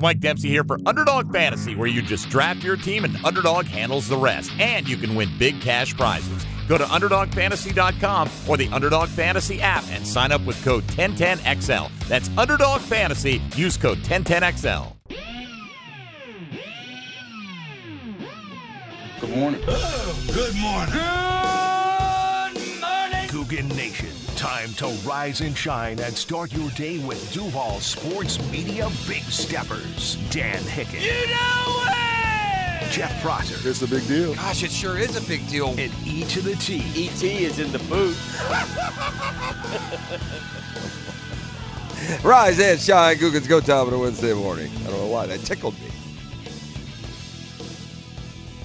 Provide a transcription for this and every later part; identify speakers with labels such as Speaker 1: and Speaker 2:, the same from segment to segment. Speaker 1: Mike Dempsey here for Underdog Fantasy, where you just draft your team and Underdog handles the rest. And you can win big cash prizes. Go to UnderdogFantasy.com or the Underdog Fantasy app and sign up with code 1010XL. That's Underdog Fantasy. Use code 1010XL.
Speaker 2: Good morning.
Speaker 3: Good morning.
Speaker 4: Good morning.
Speaker 3: Coogan Nation. Time to rise and shine and start your day with Duval Sports Media Big Steppers. Dan Hicken,
Speaker 4: You know it!
Speaker 3: Jeff Prosser,
Speaker 5: It's a big deal.
Speaker 6: Gosh, it sure is a big deal.
Speaker 3: and E to the T.
Speaker 2: ET is in the booth.
Speaker 6: Rise and shine, Googans. Go time on a Wednesday morning. I don't know why that tickled me.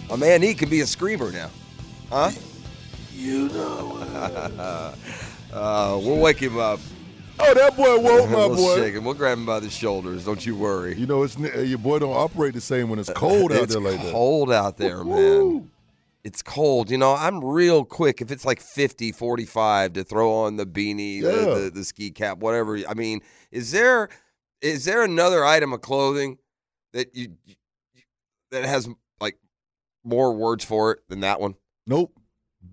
Speaker 6: A man, he could be a screamer now, huh? You know. uh, we'll wake him up.
Speaker 5: Oh, that boy woke my
Speaker 6: we'll
Speaker 5: boy.
Speaker 6: shake him. We'll grab him by the shoulders. Don't you worry.
Speaker 5: You know, it's n- your boy don't operate the same when it's cold out
Speaker 6: Uh, it's
Speaker 5: there like that.
Speaker 6: cold out there, man. It's cold. You know, I'm real quick if it's like 50, 45 to throw on the beanie,
Speaker 5: Yeah.
Speaker 6: the, the, the ski cap, whatever. I mean, is there is there another item of clothing that you that has like more words for it than that one?
Speaker 5: Nope.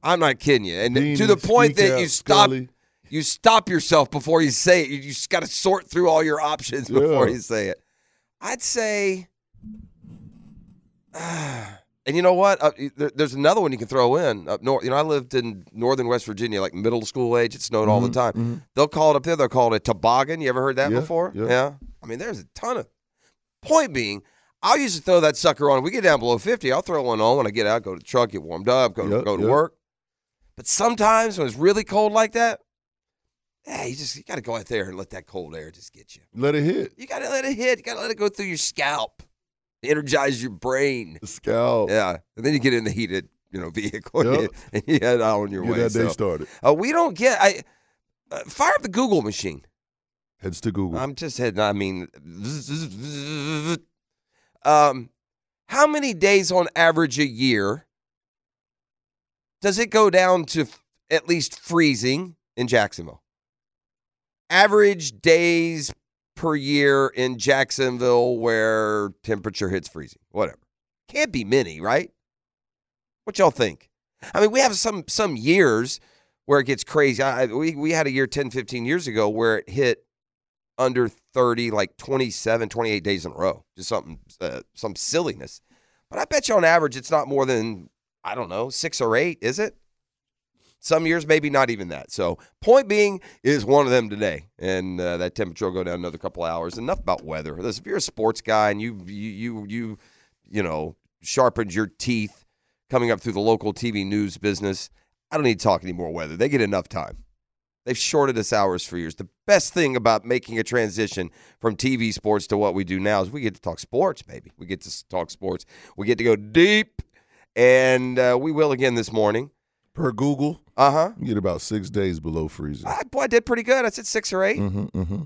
Speaker 6: I'm not kidding you. And
Speaker 5: Beanie,
Speaker 6: to the point
Speaker 5: ski
Speaker 6: that
Speaker 5: cap,
Speaker 6: you stop
Speaker 5: curly.
Speaker 6: you stop yourself before you say it. You you just got to sort through all your options before
Speaker 5: Yeah.
Speaker 6: you say it. I'd say, ah, and you know what? Uh, there, there's another one you can throw in up north. You know, I lived in northern West Virginia, like middle school age. It snowed all the time. They'll call it up there. They'll call it a toboggan. You ever heard that
Speaker 5: Mm-hmm, Yeah,
Speaker 6: before?
Speaker 5: yeah.
Speaker 6: I mean, there's a ton of. Point being, I'll usually throw that sucker on. If we get down below 50, I'll throw one on when I get out, go to the truck, get warmed up, go,
Speaker 5: Yep,
Speaker 6: go to
Speaker 5: yep.
Speaker 6: work. But sometimes when it's really cold like that, yeah, you just you got to go out there and let that cold air just get you.
Speaker 5: Let it hit.
Speaker 6: You got to let it hit. You got to let it go through your scalp, energize your brain.
Speaker 5: The scowl.
Speaker 6: Yeah, and then you get in the heated, you know, vehicle
Speaker 5: Yep.
Speaker 6: and you head out on your
Speaker 5: Get
Speaker 6: way.
Speaker 5: that day
Speaker 6: so,
Speaker 5: started.
Speaker 6: uh, we don't get. I uh, fire up the Google machine.
Speaker 5: Heads to Google.
Speaker 6: I'm just heading. I mean, um, how many days on average a year does it go down to f- at least freezing in Jacksonville? Average days per year in Jacksonville where temperature hits freezing. Whatever. Can't be many, right? What y'all think? I mean, we have some some years where it gets crazy. I, I- we we had a year 10, 15 years ago where it hit under 30 like 27 28 days in a row just something uh, some silliness but i bet you on average it's not more than i don't know six or eight is it some years maybe not even that so point being is one of them today and uh, that temperature will go down another couple hours enough about weather Listen, if you're a sports guy and you you you you, you know sharpened your teeth coming up through the local tv news business i don't need to talk any more weather they get enough time They've shorted us hours for years. The best thing about making a transition from TV sports to what we do now is we get to talk sports, baby. We get to s- talk sports. We get to go deep, and uh, we will again this morning.
Speaker 5: per Google,
Speaker 6: Uh huh.
Speaker 5: you get about six days below freezing.
Speaker 6: I, boy, I did pretty good. I said six or 8 i
Speaker 5: hmm hmm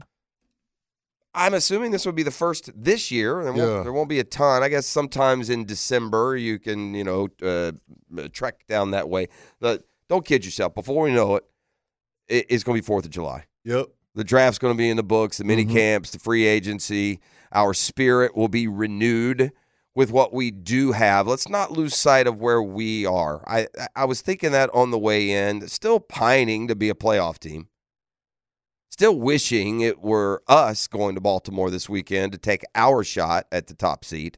Speaker 6: I'm assuming this will be the first this year. There won't,
Speaker 5: Yeah.
Speaker 6: there won't be a ton. I guess sometimes in December you can, you know, uh, trek down that way. But don't kid yourself. Before we know it, it it's going to be Fourth of July.
Speaker 5: Yep.
Speaker 6: The draft's going to be in the books, the mini camps, the free agency. Our spirit will be renewed with what we do have. Let's not lose sight of where we are. I I was thinking that on the way in, still pining to be a playoff team. Still wishing it were us going to Baltimore this weekend to take our shot at the top seed.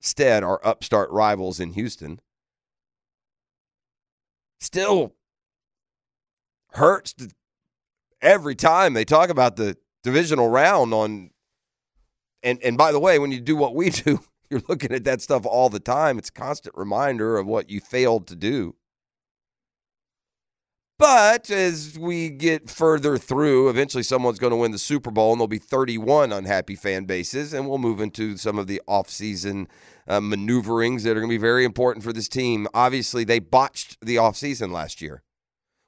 Speaker 6: Instead, our upstart rivals in Houston. Still hurts to every time they talk about the divisional round on and and by the way when you do what we do you're looking at that stuff all the time it's a constant reminder of what you failed to do but as we get further through eventually someone's going to win the super bowl and there'll be 31 unhappy fan bases and we'll move into some of the offseason uh, maneuverings that are going to be very important for this team obviously they botched the offseason last year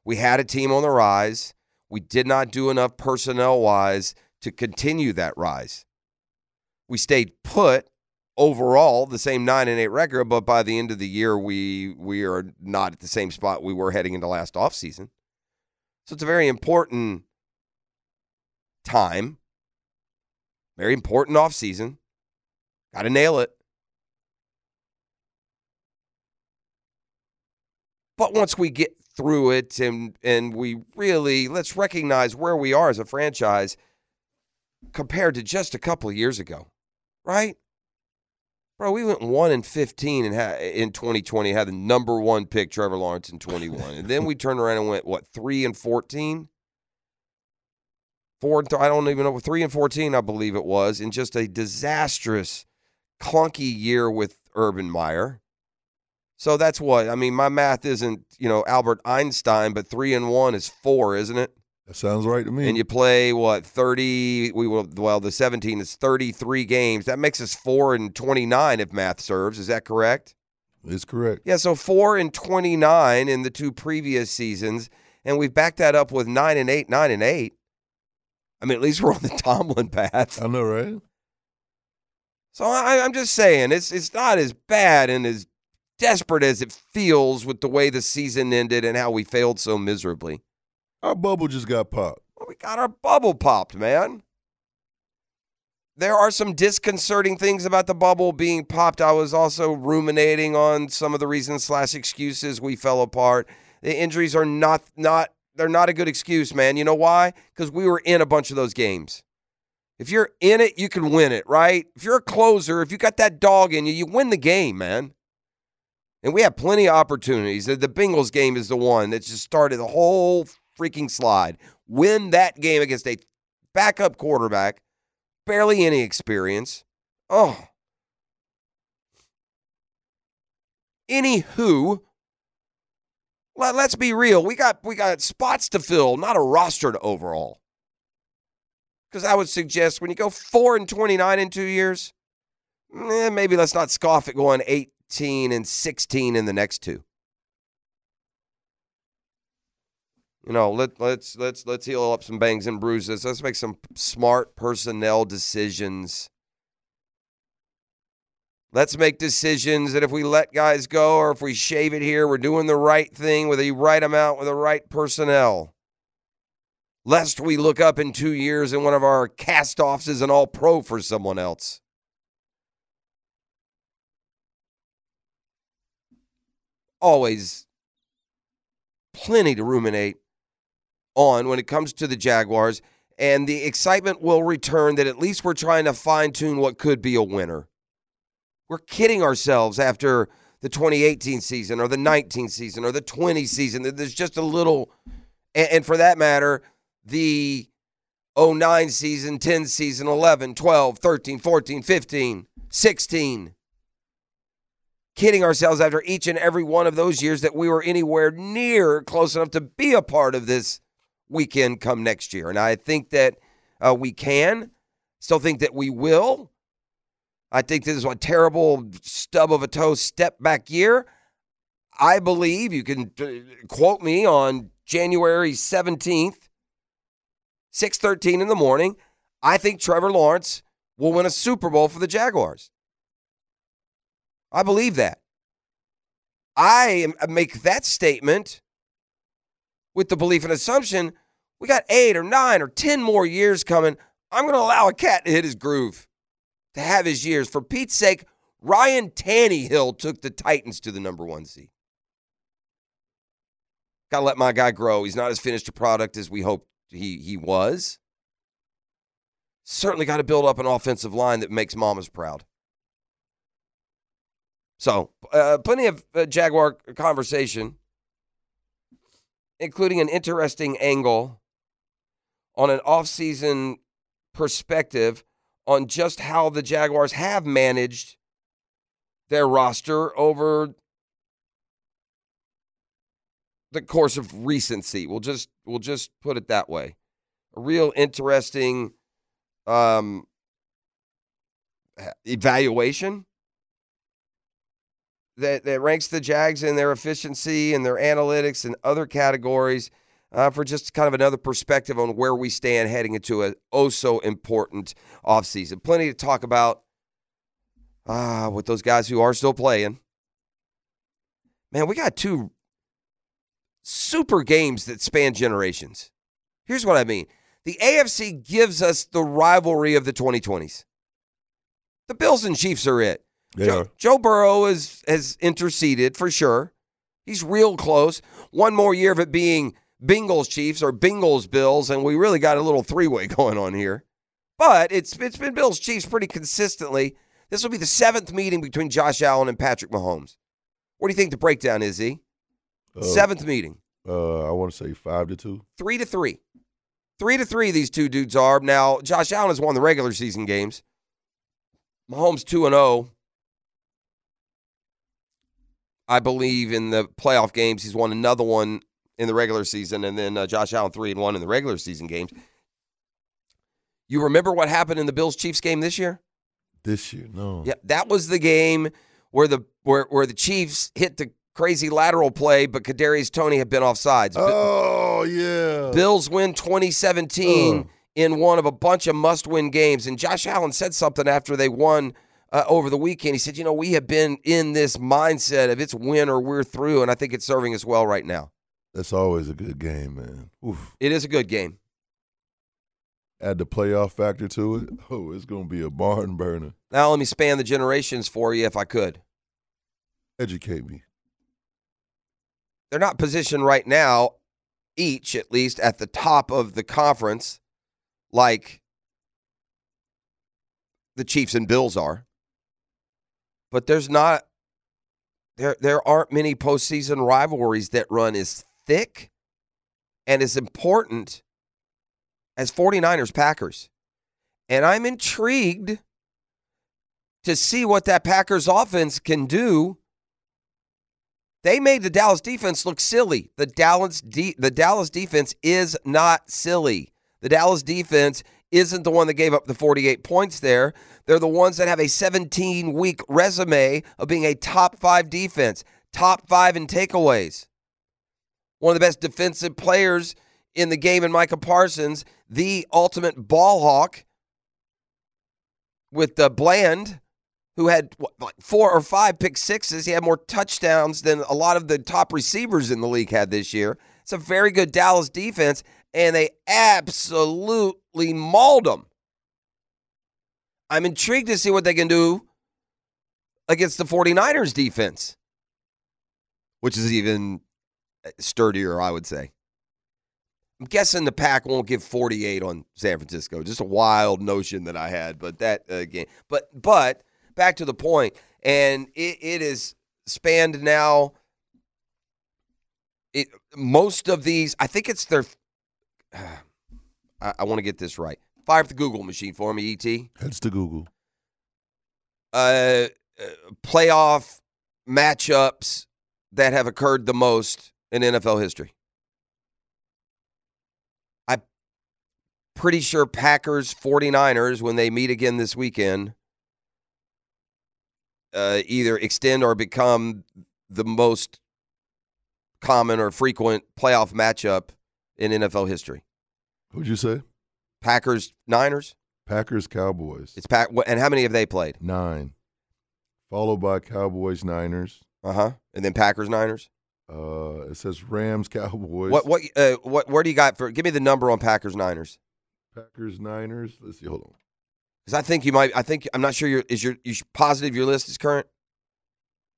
Speaker 6: we had a team on the rise. We did not do enough personnel wise to continue that rise. We stayed put overall, the same nine and eight record, but by the end of the year, we we are not at the same spot we were heading into last offseason. So it's a very important time Very important offseason. Got to nail it. But once we get through it and and we really let's recognize where we are as a franchise compared to just a couple of years ago, right? Bro, we went one and fifteen and ha- in 2020 had the number one pick, Trevor Lawrence in 21, and then we turned around and went what three and 14, four and th- I don't even know three and 14 I believe it was in just a disastrous, clunky year with Urban Meyer. So that's what I mean. My math isn't you know Albert Einstein, but three and one is four, isn't it?
Speaker 5: That sounds right to me.
Speaker 6: And you play what thirty? We will well the seventeen is thirty three games. That makes us four and twenty nine if math serves. Is that correct?
Speaker 5: it's correct.
Speaker 6: Yeah. So four and twenty nine in the two previous seasons, and we've backed that up with nine and eight, nine and eight. I mean, at least we're on the Tomlin path.
Speaker 5: I know, right?
Speaker 6: So I, I'm just saying, it's it's not as bad and as desperate as it feels with the way the season ended and how we failed so miserably.
Speaker 5: Our bubble just got popped.
Speaker 6: Well, we got our bubble popped, man. There are some disconcerting things about the bubble being popped. I was also ruminating on some of the reasons slash excuses we fell apart. The injuries are not not they're not a good excuse, man. You know why? Because we were in a bunch of those games. If you're in it, you can win it, right? If you're a closer, if you got that dog in you, you win the game, man. And we have plenty of opportunities. The the Bengals game is the one that just started the whole freaking slide. Win that game against a backup quarterback, barely any experience. Oh. Anywho, let, let's be real. We got we got spots to fill, not a roster to overhaul. Because I would suggest when you go four and twenty nine in two years, eh, maybe let's not scoff at going eighteen and sixteen in the next two. You know, let let's let's let's heal up some bangs and bruises. Let's make some smart personnel decisions. Let's make decisions that if we let guys go or if we shave it here, we're doing the right thing with the right amount with the right personnel. Lest we look up in two years and one of our cast offs is an all pro for someone else. Always plenty to ruminate on when it comes to the Jaguars, and the excitement will return that at least we're trying to fine tune what could be a winner. We're kidding ourselves after the 2018 season or the 19 season or the 20 season. There- There's just a little, and, and for that matter, the 09 season, 10 season, 11, 12, 13, 14, 15, 16. Kidding ourselves after each and every one of those years that we were anywhere near close enough to be a part of this weekend come next year. And I think that uh, we can. Still think that we will. I think this is a terrible stub of a toe step back year. I believe you can uh, quote me on January 17th, 6:13 in the morning. I think Trevor Lawrence will win a Super Bowl for the Jaguars. I believe that. I am- I make that statement with the belief and assumption we got eight or nine or 10 more years coming. I'm going to allow a cat to hit his groove, to have his years. For Pete's sake, Ryan Tannehill took the Titans to the number one seed. Got to let my guy grow. He's not as finished a product as we hoped he, he was. Certainly got to build up an offensive line that makes mamas proud. So, uh, plenty of uh, Jaguar conversation, including an interesting angle on an offseason perspective on just how the Jaguars have managed their roster over the course of recency. We'll just we'll just put it that way. A real interesting um, e-, evaluation that, that ranks the Jags in their efficiency and their analytics and other categories uh, for just kind of another perspective on where we stand heading into a oh so important offseason. Plenty to talk about uh, with those guys who are still playing. Man, we got two super games that span generations. Here's what I mean The AFC gives us the rivalry of the 2020s. The Bills and Chiefs are it.
Speaker 5: They
Speaker 6: Joe,
Speaker 5: are.
Speaker 6: Joe Burrow is, has interceded for sure. He's real close. One more year of it being Bengals Chiefs or Bengals Bills, and we really got a little three way going on here. But it's it's been Bills Chiefs pretty consistently. This will be the seventh meeting between Josh Allen and Patrick Mahomes. What do you think the breakdown is, E?
Speaker 5: Uh,
Speaker 6: Seventh meeting.
Speaker 5: Uh, I want to say five to two.
Speaker 6: Three to three. Three to three, these two dudes are. Now, Josh Allen has won the regular season games. Mahomes 2 and oh. 0. I believe in the playoff games. He's won another one in the regular season, and then uh, Josh Allen 3 and 1 in the regular season games. You remember what happened in the Bills Chiefs game this year?
Speaker 5: This year, no.
Speaker 6: Yeah, that was the game where the where, where the Chiefs hit the crazy lateral play, but Kadarius Tony had been offsides. Bi-
Speaker 5: Oh yeah.
Speaker 6: Bills win 2017
Speaker 5: Ugh.
Speaker 6: in one of a bunch of must win games. And Josh Allen said something after they won uh, over the weekend. He said, You know, we have been in this mindset of it's win or we're through. And I think it's serving us well right now.
Speaker 5: That's always a good game, man. Oof.
Speaker 6: It is a good game.
Speaker 5: Add the playoff factor to it. Oh, it's gonna be a barn burner.
Speaker 6: Now, let me span the generations for you if I could.
Speaker 5: Educate me.
Speaker 6: They're not positioned right now, each at least, at the top of the conference like the Chiefs and Bills are. But there's not there there aren't many postseason rivalries that run as thick and as important as 49ers Packers. And I'm intrigued to see what that Packers offense can do. They made the Dallas defense look silly. The Dallas de- the Dallas defense is not silly. The Dallas defense isn't the one that gave up the 48 points there. They're the ones that have a 17 week resume of being a top 5 defense, top 5 in takeaways. One of the best defensive players in the game in Micah Parsons, the ultimate ball hawk with the Bland who had what, like four or five pick sixes. He had more touchdowns than a lot of the top receivers in the league had this year. It's a very good Dallas defense, and they absolutely mauled them. I'm intrigued to see what they can do against the 49ers defense, which is even uh, sturdier, I would say. I'm guessing the pack won't give 48 on San Francisco. Just a wild notion that I had, but that uh, again, but but back to the point, and it, it is spanned now. It most of these, I think it's their. I, I want to get this right. Fire up the Google machine for me, E Et.
Speaker 5: Heads to Google.
Speaker 6: Uh, uh, playoff matchups that have occurred the most in NFL history. I'm pretty sure Packers 49ers, when they meet again this weekend, uh, either extend or become the most common or frequent playoff matchup in NFL history.
Speaker 5: Who'd you say?
Speaker 6: Packers Niners.
Speaker 5: Packers Cowboys.
Speaker 6: It's pack. And how many have they played?
Speaker 5: nine. Followed by Cowboys Niners.
Speaker 6: Uh huh. And then Packers Niners.
Speaker 5: Uh it says Rams Cowboys.
Speaker 6: What what uh, what? Where do you got for? Give me the number on Packers Niners
Speaker 5: Packers Niners. Let's see, hold on.
Speaker 6: because I think you might. I think I'm not sure. Your is your you sh- positive your list is current.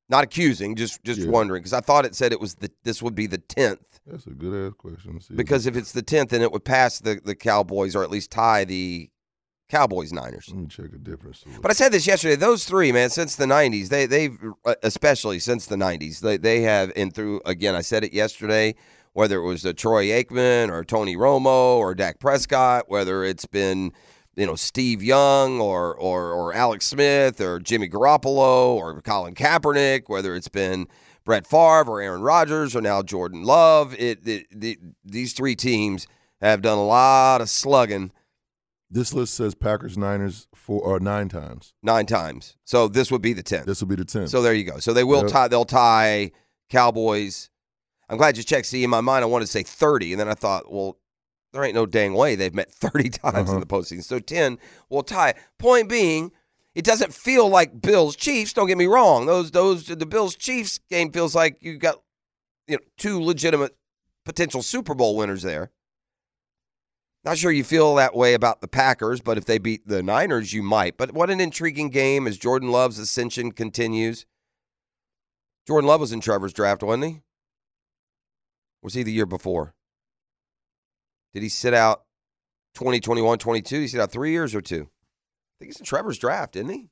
Speaker 6: Not accusing, just just
Speaker 5: Yeah.
Speaker 6: wondering because I thought it said it was the this would be the tenth
Speaker 5: That's a good ass question. Let's see.
Speaker 6: because if it's the tenth, then it would pass the the Cowboys or at least tie the Cowboys Niners.
Speaker 5: let me check the difference. to it.
Speaker 6: But I said this yesterday. Those three, man, since the '90s, they they've uh, especially since the '90s, they they have and through again. I said it yesterday. Whether it was the Troy Aikman or Tony Romo or Dak Prescott, whether it's been you know Steve Young or or or Alex Smith or Jimmy Garoppolo or Colin Kaepernick, whether it's been Brett Favre or Aaron Rodgers or now Jordan Love, it, it, the, these three teams have done a lot of slugging
Speaker 5: this list says Packers Niners four or nine times.
Speaker 6: nine times. So this would be the tenth.
Speaker 5: This will be the tenth.
Speaker 6: So there you go. So they will
Speaker 5: Yep.
Speaker 6: tie. They'll tie Cowboys. I'm glad you checked. See, in my mind, I wanted to say 30, and then I thought, well, there ain't no dang way they've met 30 times in
Speaker 5: Uh-huh.
Speaker 6: the postseason. So 10 will tie. Point being, it doesn't feel like Bills Chiefs. Don't get me wrong. Those those the Bills Chiefs game feels like you got you know two legitimate potential Super Bowl winners there. Not sure you feel that way about the Packers, but if they beat the Niners, you might. But what an intriguing game as Jordan Love's ascension continues. Jordan Love was in Trevor's draft, wasn't he? Was he the year before? Did he sit out 20, 21, 22? He sit out three years or two? I think he's in Trevor's draft, isn't he?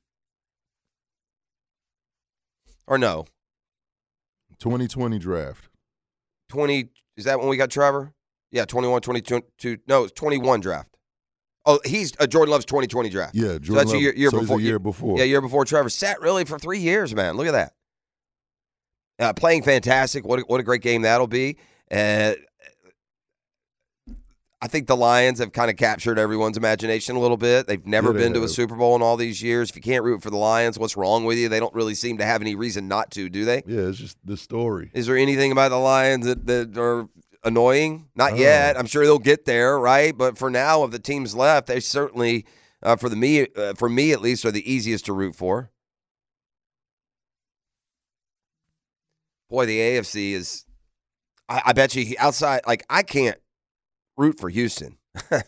Speaker 6: Or no?
Speaker 5: 2020 draft.
Speaker 6: 20 is that when we got Trevor? Yeah, 21 22 two- no, it's 21 draft. Oh, he's uh, Jordan Love's 2020 draft.
Speaker 5: Yeah, Jordan
Speaker 6: so that's a
Speaker 5: Love-
Speaker 6: year, year
Speaker 5: so he's a
Speaker 6: before.
Speaker 5: year before.
Speaker 6: Yeah, year before Trevor sat really for 3 years, man. Look at that. Uh, playing fantastic. What a, what a great game that'll be. Uh, I think the Lions have kind of captured everyone's imagination a little bit. They've never
Speaker 5: Yeah, they
Speaker 6: been to a
Speaker 5: have.
Speaker 6: Super Bowl in all these years. If you can't root for the Lions, what's wrong with you? They don't really seem to have any reason not to, do they?
Speaker 5: Yeah, it's just the story.
Speaker 6: Is there anything about the Lions that, that are annoying? Not
Speaker 5: Oh.
Speaker 6: yet. I'm sure they'll get there, right? But for now, of the teams left, they certainly, uh, for the me, uh, for me at least, are the easiest to root for. Boy, the AFC is. I, I bet you he- outside, like I can't root for Houston.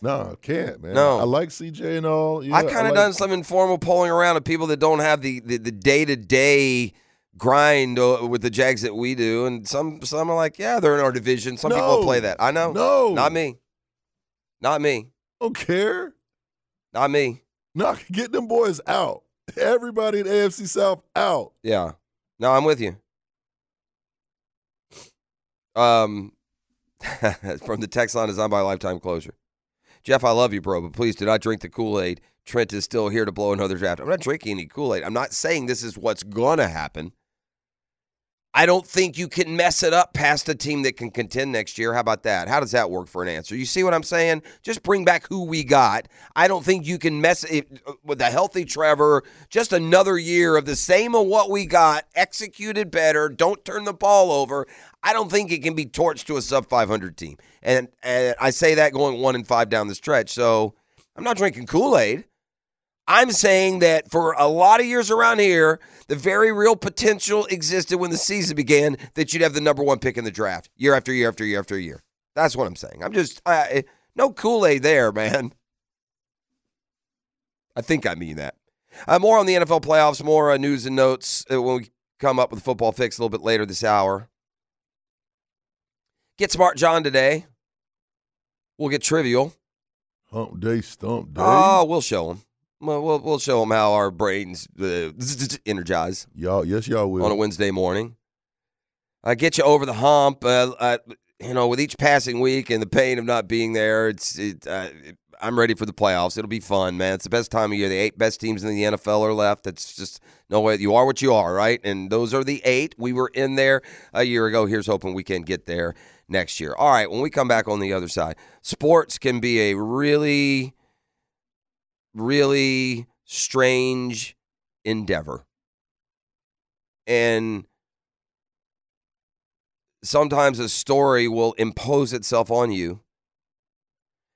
Speaker 5: No, I can't, man.
Speaker 6: No.
Speaker 5: I like CJ and all. Yeah,
Speaker 6: I kind of
Speaker 5: like-
Speaker 6: done some informal polling around of people that don't have the the day to day grind uh, with the Jags that we do, and some some are like, yeah, they're in our division. Some people will play
Speaker 5: No.
Speaker 6: that. I know,
Speaker 5: No.
Speaker 6: not me, not me,
Speaker 5: don't care.
Speaker 6: not me.
Speaker 5: No, get them boys out. Everybody in AFC South out.
Speaker 6: Yeah, no, I'm with you. Um, from the text line is on by Lifetime Closure. Jeff, I love you, bro, but please do not drink the Kool Aid. Trent is still here to blow another draft. I'm not drinking any Kool Aid. I'm not saying this is what's going to happen. I don't think you can mess it up past a team that can contend next year. How about that? How does that work for an answer? You see what I'm saying? Just bring back who we got. I don't think you can mess it uh, with a healthy Trevor. Just another year of the same of what we got, executed better. Don't turn the ball over. I don't think it can be torched to a sub 500 team. And, and I say that going one and five down the stretch. So I'm not drinking Kool Aid. I'm saying that for a lot of years around here, the very real potential existed when the season began that you'd have the number one pick in the draft year after year after year after year. That's what I'm saying. I'm just I, no Kool Aid there, man. I think I mean that. Uh, more on the NFL playoffs, more uh, news and notes uh, when we come up with football fix a little bit later this hour. Get smart, John, today. We'll get trivial.
Speaker 5: Hump day, stump day.
Speaker 6: Oh, we'll show them. We'll, we'll, we'll show them how our brains uh, energize
Speaker 5: y'all, yes, y'all will.
Speaker 6: on a Wednesday morning. Uh, get you over the hump. Uh, uh, you know, with each passing week and the pain of not being there, it's it, uh, I'm ready for the playoffs. It'll be fun, man. It's the best time of year. The eight best teams in the NFL are left. That's just no way. You are what you are, right? And those are the eight. We were in there a year ago. Here's hoping we can get there next year. All right. When we come back on the other side, sports can be a really, really strange endeavor and sometimes a story will impose itself on you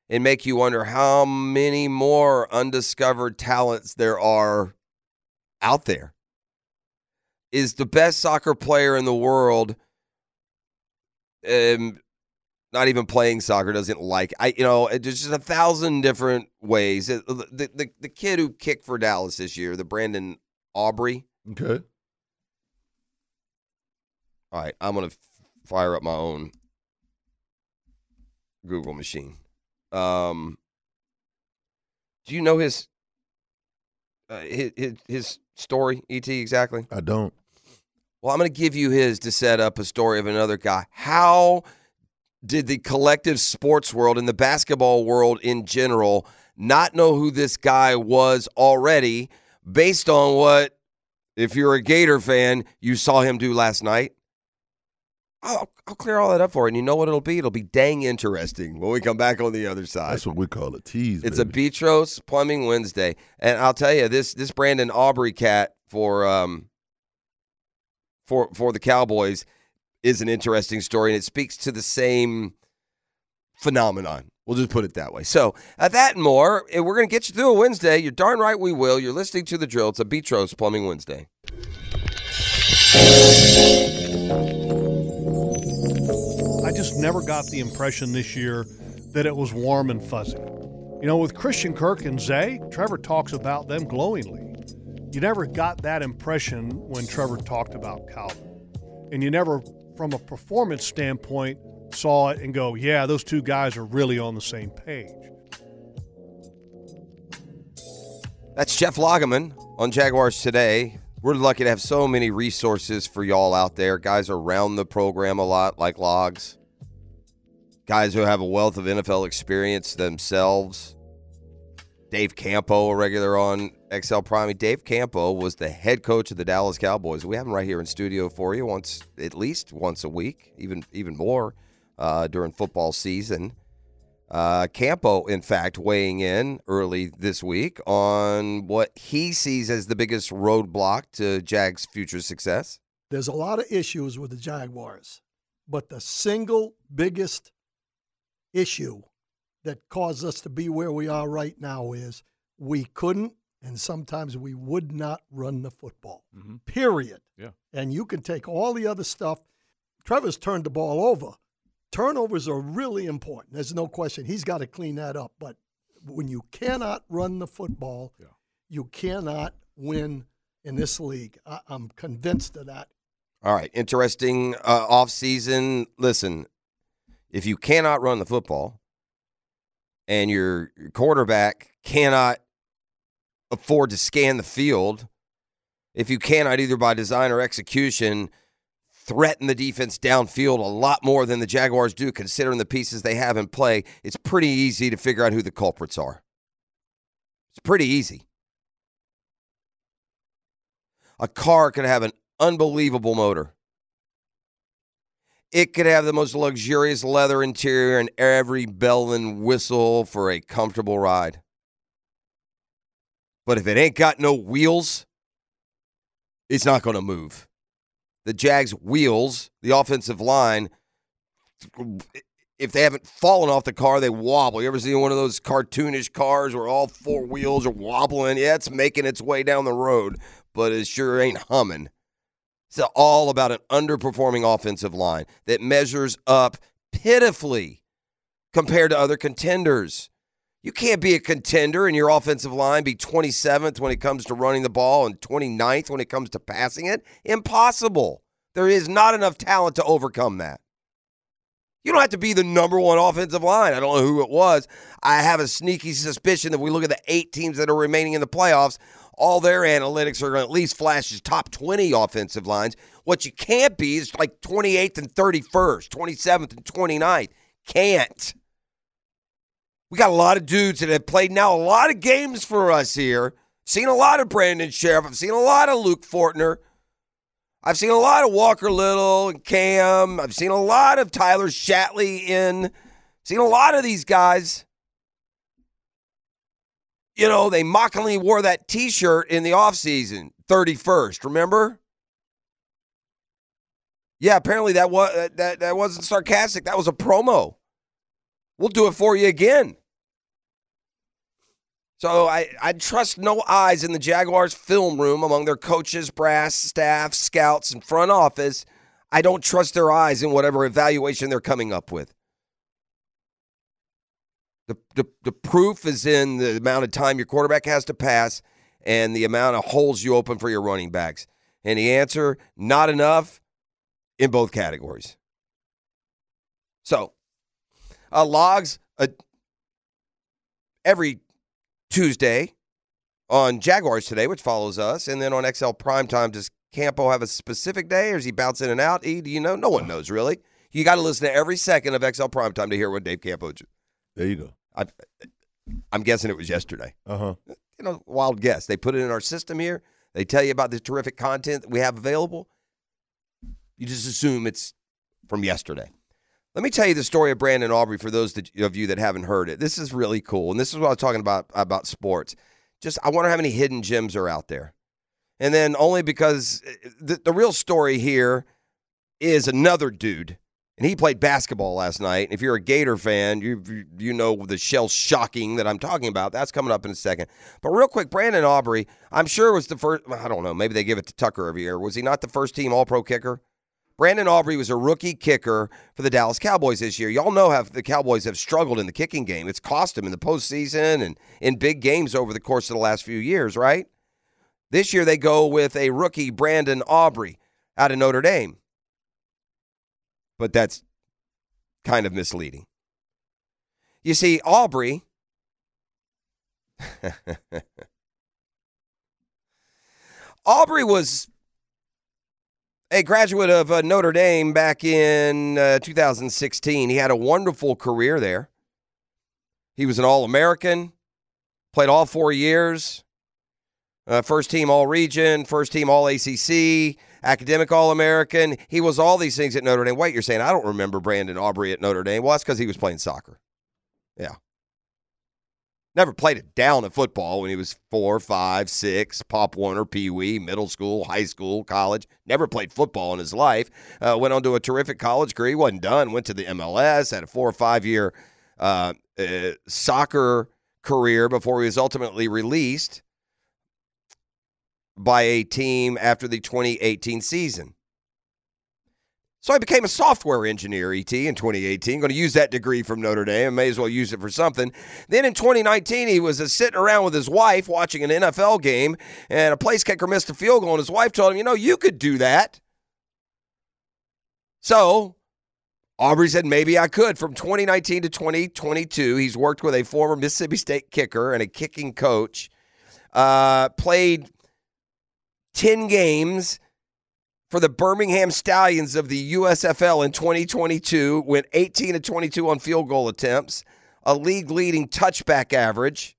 Speaker 6: and make you wonder how many more undiscovered talents there are out there. Is the best soccer player in the world um, not even playing soccer doesn't like I you know it- there's just a thousand different ways. It- The, the the kid who kicked for Dallas this year, the Brandon Aubrey,
Speaker 5: okay.
Speaker 6: All right, I'm gonna f- fire up my own Google machine. Um, do you know his uh, his, his his story, Et exactly?
Speaker 5: I don't.
Speaker 6: Well, I'm gonna give you his to set up a story of another guy. How did the collective sports world and the basketball world in general not know who this guy was already, based on what, if you're a Gator fan, you saw him do last night? I'll, I'll clear all that up for you. And you know what it'll be? It'll be dang interesting when we come back on the other side.
Speaker 5: That's what we call a tease.
Speaker 6: It's
Speaker 5: baby.
Speaker 6: a Betros Plumbing Wednesday, and I'll tell you this: this Brandon Aubrey cat for um for for the Cowboys is an interesting story, and it speaks to the same phenomenon. We'll just put it that way. So uh, that and more, and we're going to get you through a Wednesday. You're darn right we will. You're listening to the drill. It's a Betros Plumbing Wednesday.
Speaker 2: I just never got the impression this year that it was warm and fuzzy. You know, with Christian Kirk and Zay, Trevor talks about them glowingly. You never got that impression when Trevor talked about Calvin. And you never, from a performance standpoint, saw it and go, yeah, those two guys are really on the same page.
Speaker 6: That's Jeff Lagerman on Jaguars today. We're lucky to have so many resources for y'all out there. Guys around the program a lot, like Logs. Guys who have a wealth of NFL experience themselves. Dave Campo, a regular on XL Prime. Dave Campo was the head coach of the Dallas Cowboys. We have him right here in studio for you once, at least once a week, even even more uh, during football season. Uh, Campo, in fact, weighing in early this week on what he sees as the biggest roadblock to Jag's future success.
Speaker 7: There's a lot of issues with the Jaguars, but the single biggest issue that caused us to be where we are right now is we couldn't and sometimes we would not run the football. Period.
Speaker 8: Yeah.
Speaker 7: And you can take all the other stuff. Trevor's turned the ball over. Turnovers are really important. There's no question. He's got to clean that up. But when you cannot run the football, you cannot win in this league. I, I'm convinced of that.
Speaker 6: All right, interesting uh, offseason. Listen, if you cannot run the football and your your quarterback cannot afford to scan the field, if you cannot either by design or execution threaten the defense downfield a lot more than the Jaguars do, considering the pieces they have in play, it's pretty easy to figure out who the culprits are. It's pretty easy. A car could have an unbelievable motor. It could have the most luxurious leather interior and every bell and whistle for a comfortable ride. But if it ain't got no wheels, it's not going to move. The Jags' wheels, the offensive line, if they haven't fallen off the car, they wobble. You ever seen one of those cartoonish cars where all four wheels are wobbling? Yeah, it's making its way down the road, but it sure ain't humming. It's all about an underperforming offensive line that measures up pitifully compared to other contenders. You can't be a contender and your offensive line be 27th when it comes to running the ball and 29th when it comes to passing it. Impossible. There is not enough talent to overcome that. You don't have to be the number one offensive line. I don't know who it was. I have a sneaky suspicion that we look at the eight teams that are remaining in the playoffs, all their analytics are going to at least flash as top 20 offensive lines. What you can't be is like 28th and 31st, 27th and 29th. Can't. We got a lot of dudes that have played now a lot of games for us here. Seen a lot of Brandon Sheriff. I've seen a lot of Luke Fortner. I've seen a lot of Walker Little and Cam. I've seen a lot of Tyler Shatley in. Seen a lot of these guys. You know, they mockingly wore that t shirt in the offseason, 31st, remember? Yeah, apparently that was that, that wasn't sarcastic. That was a promo. We'll do it for you again. So I, I trust no eyes in the Jaguars film room among their coaches, brass, staff, scouts, and front office. I don't trust their eyes in whatever evaluation they're coming up with. The, the, the proof is in the amount of time your quarterback has to pass and the amount of holes you open for your running backs. And the answer, not enough in both categories. So, uh, logs uh, every Tuesday on Jaguars today, which follows us, and then on XL Primetime. Does Campo have a specific day, or is he bouncing in and out? E, do you know? No one knows really. You got to listen to every second of XL Primetime to hear what Dave Campo. ju-
Speaker 5: There you go.
Speaker 6: I, I'm guessing it was yesterday.
Speaker 5: Uh huh.
Speaker 6: You know, wild guess. They put it in our system here. They tell you about the terrific content that we have available. You just assume it's from yesterday. Let me tell you the story of Brandon Aubrey for those that, of you that haven't heard it. This is really cool, and this is what I was talking about about sports. Just I wonder how many hidden gems are out there, and then only because uh, the, the real story here is another dude, and he played basketball last night. If you're a Gator fan, you you- you know the shell shocking that I'm talking about. That's coming up in a second. But real quick, Brandon Aubrey, I'm sure was the first. I don't know. Maybe they give it to Tucker every year. Was he not the first team All Pro kicker? Brandon Aubrey was a rookie kicker for the Dallas Cowboys this year. Y'all know how the Cowboys have struggled in the kicking game. It's cost them in the postseason and in big games over the course of the last few years, right? This year they go with a rookie, Brandon Aubrey, out of Notre Dame. But that's kind of misleading. You see, Aubrey. Aubrey was a graduate of uh, Notre Dame back in uh, 2016. He had a wonderful career there. He was an All American, played all four years, uh, first team All Region, first team All ACC, academic All American. He was all these things at Notre Dame. Wait, you're saying I don't remember Brandon Aubrey at Notre Dame? Well, that's because he was playing soccer. Yeah. Never played it down at football when he was four, five, six, Pop Warner, Pee Wee, middle school, high school, college. Never played football in his life. Uh, went on to a terrific college career. He wasn't done. Went to the MLS, had a four or five year uh, uh, soccer career before he was ultimately released by a team after the 2018 season. So I became a software engineer, ET, in 2018. Going to use that degree from Notre Dame. I may as well use it for something. Then in 2019, he was uh, sitting around with his wife watching an NFL game, and a place kicker missed a field goal, and his wife told him, You know, you could do that. So Aubrey said, Maybe I could. From 2019 to 2022, he's worked with a former Mississippi State kicker and a kicking coach, uh, played 10 games for the Birmingham Stallions of the USFL in 2022, went 18 to 22 on field goal attempts, a league leading touchback average.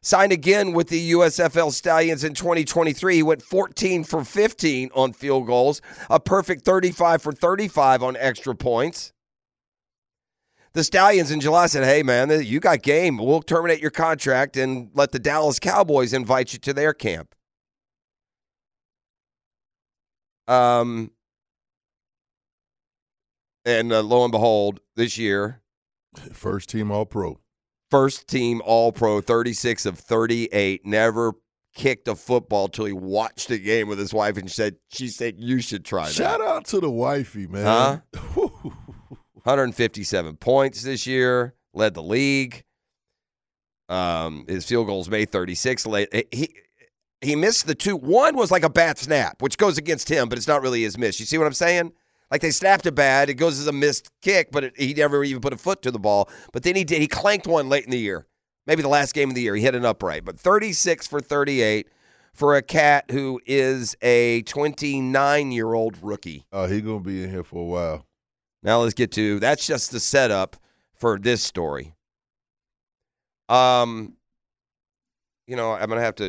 Speaker 6: Signed again with the USFL Stallions in 2023. He went 14 for 15 on field goals, a perfect 35 for 35 on extra points. The Stallions in July said, Hey, man, you got game. We'll terminate your contract and let the Dallas Cowboys invite you to their camp. Um, and uh, lo and behold, this year,
Speaker 5: First team All Pro.
Speaker 6: first team All Pro, 36 of 38, never kicked a football till he watched a game with his wife, and she said, "She said you should try that."
Speaker 5: Shout out to the wifey, man.
Speaker 6: 157 points this year, led the league. Um, his field goals made 36. Late he he missed the two. One was like a bad snap, which goes against him, but it's not really his miss. You see what I'm saying? Like they snapped a bad, it goes as a missed kick, but it, he never even put a foot to the ball. But then he did. He clanked one late in the year, maybe the last game of the year. He hit an upright, but 36 for 38 for a cat who is a 29 year old rookie.
Speaker 5: Oh, he gonna be in here for a while.
Speaker 6: Now let's get to that's just the setup for this story. Um, you know, I'm gonna have to,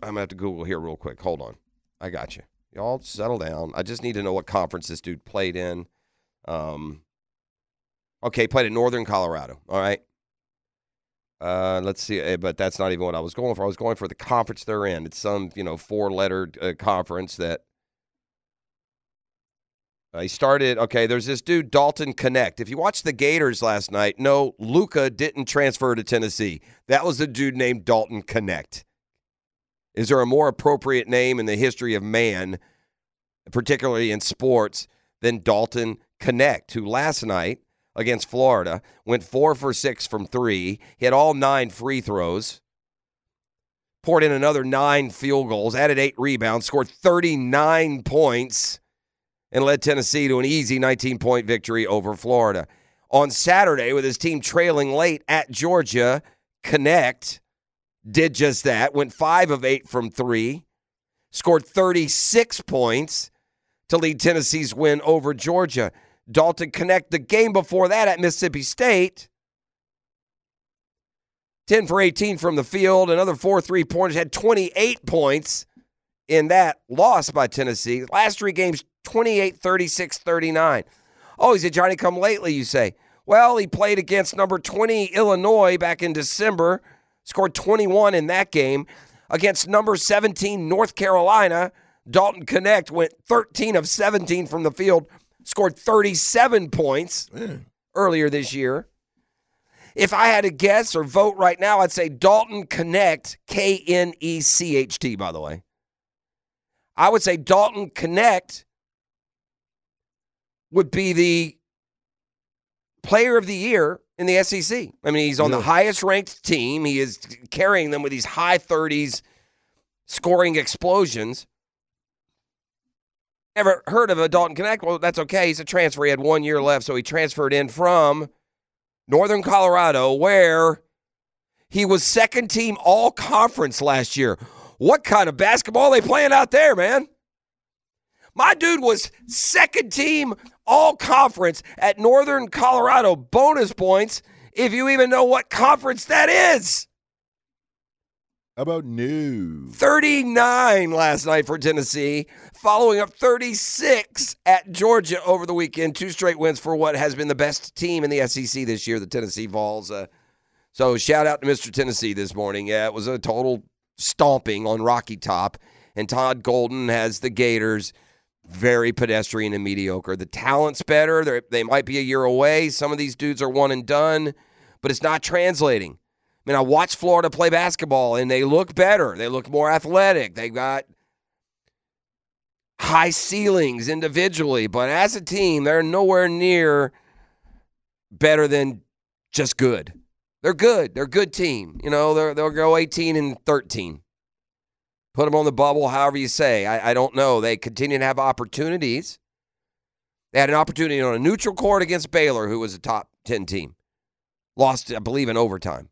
Speaker 6: I'm gonna have to Google here real quick. Hold on, I got you. Y'all settle down. I just need to know what conference this dude played in. Um, okay, played in Northern Colorado. All right. Uh, let's see, eh, but that's not even what I was going for. I was going for the conference they're in. It's some, you know, four-letter uh, conference that uh, he started. Okay, there's this dude Dalton Connect. If you watched the Gators last night, no, Luca didn't transfer to Tennessee. That was a dude named Dalton Connect. Is there a more appropriate name in the history of man, particularly in sports, than Dalton Connect, who last night against Florida went four for six from three, hit all nine free throws, poured in another nine field goals, added eight rebounds, scored 39 points and led Tennessee to an easy 19 point victory over Florida. On Saturday, with his team trailing late at Georgia, Connect did just that, went five of eight from three, scored 36 points to lead Tennessee's win over Georgia. Dalton Connect, the game before that at Mississippi State, 10 for 18 from the field, another four three pointers, had 28 points in that loss by Tennessee. Last three games 28, 36, 39. Oh, he's a Johnny come lately, you say. Well, he played against number 20 Illinois back in December, scored 21 in that game. Against number 17 North Carolina, Dalton Connect went 13 of 17 from the field, scored 37 points earlier this year. If I had to guess or vote right now, I'd say Dalton Connect, K N E C H T, by the way. I would say Dalton Connect would be the player of the year in the SEC. I mean, he's on the highest ranked team. He is carrying them with these high 30s scoring explosions. Never heard of a Dalton Connect? Well, that's okay. He's a transfer. He had one year left, so he transferred in from Northern Colorado, where he was second team all conference last year. What kind of basketball they playing out there, man? My dude was second team all conference at Northern Colorado. Bonus points if you even know what conference that is.
Speaker 5: How about new?
Speaker 6: 39 last night for Tennessee, following up 36 at Georgia over the weekend. Two straight wins for what has been the best team in the SEC this year, the Tennessee Vols. Uh, so shout out to Mr. Tennessee this morning. Yeah, it was a total stomping on Rocky Top, and Todd Golden has the Gators very pedestrian and mediocre. The talent's better. They're, they might be a year away. Some of these dudes are one and done, but it's not translating. I mean, I watched Florida play basketball and they look better. They look more athletic. They've got high ceilings individually, but as a team, they're nowhere near better than just good. They're good. They're a good team. You know, they're, they'll go 18 and 13. Put them on the bubble, however you say. I, I don't know. They continue to have opportunities. They had an opportunity on a neutral court against Baylor, who was a top 10 team. Lost, I believe, in overtime.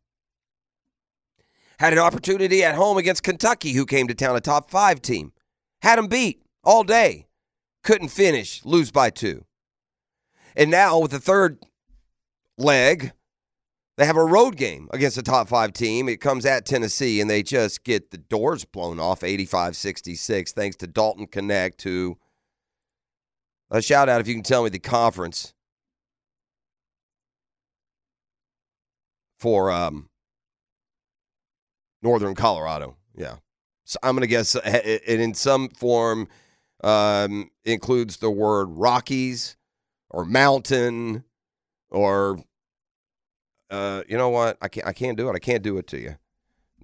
Speaker 6: Had an opportunity at home against Kentucky, who came to town, a top five team. Had them beat all day. Couldn't finish, lose by two. And now with the third leg, they have a road game against a top five team. It comes at Tennessee, and they just get the doors blown off 85 66, thanks to Dalton Connect, who a shout out if you can tell me the conference for um, northern Colorado. Yeah. So I'm going to guess uh, it it in some form um, includes the word Rockies or mountain or uh, you know what? I can't I can't do it. I can't do it to you.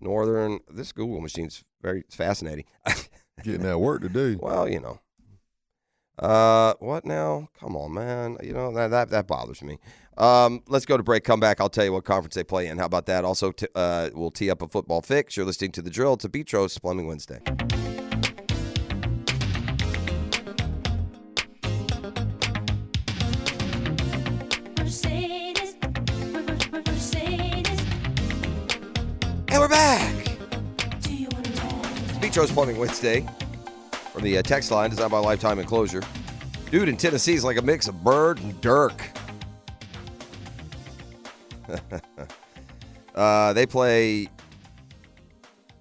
Speaker 6: Northern this Google machine's very it's fascinating.
Speaker 5: Getting that work today.
Speaker 6: well, you know. Uh what now? Come on, man. You know that that, that bothers me. Um, let's go to break. Come back. I'll tell you what conference they play in. How about that? Also, t- uh, we'll tee up a football fix. You're listening to the drill. It's a Petros Plumbing Wednesday.
Speaker 8: Mercedes, Mercedes,
Speaker 6: And we're back.
Speaker 8: do you want to
Speaker 6: Petros Plumbing Wednesday from the uh, text line designed by Lifetime Enclosure. Dude in Tennessee is like a mix of Bird and Dirk. uh, they play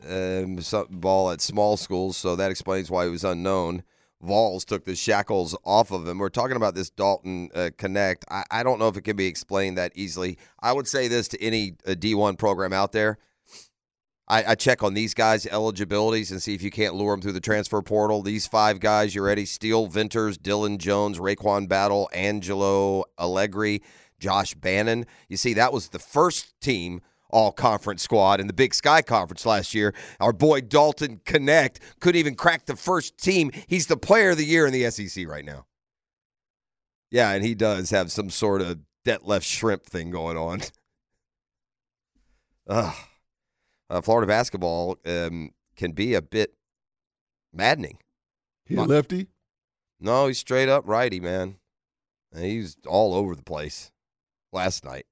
Speaker 6: um, some ball at small schools, so that explains why he was unknown. Vols took the shackles off of him. We're talking about this Dalton uh, Connect. I, I don't know if it can be explained that easily. I would say this to any uh, D1 program out there. I, I check on these guys' eligibilities and see if you can't lure them through the transfer portal. These five guys, you ready? Steele, Venters, Dylan Jones, Raquan Battle, Angelo Allegri, Josh Bannon. You see, that was the first team all conference squad in the Big Sky Conference last year. Our boy Dalton Connect couldn't even crack the first team. He's the player of the year in the SEC right now. Yeah, and he does have some sort of debt left shrimp thing going on. Ugh uh, Florida basketball um, can be a bit maddening.
Speaker 5: He a lefty.
Speaker 6: No, he's straight up righty, man. And He's all over the place last night.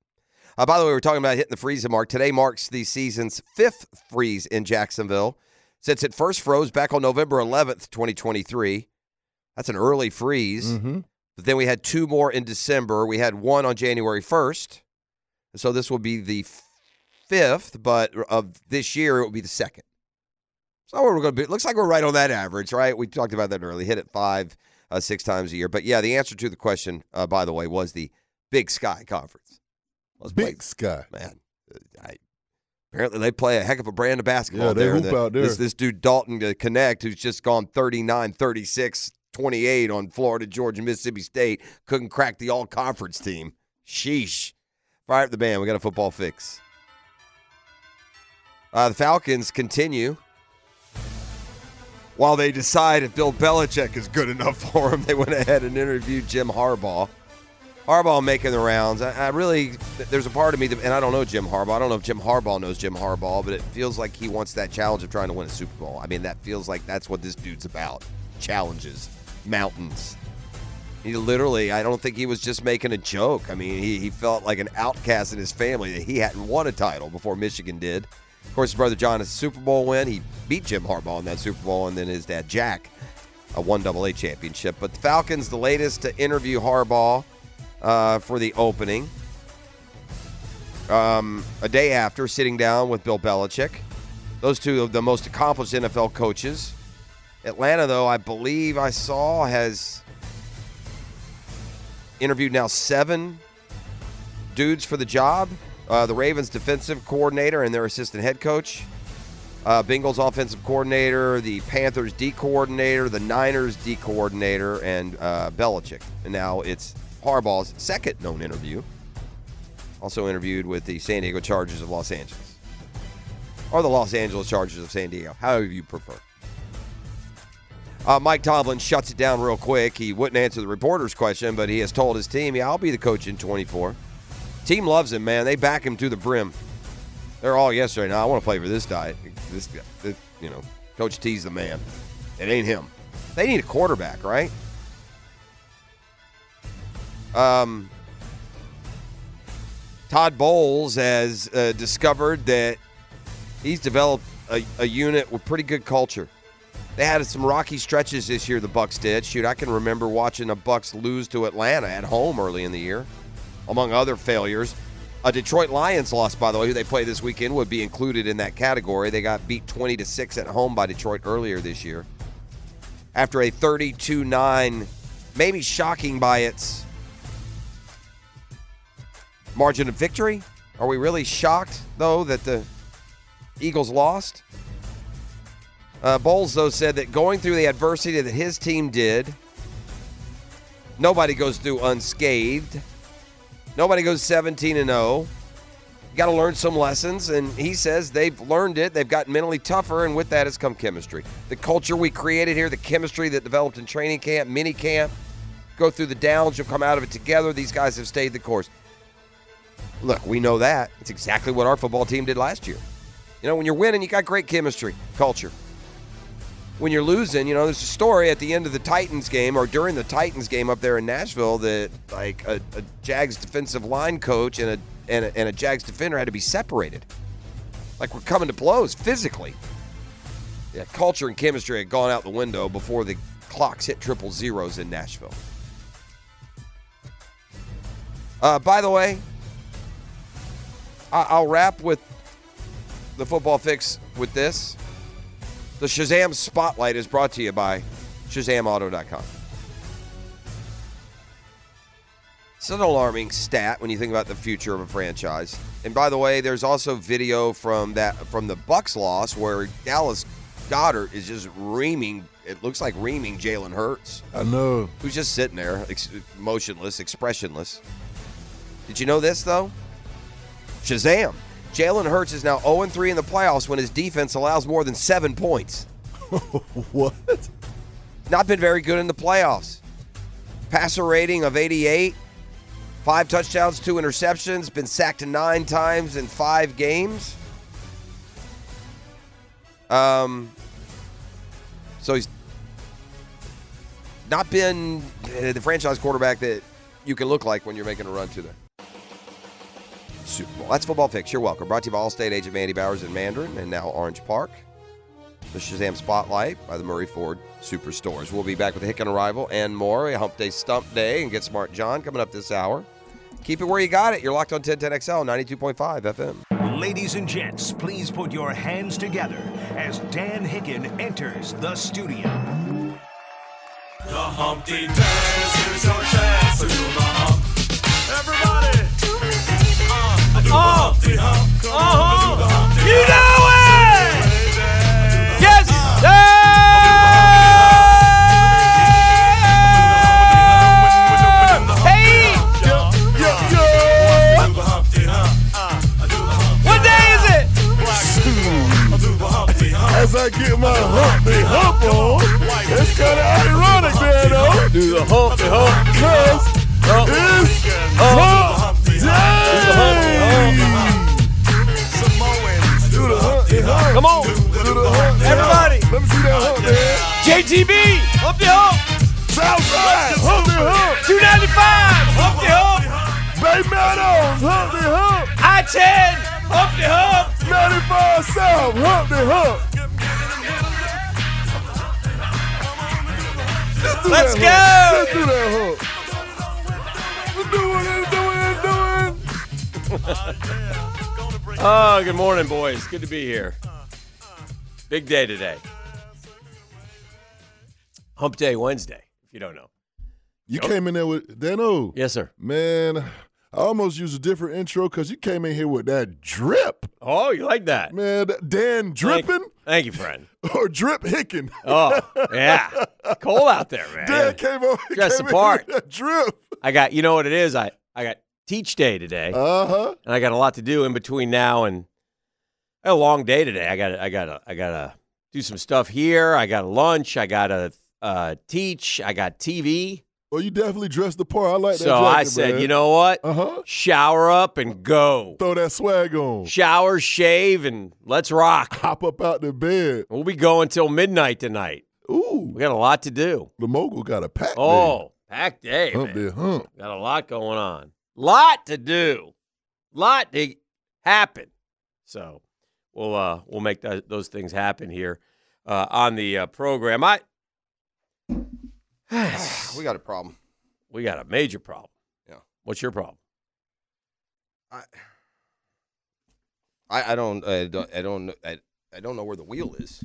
Speaker 6: Uh, by the way, we we're talking about hitting the freezing mark. Today marks the season's fifth freeze in Jacksonville since it first froze back on November 11th, 2023. That's an early freeze.
Speaker 5: Mm-hmm.
Speaker 6: But then we had two more in December. We had one on January 1st. So this will be the f- fifth, but of this year, it will be the second. So we're going to be, looks like we're right on that average, right? We talked about that early. Hit it five, uh, six times a year. But yeah, the answer to the question, uh, by the way, was the Big Sky Conference. Let's play-
Speaker 5: Big Sky.
Speaker 6: man. uh, I, apparently, they play a heck of a brand of basketball
Speaker 5: Yeah, they
Speaker 6: there.
Speaker 5: hoop
Speaker 6: The-
Speaker 5: out there.
Speaker 6: This, this dude, Dalton to Connect, who's just gone 39, 36, 28 on Florida, Georgia, Mississippi State, couldn't crack the all conference team. Sheesh. Fire up the band. We got a football fix. Uh, the Falcons continue While they decide if Bill Belichick is good enough for them, they went ahead and interviewed Jim Harbaugh. Harbaugh making the rounds. I, I really, there's a part of me that, and I don't know Jim Harbaugh. I don't know if Jim Harbaugh knows Jim Harbaugh, but it feels like he wants that challenge of trying to win a Super Bowl. I mean, that feels like that's what this dude's about challenges, mountains. He literally, I don't think he was just making a joke. I mean, he, he felt like an outcast in his family that he hadn't won a title before Michigan did. Of course, his brother John is a Super Bowl win. He beat Jim Harbaugh in that Super Bowl, and then his dad Jack, a 1AA championship. But the Falcons, the latest to interview Harbaugh uh, for the opening. Um, a day after, sitting down with Bill Belichick. Those two of the most accomplished NFL coaches. Atlanta, though, I believe I saw has interviewed now seven dudes for the job. Uh, the Ravens defensive coordinator and their assistant head coach, uh, Bengals offensive coordinator, the Panthers D coordinator, the Niners D coordinator, and uh, Belichick. And now it's Harbaugh's second known interview. Also interviewed with the San Diego Chargers of Los Angeles, or the Los Angeles Chargers of San Diego, however you prefer. Uh, Mike Tomlin shuts it down real quick. He wouldn't answer the reporter's question, but he has told his team, "Yeah, I'll be the coach in 24." Team loves him, man. They back him to the brim. They're all yes right now. I want to play for this guy. This, this, you know, Coach T's the man. It ain't him. They need a quarterback, right? Um, Todd Bowles has uh, discovered that he's developed a, a unit with pretty good culture. They had some rocky stretches this year. The Bucks did. Shoot, I can remember watching the Bucks lose to Atlanta at home early in the year, among other failures. A Detroit Lions loss, by the way, who they play this weekend, would be included in that category. They got beat twenty to six at home by Detroit earlier this year. After a 32 9, maybe shocking by its margin of victory. Are we really shocked, though, that the Eagles lost? Uh, Bowles, though, said that going through the adversity that his team did, nobody goes through unscathed. Nobody goes 17 and 0. You got to learn some lessons, and he says they've learned it. They've gotten mentally tougher, and with that has come chemistry. The culture we created here, the chemistry that developed in training camp, mini camp, go through the downs, you'll come out of it together. These guys have stayed the course. Look, we know that. It's exactly what our football team did last year. You know, when you're winning, you got great chemistry, culture when you're losing, you know, there's a story at the end of the Titans game or during the Titans game up there in Nashville that like a, a Jags defensive line coach and a, and a and a Jags defender had to be separated. Like we're coming to blows physically. Yeah, culture and chemistry had gone out the window before the clocks hit triple zeros in Nashville. Uh, by the way, I- I'll wrap with the football fix with this. The Shazam Spotlight is brought to you by ShazamAuto.com. It's an alarming stat when you think about the future of a franchise. And by the way, there's also video from that from the Bucks loss where Dallas Goddard is just reaming. It looks like reaming Jalen Hurts,
Speaker 5: I know.
Speaker 6: who's just sitting there, ex- motionless, expressionless. Did you know this though? Shazam! Jalen Hurts is now 0 3 in the playoffs when his defense allows more than seven points.
Speaker 5: What?
Speaker 6: not been very good in the playoffs. Passer rating of 88, five touchdowns, two interceptions, been sacked nine times in five games. Um, so he's not been uh, the franchise quarterback that you can look like when you're making a run to the Super Bowl. That's Football Fix. You're welcome. Brought to you by Allstate agent Mandy Bowers in Mandarin and now Orange Park the Shazam Spotlight by the Murray Ford Superstores. We'll be back with a Hick on Arrival and more. A Hump Day Stump Day and Get Smart John coming up this hour. Keep it where you got it. You're locked on 1010XL 92.5 FM.
Speaker 3: Ladies and gents, please put your hands together as Dan Hicken enters the studio.
Speaker 4: The Humpty Dance, here's your chance to do the hump. Everybody, uh, do the Humpty Hump. Come on, do the Humpty You know it! Yes, sir! Hey! What day is it?
Speaker 5: As I get my
Speaker 4: the humpty hump on. It's kind of ironic there, though. Do the humpty hump. Cause it's hump day. Do the humpty hump.
Speaker 9: Come on.
Speaker 4: Do the humpty
Speaker 9: Everybody.
Speaker 4: hump. Let me see that hump, man.
Speaker 9: JTB, up the hump.
Speaker 4: Southside, humpty hump.
Speaker 9: 295, up the hump.
Speaker 4: Bay Meadows, humpty hump.
Speaker 9: I 10, up the hump.
Speaker 4: 95 South, humpty hump.
Speaker 9: Let's
Speaker 4: Let's
Speaker 9: go.
Speaker 4: do that hook. Let's do it, let's do it, let's do it.
Speaker 9: Oh, good morning, boys. Good to be here. Big day today. Hump Day Wednesday, if you don't know.
Speaker 5: You came in there with Dano.
Speaker 9: Yes, sir.
Speaker 5: Man, I almost used a different intro because you came in here with that drip.
Speaker 9: Oh, you like that?
Speaker 5: Man, Dan
Speaker 9: Thank-
Speaker 5: dripping
Speaker 9: Thank you, friend.
Speaker 5: or drip hicking.
Speaker 9: Oh, yeah. It's Cold out there, man.
Speaker 5: Dan came over.
Speaker 9: Dress
Speaker 5: came
Speaker 9: the
Speaker 5: in
Speaker 9: part.
Speaker 5: with that drip.
Speaker 9: I got, you know what it is? I, I got teach day today,
Speaker 5: Uh huh.
Speaker 9: and I got a lot to do in between now and I got a long day today. I got, I got, to I got to do some stuff here. I got lunch. I got to uh, teach. I got TV.
Speaker 5: Well, you definitely dressed the part. I like that.
Speaker 9: so I said, you know what?
Speaker 5: Uh huh.
Speaker 9: Shower up and go.
Speaker 5: Throw that swag on.
Speaker 9: Shower, shave, and let's rock.
Speaker 5: Hop up out the bed.
Speaker 9: We'll be going till midnight tonight.
Speaker 5: Ooh,
Speaker 9: We got a lot to do.
Speaker 5: the mogul got a pack.
Speaker 9: Oh, packed day.
Speaker 5: there.
Speaker 9: man.
Speaker 5: hump there, hump.
Speaker 9: Got a lot going on. Lot to do. Lot to happen. So we'll uh we'll make tho- those things happen here uh on the uh, program. I
Speaker 6: we got a problem.
Speaker 9: we got a major problem.
Speaker 6: Yeah.
Speaker 9: What's your problem?
Speaker 6: I, I, I don't, I don't, I don't, I, I don't know where the wheel is.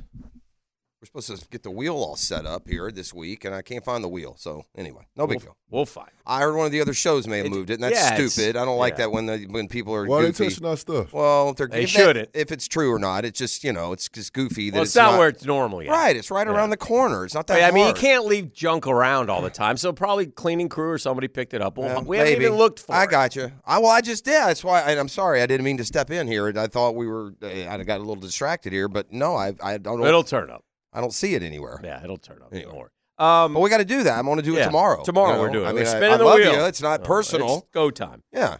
Speaker 6: We're supposed to get the wheel all set up here this week, and I can't find the wheel. So anyway, no big deal.
Speaker 9: We'll find.
Speaker 6: I heard one of the other shows may have
Speaker 9: It-
Speaker 6: moved it, and that's
Speaker 9: yeah, it's-
Speaker 6: stupid. I don't like
Speaker 9: yeah.
Speaker 6: that when the, when people are
Speaker 5: Why are they
Speaker 6: goofy.
Speaker 5: touching our stuff?
Speaker 6: well, if they're
Speaker 9: They
Speaker 6: if
Speaker 9: shouldn't.
Speaker 6: That, if it's true or not, it's just you know, it's just goofy that
Speaker 9: Well,
Speaker 6: it's,
Speaker 9: it's not, where it's normally at.
Speaker 6: right. It's right
Speaker 9: Yeah.
Speaker 6: around the corner. It's not that.
Speaker 9: I mean, you
Speaker 6: hard.
Speaker 9: can't leave junk around all the time. So probably cleaning crew or somebody picked it up. Well,
Speaker 6: Well,
Speaker 9: we haven't
Speaker 6: maybe.
Speaker 9: even looked for
Speaker 6: I
Speaker 9: it.
Speaker 6: got you. I well, I just did. That's why. I, I'm sorry. I didn't mean to step in here. I thought we were. uh, I got a little distracted here, but no, I I don't.
Speaker 9: It'll turn up.
Speaker 6: I don't see it anywhere.
Speaker 9: Yeah, it'll turn up.
Speaker 6: Anyway.
Speaker 9: Don't worry. Um,
Speaker 6: But we got to do that. I'm going to do it
Speaker 9: yeah,
Speaker 6: tomorrow.
Speaker 9: Tomorrow
Speaker 6: you know?
Speaker 9: we're doing.
Speaker 6: I
Speaker 9: it.
Speaker 6: mean,
Speaker 9: we're
Speaker 6: I-
Speaker 9: spinning
Speaker 6: I
Speaker 9: the
Speaker 6: love
Speaker 9: wheel.
Speaker 6: you. It's not
Speaker 9: No,
Speaker 6: personal.
Speaker 9: it's go time.
Speaker 6: yeah.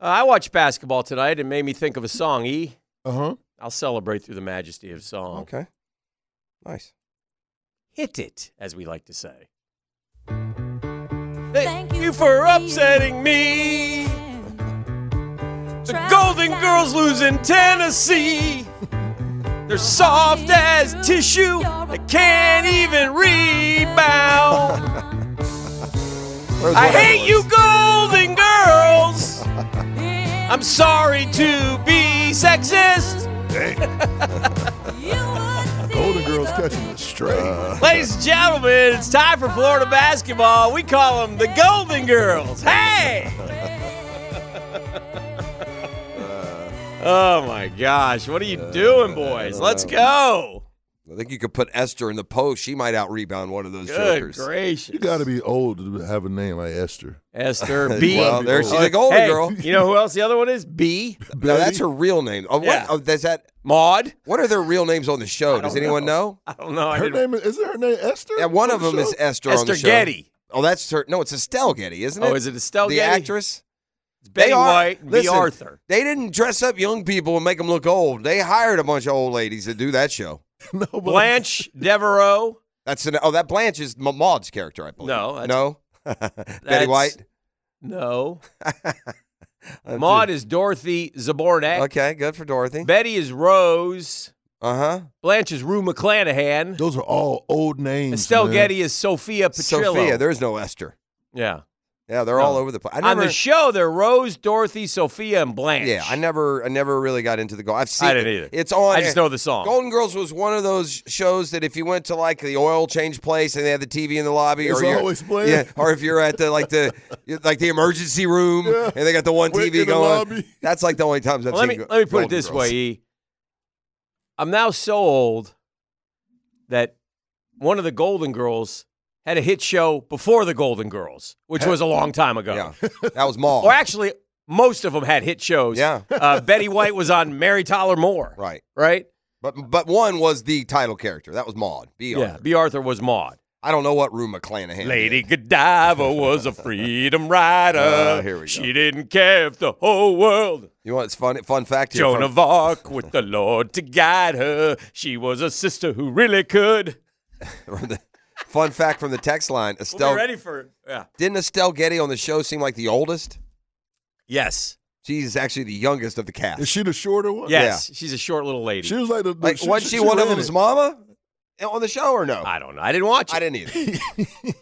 Speaker 9: Uh, I watched basketball tonight. It made me think of a song. E.
Speaker 5: Uh huh.
Speaker 9: I'll celebrate through the majesty of song.
Speaker 6: Uh-huh. Okay. Nice.
Speaker 9: Hit it, as we like to say. Thank
Speaker 8: you
Speaker 9: you
Speaker 8: for
Speaker 9: for upsetting me. The Golden Girls lose in Tennessee. They're soft as tissue. They can't even rebound.
Speaker 6: Where's
Speaker 9: I
Speaker 6: one of
Speaker 9: hate
Speaker 6: those?
Speaker 9: you, Golden Girls. I'm sorry to be sexist.
Speaker 5: Golden Girls catching the straight.
Speaker 6: Uh,
Speaker 9: Ladies and gentlemen, it's time for Florida basketball. We call them the Golden Girls. Hey! oh my gosh, what are
Speaker 6: Uh,
Speaker 9: you doing, boys? Let's go.
Speaker 6: I think you could put Esther in the post. She might out rebound one of those
Speaker 9: Good
Speaker 6: jokers.
Speaker 9: gracious.
Speaker 5: you got to be old to have a name like Esther.
Speaker 9: Esther B.
Speaker 6: Well, there she's
Speaker 9: Oh,
Speaker 6: a golden
Speaker 9: hey,
Speaker 6: girl.
Speaker 9: You know who else the other one is? B.
Speaker 6: No, that's her real name. Oh, what?
Speaker 9: Yeah.
Speaker 6: Oh, does that?
Speaker 9: Maud.
Speaker 6: What are their real names on the show? Does anyone know?
Speaker 9: I don't know. I
Speaker 5: Her
Speaker 9: didn't-
Speaker 5: name is, is it her name Esther?
Speaker 6: Yeah, one
Speaker 5: on
Speaker 6: of
Speaker 5: the
Speaker 6: them is
Speaker 5: show?
Speaker 6: Esther, on
Speaker 9: Esther
Speaker 6: the show.
Speaker 9: Getty.
Speaker 6: Oh, that's her. No, it's Estelle Getty, isn't it?
Speaker 9: Oh, is it Estelle
Speaker 6: the
Speaker 9: Getty?
Speaker 6: actress?
Speaker 9: It's Betty
Speaker 6: They are-
Speaker 9: White and B.
Speaker 6: listen,
Speaker 9: Arthur.
Speaker 6: They didn't dress up young people and make them look old. They hired a bunch of old ladies to do that show.
Speaker 5: no, but
Speaker 9: Blanche Devereaux.
Speaker 6: That's an, oh, that Blanche is Ma- Maud's character, I believe.
Speaker 9: No, that's-
Speaker 6: no, Betty
Speaker 9: That's-
Speaker 6: White.
Speaker 9: No. Maud is Dorothy Zabornak.
Speaker 6: Okay, good for Dorothy.
Speaker 9: Betty is Rose.
Speaker 6: Uh huh.
Speaker 9: Blanche is Rue McClanahan.
Speaker 5: Those are all old names.
Speaker 9: Estelle
Speaker 5: man.
Speaker 9: Getty is Sophia Petrillo.
Speaker 6: Sophia, there's no Esther.
Speaker 9: yeah.
Speaker 6: Yeah, they're
Speaker 9: No.
Speaker 6: all over the place. I
Speaker 9: Oh. On
Speaker 6: never.
Speaker 9: the show, they're Rose, Dorothy, Sophia, and Blanche.
Speaker 6: yeah, I never, I never really got into the gold. I've seen.
Speaker 9: I didn't
Speaker 6: it.
Speaker 9: either.
Speaker 6: It's on.
Speaker 9: I just know the song.
Speaker 6: Golden Girls was one of those shows that if you went to like the oil change place and they had the TV in the lobby,
Speaker 5: It's
Speaker 6: or you're-
Speaker 5: always playing.
Speaker 6: yeah, or if you're at the like the like the emergency room
Speaker 5: Yeah.
Speaker 6: and they got the one
Speaker 5: Wait
Speaker 6: TV
Speaker 5: in the
Speaker 6: going.
Speaker 5: lobby.
Speaker 6: That's like the only times I've
Speaker 9: Well, let me
Speaker 6: seen.
Speaker 9: let me
Speaker 6: Go-
Speaker 9: put it
Speaker 6: Golden
Speaker 9: this
Speaker 6: Girls.
Speaker 9: way, E. I'm now so old that one of the Golden Girls had a hit show before the Golden Girls, which was a long time ago.
Speaker 6: Yeah, that was Maul.
Speaker 9: Or actually, most of them had hit shows.
Speaker 6: Yeah.
Speaker 9: Uh, Betty White was on Mary Tyler Moore.
Speaker 6: Right.
Speaker 9: Right.
Speaker 6: But but one was the title character. That was Maud. B.
Speaker 9: Yeah,
Speaker 6: Arthur.
Speaker 9: B. Arthur was Maud.
Speaker 6: I don't know what Rue McClanahan.
Speaker 9: Lady Godiva was a freedom rider.
Speaker 6: Ah, here we go.
Speaker 9: She didn't care if the whole world.
Speaker 6: You want it's fun fun fact here.
Speaker 9: Joan
Speaker 6: from-
Speaker 9: of Arc with the Lord to guide her. She was a sister who really could.
Speaker 6: from the- fun fact from the text line.
Speaker 9: We'll
Speaker 6: Estelle
Speaker 9: be ready for yeah.
Speaker 6: didn't Estelle Getty on the show seem like the oldest?
Speaker 9: Yes,
Speaker 6: She's actually the youngest of the cast.
Speaker 5: Is she the shorter one?
Speaker 9: yes. She's a short little lady.
Speaker 5: She was like the. the
Speaker 6: like, was she, one of
Speaker 5: ran
Speaker 6: them's
Speaker 5: it.
Speaker 6: mama on the show or no?
Speaker 9: I don't know. I didn't watch it.
Speaker 6: I didn't either.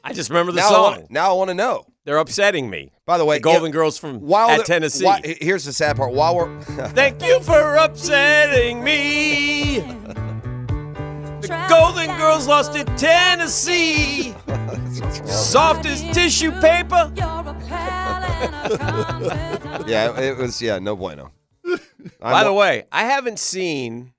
Speaker 9: I just remember the
Speaker 6: now, I
Speaker 9: song.
Speaker 6: wanna, now I want to know.
Speaker 9: They're upsetting me.
Speaker 6: By the way,
Speaker 9: The Golden
Speaker 6: if-
Speaker 9: Girls from
Speaker 6: while
Speaker 9: at
Speaker 6: the-
Speaker 9: Tennessee.
Speaker 6: why- here's the sad part. While we're
Speaker 9: Thank you for upsetting me. The Golden Girls lost at Tennessee. Soft as tissue paper.
Speaker 6: yeah, it was yeah, no bueno.
Speaker 9: By the way, I haven't seen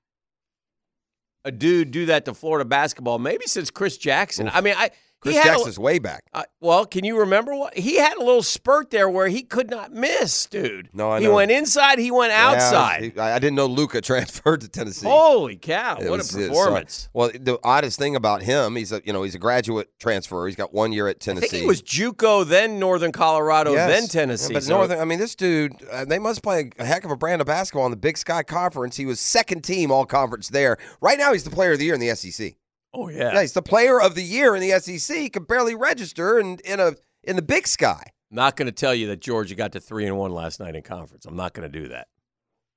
Speaker 9: a dude do that to Florida basketball maybe since Chris Jackson. I mean, I
Speaker 6: Chris
Speaker 9: he had a-
Speaker 6: Jackson's way back.
Speaker 9: Uh, well, can you remember what he had a little spurt there where he could not miss, dude?
Speaker 6: No, Oh, I
Speaker 9: he
Speaker 6: know.
Speaker 9: went inside, he went
Speaker 6: Yeah,
Speaker 9: outside.
Speaker 6: he- I I didn't know Luca transferred to Tennessee.
Speaker 9: Holy cow!
Speaker 6: It
Speaker 9: what
Speaker 6: was-
Speaker 9: a
Speaker 6: it's, uh,
Speaker 9: performance!
Speaker 6: well, the oddest thing about him, he's a you know he's a graduate transfer. He's got one year at
Speaker 9: I
Speaker 6: Tennessee.
Speaker 9: think he was JUCO, then Northern Colorado,
Speaker 6: Yes.
Speaker 9: then Tennessee.
Speaker 6: Yeah, but
Speaker 9: so-
Speaker 6: Northern, I mean, this dude, uh, they must play a heck of a brand of basketball in the Big Sky Conference. He was second team all conference there. Right now, he's the player of the year in the SEC.
Speaker 9: oh yeah.
Speaker 6: Yeah, he's the player of the year in the SEC. He Can barely register in, in a in the Big Sky.
Speaker 9: Not going to tell you that Georgia got to three and one last night in conference. I'm not going to do that.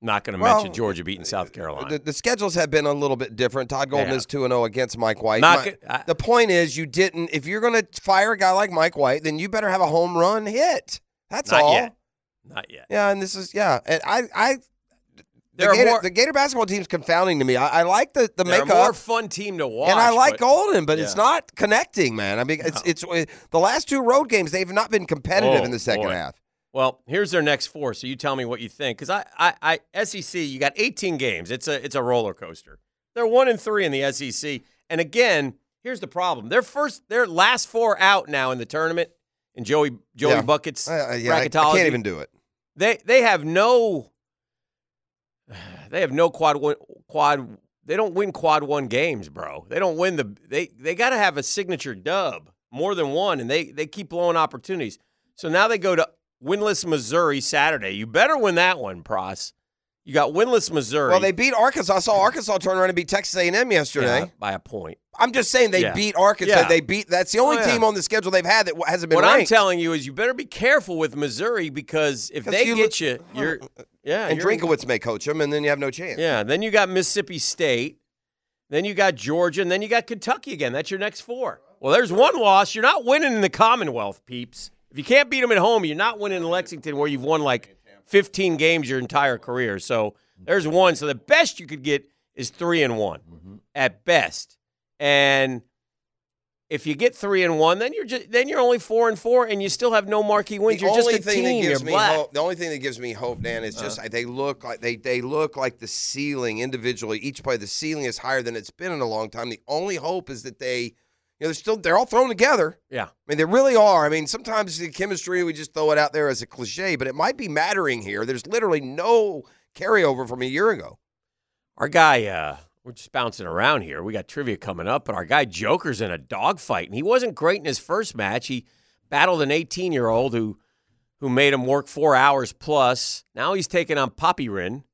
Speaker 9: Not going to
Speaker 6: Well,
Speaker 9: mention Georgia beating South Carolina.
Speaker 6: The, the schedules have been a little bit different. Todd Golden
Speaker 9: Yeah.
Speaker 6: is two and zero against Mike White.
Speaker 9: Not
Speaker 6: My-
Speaker 9: good- I-
Speaker 6: the point is, you didn't. If you're going to fire a guy like Mike White, then you better have a home run hit. That's
Speaker 9: not
Speaker 6: all.
Speaker 9: yet. Not yet.
Speaker 6: Yeah, and this is yeah. And I I the
Speaker 9: There are
Speaker 6: Gator,
Speaker 9: more.
Speaker 6: the Gator basketball team's confounding to me. I, I like the the
Speaker 9: they're a
Speaker 6: makeup.
Speaker 9: more fun team to watch.
Speaker 6: and I like
Speaker 9: but-
Speaker 6: Golden, but it's
Speaker 9: Yeah.
Speaker 6: not connecting, man. I mean, it's it's the last two road games they've not been competitive
Speaker 9: Oh,
Speaker 6: in the second
Speaker 9: boy.
Speaker 6: half.
Speaker 9: Well, here's their next four. So you tell me what you think, because I, I, I, SEC, you got 18 games. It's a, it's a roller coaster. They're one and three in the SEC, and again, here's the problem. Their first, their last four out now in the tournament, and Joey, Joey
Speaker 6: Yeah.
Speaker 9: Buckets
Speaker 6: Uh, yeah, I, I
Speaker 9: bracketology.
Speaker 6: can't even do it.
Speaker 9: They, they have no, they have no quad one, quad. They don't win quad one games, bro. They don't win the. They, they got to have a signature dub more than one, and they, they keep blowing opportunities. So now they go to winless Missouri Saturday. You better win that one, Pross. You got winless Missouri.
Speaker 6: Well, they beat Arkansas. I saw Arkansas turn around and beat Texas A&M yesterday.
Speaker 9: Yeah, by a point.
Speaker 6: I'm just saying they
Speaker 9: Yeah.
Speaker 6: beat Arkansas.
Speaker 9: Yeah.
Speaker 6: They beat. That's the only
Speaker 9: Oh, yeah.
Speaker 6: team on the schedule they've had that hasn't been
Speaker 9: What I'm
Speaker 6: ranked.
Speaker 9: telling you is you better be careful with Missouri because if
Speaker 6: 'Cause
Speaker 9: they
Speaker 6: you
Speaker 9: get
Speaker 6: look-
Speaker 9: you, you're yeah,
Speaker 6: and
Speaker 9: you're in-
Speaker 6: Drinkowitz may coach them, and then you have no chance.
Speaker 9: Yeah, then you got Mississippi State, then you got Georgia, and then you got Kentucky again. That's your next four. Well, there's one loss. You're not winning in the Commonwealth, peeps. If you can't beat them at home, you're not winning in Lexington, where you've won like 15 games your entire career. So there's one. So the best you could get is three and one
Speaker 6: Mm-hmm.
Speaker 9: at best. And if you get three and one, then you're just then you're only four and four, and you still have no marquee wins.
Speaker 6: The
Speaker 9: you're just
Speaker 6: only
Speaker 9: a
Speaker 6: thing
Speaker 9: team.
Speaker 6: that gives
Speaker 9: you're
Speaker 6: me
Speaker 9: black. Uh-huh.
Speaker 6: hope. The only thing that gives me hope, Dan, is just like, they look like they they look like the ceiling individually. Each play, the ceiling is higher than it's been in a long time. The only hope is that they, you know, they're still they're all thrown together.
Speaker 9: Yeah.
Speaker 6: I mean, they really are. I mean, sometimes the chemistry we just throw it out there as a cliche, but it might be mattering here. There's literally no carryover from a year ago.
Speaker 9: Our guy, uh, we're just bouncing around here. We got trivia coming up, but our guy Joker's in a dogfight, and he wasn't great in his first match. He battled an 18 year old who who made him work four hours plus. Now he's taking on Poppy Rin,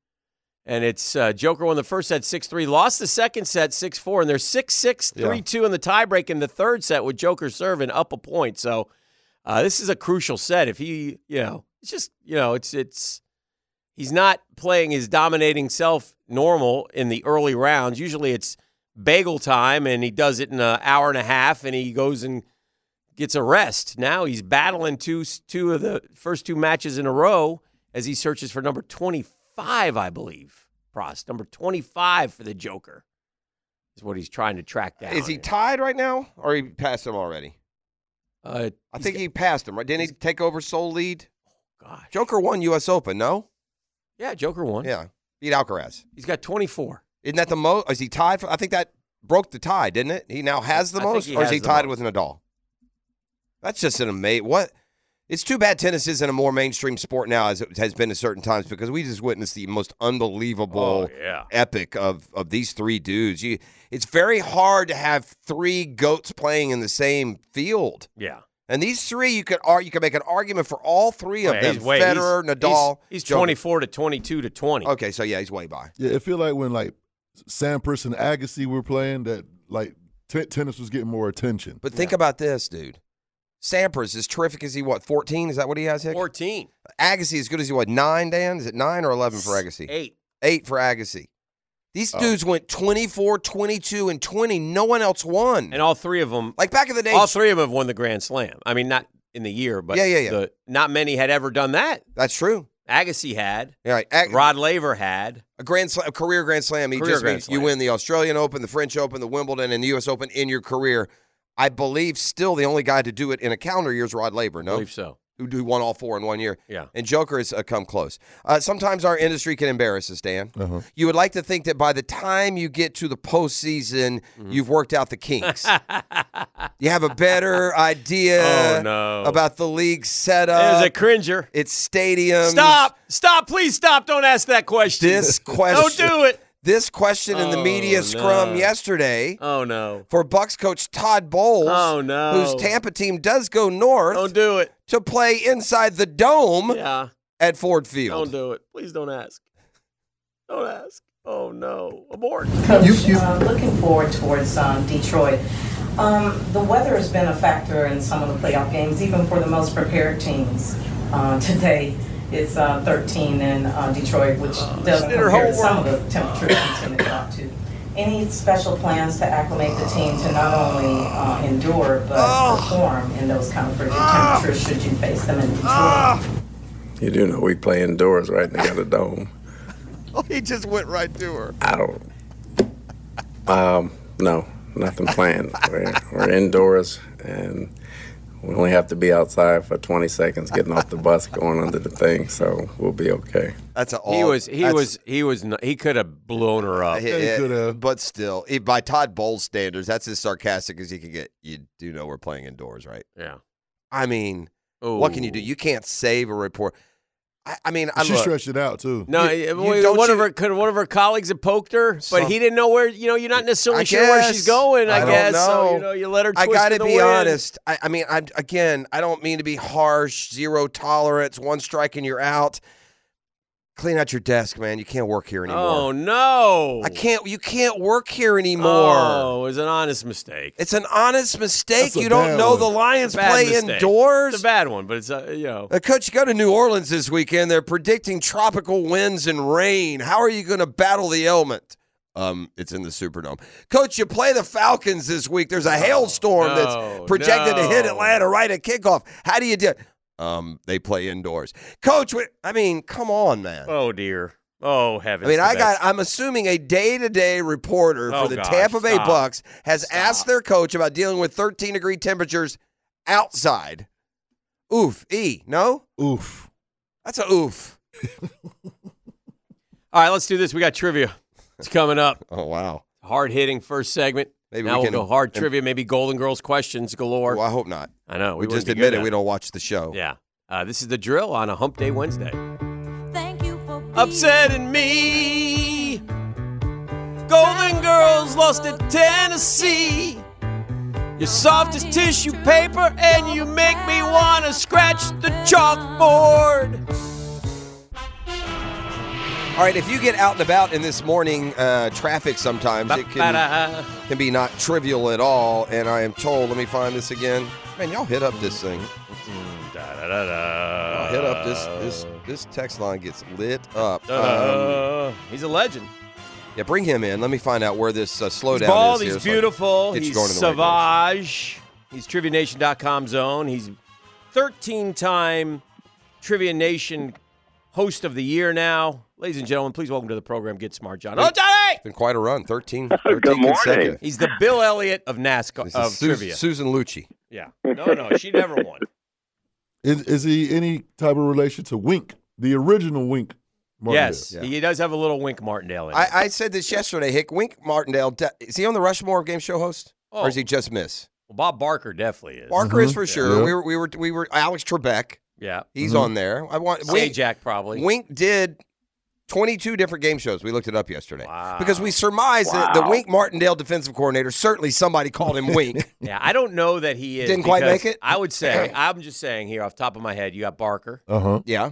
Speaker 9: and it's uh, Joker won the first set 6 3, lost the second set 6 4, and they're 6 6, 3 2 in the tiebreak in the third set with Joker serving up a point. So uh, this is a crucial set. If he, you know, it's just, you know, it's, it's, he's not playing his dominating self normal in the early rounds. Usually it's bagel time and he does it in an hour and a half and he goes and gets a rest. Now he's battling two two of the first two matches in a row as he searches for number 25, I believe. Prost, number 25 for the Joker is what he's trying to track down.
Speaker 6: Is he tied right now, or he passed him already?
Speaker 9: uh,
Speaker 6: I think he passed him. Right? Didn't he take over sole lead?
Speaker 9: Oh, gosh.
Speaker 6: Joker won U.S. Open. No.
Speaker 9: Yeah, Joker won.
Speaker 6: Yeah. Beat Alcaraz.
Speaker 9: He's got 24.
Speaker 6: Isn't that the most? Is he tied? For, I think that broke the tie, didn't it? He now has the
Speaker 9: I think
Speaker 6: most,
Speaker 9: he
Speaker 6: or is
Speaker 9: has
Speaker 6: he
Speaker 9: the
Speaker 6: tied
Speaker 9: most.
Speaker 6: with Nadal? That's just an amazing. What It's too bad tennis isn't a more mainstream sport now as it has been at certain times because we just witnessed the most unbelievable
Speaker 9: Oh, yeah.
Speaker 6: epic of, of these three dudes. You, it's very hard to have three goats playing in the same field.
Speaker 9: Yeah.
Speaker 6: And these three, you could ar- you could make an argument for all three of
Speaker 9: Yeah,
Speaker 6: them:
Speaker 9: he's way- he's-
Speaker 6: Federer,
Speaker 9: he's-
Speaker 6: Nadal.
Speaker 9: He's,
Speaker 6: Djokovic.
Speaker 9: 24 to 22 to 20.
Speaker 6: Okay, so yeah, he's way by.
Speaker 5: Yeah, it feel like when like Sampras and Agassi were playing that like t- tennis was getting more attention.
Speaker 6: But think about this, dude. Sampras, as terrific as he what, 14? Is that what he has, Hick?
Speaker 9: 14.
Speaker 6: Agassi, as good as he was, 9, Dan? Is it 9 or 11 for Agassi?
Speaker 9: Eight.
Speaker 6: 8 for Agassi. These
Speaker 5: Oh.
Speaker 6: dudes went 24, 22, and 20. No one else won.
Speaker 9: And all three of them,
Speaker 6: Like back in the day,
Speaker 9: all three of them have won the Grand Slam. I mean, not in the year, but
Speaker 6: Yeah, yeah, yeah.
Speaker 9: The, not many had ever done that.
Speaker 6: that's true.
Speaker 9: Agassi had.
Speaker 6: All right, Ag-
Speaker 9: Rod Laver had.
Speaker 6: a grand slam, a career grand slam. He
Speaker 9: Career
Speaker 6: just
Speaker 9: grand
Speaker 6: means you
Speaker 9: slam.
Speaker 6: win the Australian Open, the French Open, the Wimbledon, and the U.S. Open in your career. I believe still the only guy to do it in a calendar year is Rod Laver.
Speaker 9: I
Speaker 6: No,
Speaker 9: believe so.
Speaker 6: who who won all four in one year.
Speaker 9: Yeah.
Speaker 6: And Joker has uh, come close. Uh, sometimes our industry can embarrass us, Dan.
Speaker 5: Uh-huh.
Speaker 6: You would like to think that by the time you get to the postseason,
Speaker 9: Mm-hmm.
Speaker 6: you've worked out the kinks. you have a better idea
Speaker 9: Oh, no.
Speaker 6: about the league
Speaker 9: There's
Speaker 6: setup,
Speaker 9: a cringer.
Speaker 6: its stadium.
Speaker 9: Stop. Stop. Please stop. Don't ask that question.
Speaker 6: This question-
Speaker 9: Don't do it.
Speaker 6: This question in the
Speaker 9: Oh,
Speaker 6: media scrum
Speaker 9: no.
Speaker 6: yesterday.
Speaker 9: Oh, no.
Speaker 6: for Bucks coach Todd Bowles,
Speaker 9: Oh, no.
Speaker 6: whose Tampa team does go north
Speaker 9: Don't do it.
Speaker 6: to play inside the dome
Speaker 9: Yeah.
Speaker 6: at Ford Field.
Speaker 9: Don't do it. Please don't ask. Don't ask. Oh, no. Abort.
Speaker 10: Coach, uh, looking forward towards um, Detroit. Um, the weather has been a factor in some of the playoff games, even for the most prepared teams. Uh, today, it's uh, 13 in uh, Detroit, which doesn't
Speaker 9: did her
Speaker 10: compare to some of the temperatures the team is up to. Any special plans to acclimate the team to not only uh, endure but
Speaker 9: Ah.
Speaker 10: perform in those kind of frigid temperatures should you face them in Detroit?
Speaker 9: Ah.
Speaker 11: You do know we play indoors, right? And they got a dome.
Speaker 6: Oh, he just went right to her.
Speaker 11: I don't. Um, no, nothing planned. We're, we're indoors, and we only have to be outside for 20 seconds, getting off the bus, going under the thing. So we'll be okay.
Speaker 6: That's a
Speaker 9: He
Speaker 6: all-
Speaker 9: was. He
Speaker 6: that's-
Speaker 9: was. He was. n- He could have blown her up.
Speaker 6: Yeah,
Speaker 5: he
Speaker 6: yeah,
Speaker 5: could have.
Speaker 6: eh, But still, e- by Todd Bowles standards, that's as sarcastic as he can get. You do know we're playing indoors, right?
Speaker 9: Yeah.
Speaker 6: I mean, what can you do?
Speaker 9: Ooh.
Speaker 6: You can't save a report. I, I mean, I
Speaker 5: she
Speaker 6: look,
Speaker 5: stretched it out too.
Speaker 9: No,
Speaker 6: You-
Speaker 9: eh,
Speaker 6: you-
Speaker 9: well,
Speaker 6: don't
Speaker 9: one of
Speaker 6: you-
Speaker 9: her could one of her colleagues had poked her, but
Speaker 6: Some-
Speaker 9: he didn't know where. You know, you're not necessarily
Speaker 6: I
Speaker 9: sure where
Speaker 6: guess.
Speaker 9: she's going.
Speaker 6: I
Speaker 9: I,
Speaker 6: don't
Speaker 9: guess so.
Speaker 6: know.
Speaker 9: You know, you let her.
Speaker 6: I
Speaker 9: twist
Speaker 6: gotta
Speaker 9: in the
Speaker 6: be
Speaker 9: wind.
Speaker 6: honest. I, I mean, I'm again. I don't mean to be harsh. Zero tolerance. One strike and you're out. Clean out your desk, man. You can't work here
Speaker 9: Oh
Speaker 6: anymore.
Speaker 9: no,
Speaker 6: I can't. You can't work here anymore.
Speaker 9: Oh, it was an honest mistake.
Speaker 6: It's an honest mistake.
Speaker 5: That's a
Speaker 6: You don't
Speaker 5: bad
Speaker 6: know
Speaker 5: one.
Speaker 6: the Lions
Speaker 9: Bad
Speaker 6: play
Speaker 9: mistake.
Speaker 6: indoors.
Speaker 9: It's a bad one, but it's uh, you know.
Speaker 6: Uh, Coach, you go to New Orleans this weekend. They're predicting tropical winds and rain. How are you going to battle the ailment? Um, it's in the Superdome. Coach, you play the Falcons this week. There's a hailstorm
Speaker 9: no,
Speaker 6: that's projected to hit
Speaker 9: no.
Speaker 6: Atlanta right at kickoff. How do you do? Um, they play indoors. Coach, we- I mean, come on, man.
Speaker 9: Oh dear. Oh
Speaker 6: I
Speaker 9: heavens.
Speaker 6: mean,
Speaker 9: to
Speaker 6: I got.
Speaker 9: Betsy.
Speaker 6: I'm assuming a day-to-day reporter
Speaker 9: Oh,
Speaker 6: for the
Speaker 9: gosh,
Speaker 6: Tampa Bay
Speaker 9: stop.
Speaker 6: Bucks has
Speaker 9: Stop.
Speaker 6: asked their coach about dealing with 13 degree temperatures outside. Oof, e no,
Speaker 5: Oof.
Speaker 6: that's a oof.
Speaker 9: All right, let's do this. We got trivia. It's coming up.
Speaker 6: Oh wow.
Speaker 9: Hard hitting first segment.
Speaker 6: Maybe
Speaker 9: now
Speaker 6: we
Speaker 9: we will
Speaker 6: can-
Speaker 9: go hard trivia. Maybe Golden Girls questions galore.
Speaker 6: Well, I hope not.
Speaker 9: I know.
Speaker 6: We,
Speaker 9: wouldn't
Speaker 6: just
Speaker 9: be good
Speaker 6: admitted
Speaker 9: at
Speaker 6: we
Speaker 9: it.
Speaker 6: don't watch the show.
Speaker 9: Yeah. Uh, this is the drill on a Hump Day Wednesday.
Speaker 8: Thank you for being
Speaker 9: upsetting me. Golden Girls lost at Tennessee. You're soft as tissue paper, and you make me want to scratch the chalkboard.
Speaker 6: All right, if you get out and about in this morning uh, traffic, sometimes it can,
Speaker 9: Ba-da.
Speaker 6: can be not trivial at all. And I am told, let me find this again. Man, y'all hit up this thing. Y'all hit up this this this text line gets lit up. Um,
Speaker 9: Uh, he's a legend.
Speaker 6: yeah, bring him in. Let me find out where this uh, slowdown
Speaker 9: He's bald.
Speaker 6: is.
Speaker 9: He's
Speaker 6: here, so I
Speaker 9: beautiful.
Speaker 6: get you
Speaker 9: He's
Speaker 6: going in the right
Speaker 9: savage.
Speaker 6: direction.
Speaker 9: he's TriviaNation.com zone. He's 13-time Trivia Nation host of the year now. Ladies and gentlemen, please welcome to the program. Get smart, John. Oh, Johnny!
Speaker 6: Been quite a run. 13, 13 consecutive.
Speaker 9: He's the Bill Elliott of NASCAR
Speaker 6: This
Speaker 9: of
Speaker 6: is Sus-
Speaker 9: trivia.
Speaker 6: Susan Lucci.
Speaker 9: yeah. No, no, she never won.
Speaker 5: Is, is he any type of relation to Wink, the original Wink? Martindale?
Speaker 9: yes, he does have a little Wink Martindale in him.
Speaker 6: I, I said this yesterday. Hick Wink Martindale de- is he on the Rushmore of Game Show host, or is
Speaker 9: Oh.
Speaker 6: he just miss?
Speaker 9: Well, Bob Barker definitely is.
Speaker 6: Barker is for sure. We were we were we were Alex Trebek.
Speaker 9: Yeah.
Speaker 6: He's
Speaker 9: Mhm.
Speaker 6: on there. I want
Speaker 9: Sajak probably.
Speaker 6: Wink did 22 different game shows. We looked it up yesterday because we surmised that the
Speaker 9: Wow.
Speaker 6: Wink Martindale defensive coordinator certainly somebody called him Wink.
Speaker 9: Yeah, I don't know that he is.
Speaker 6: Didn't quite
Speaker 9: because
Speaker 6: make it?
Speaker 9: I would say I'm just saying here off the top of my head. You got Barker.
Speaker 5: Uh-huh.
Speaker 6: Yeah.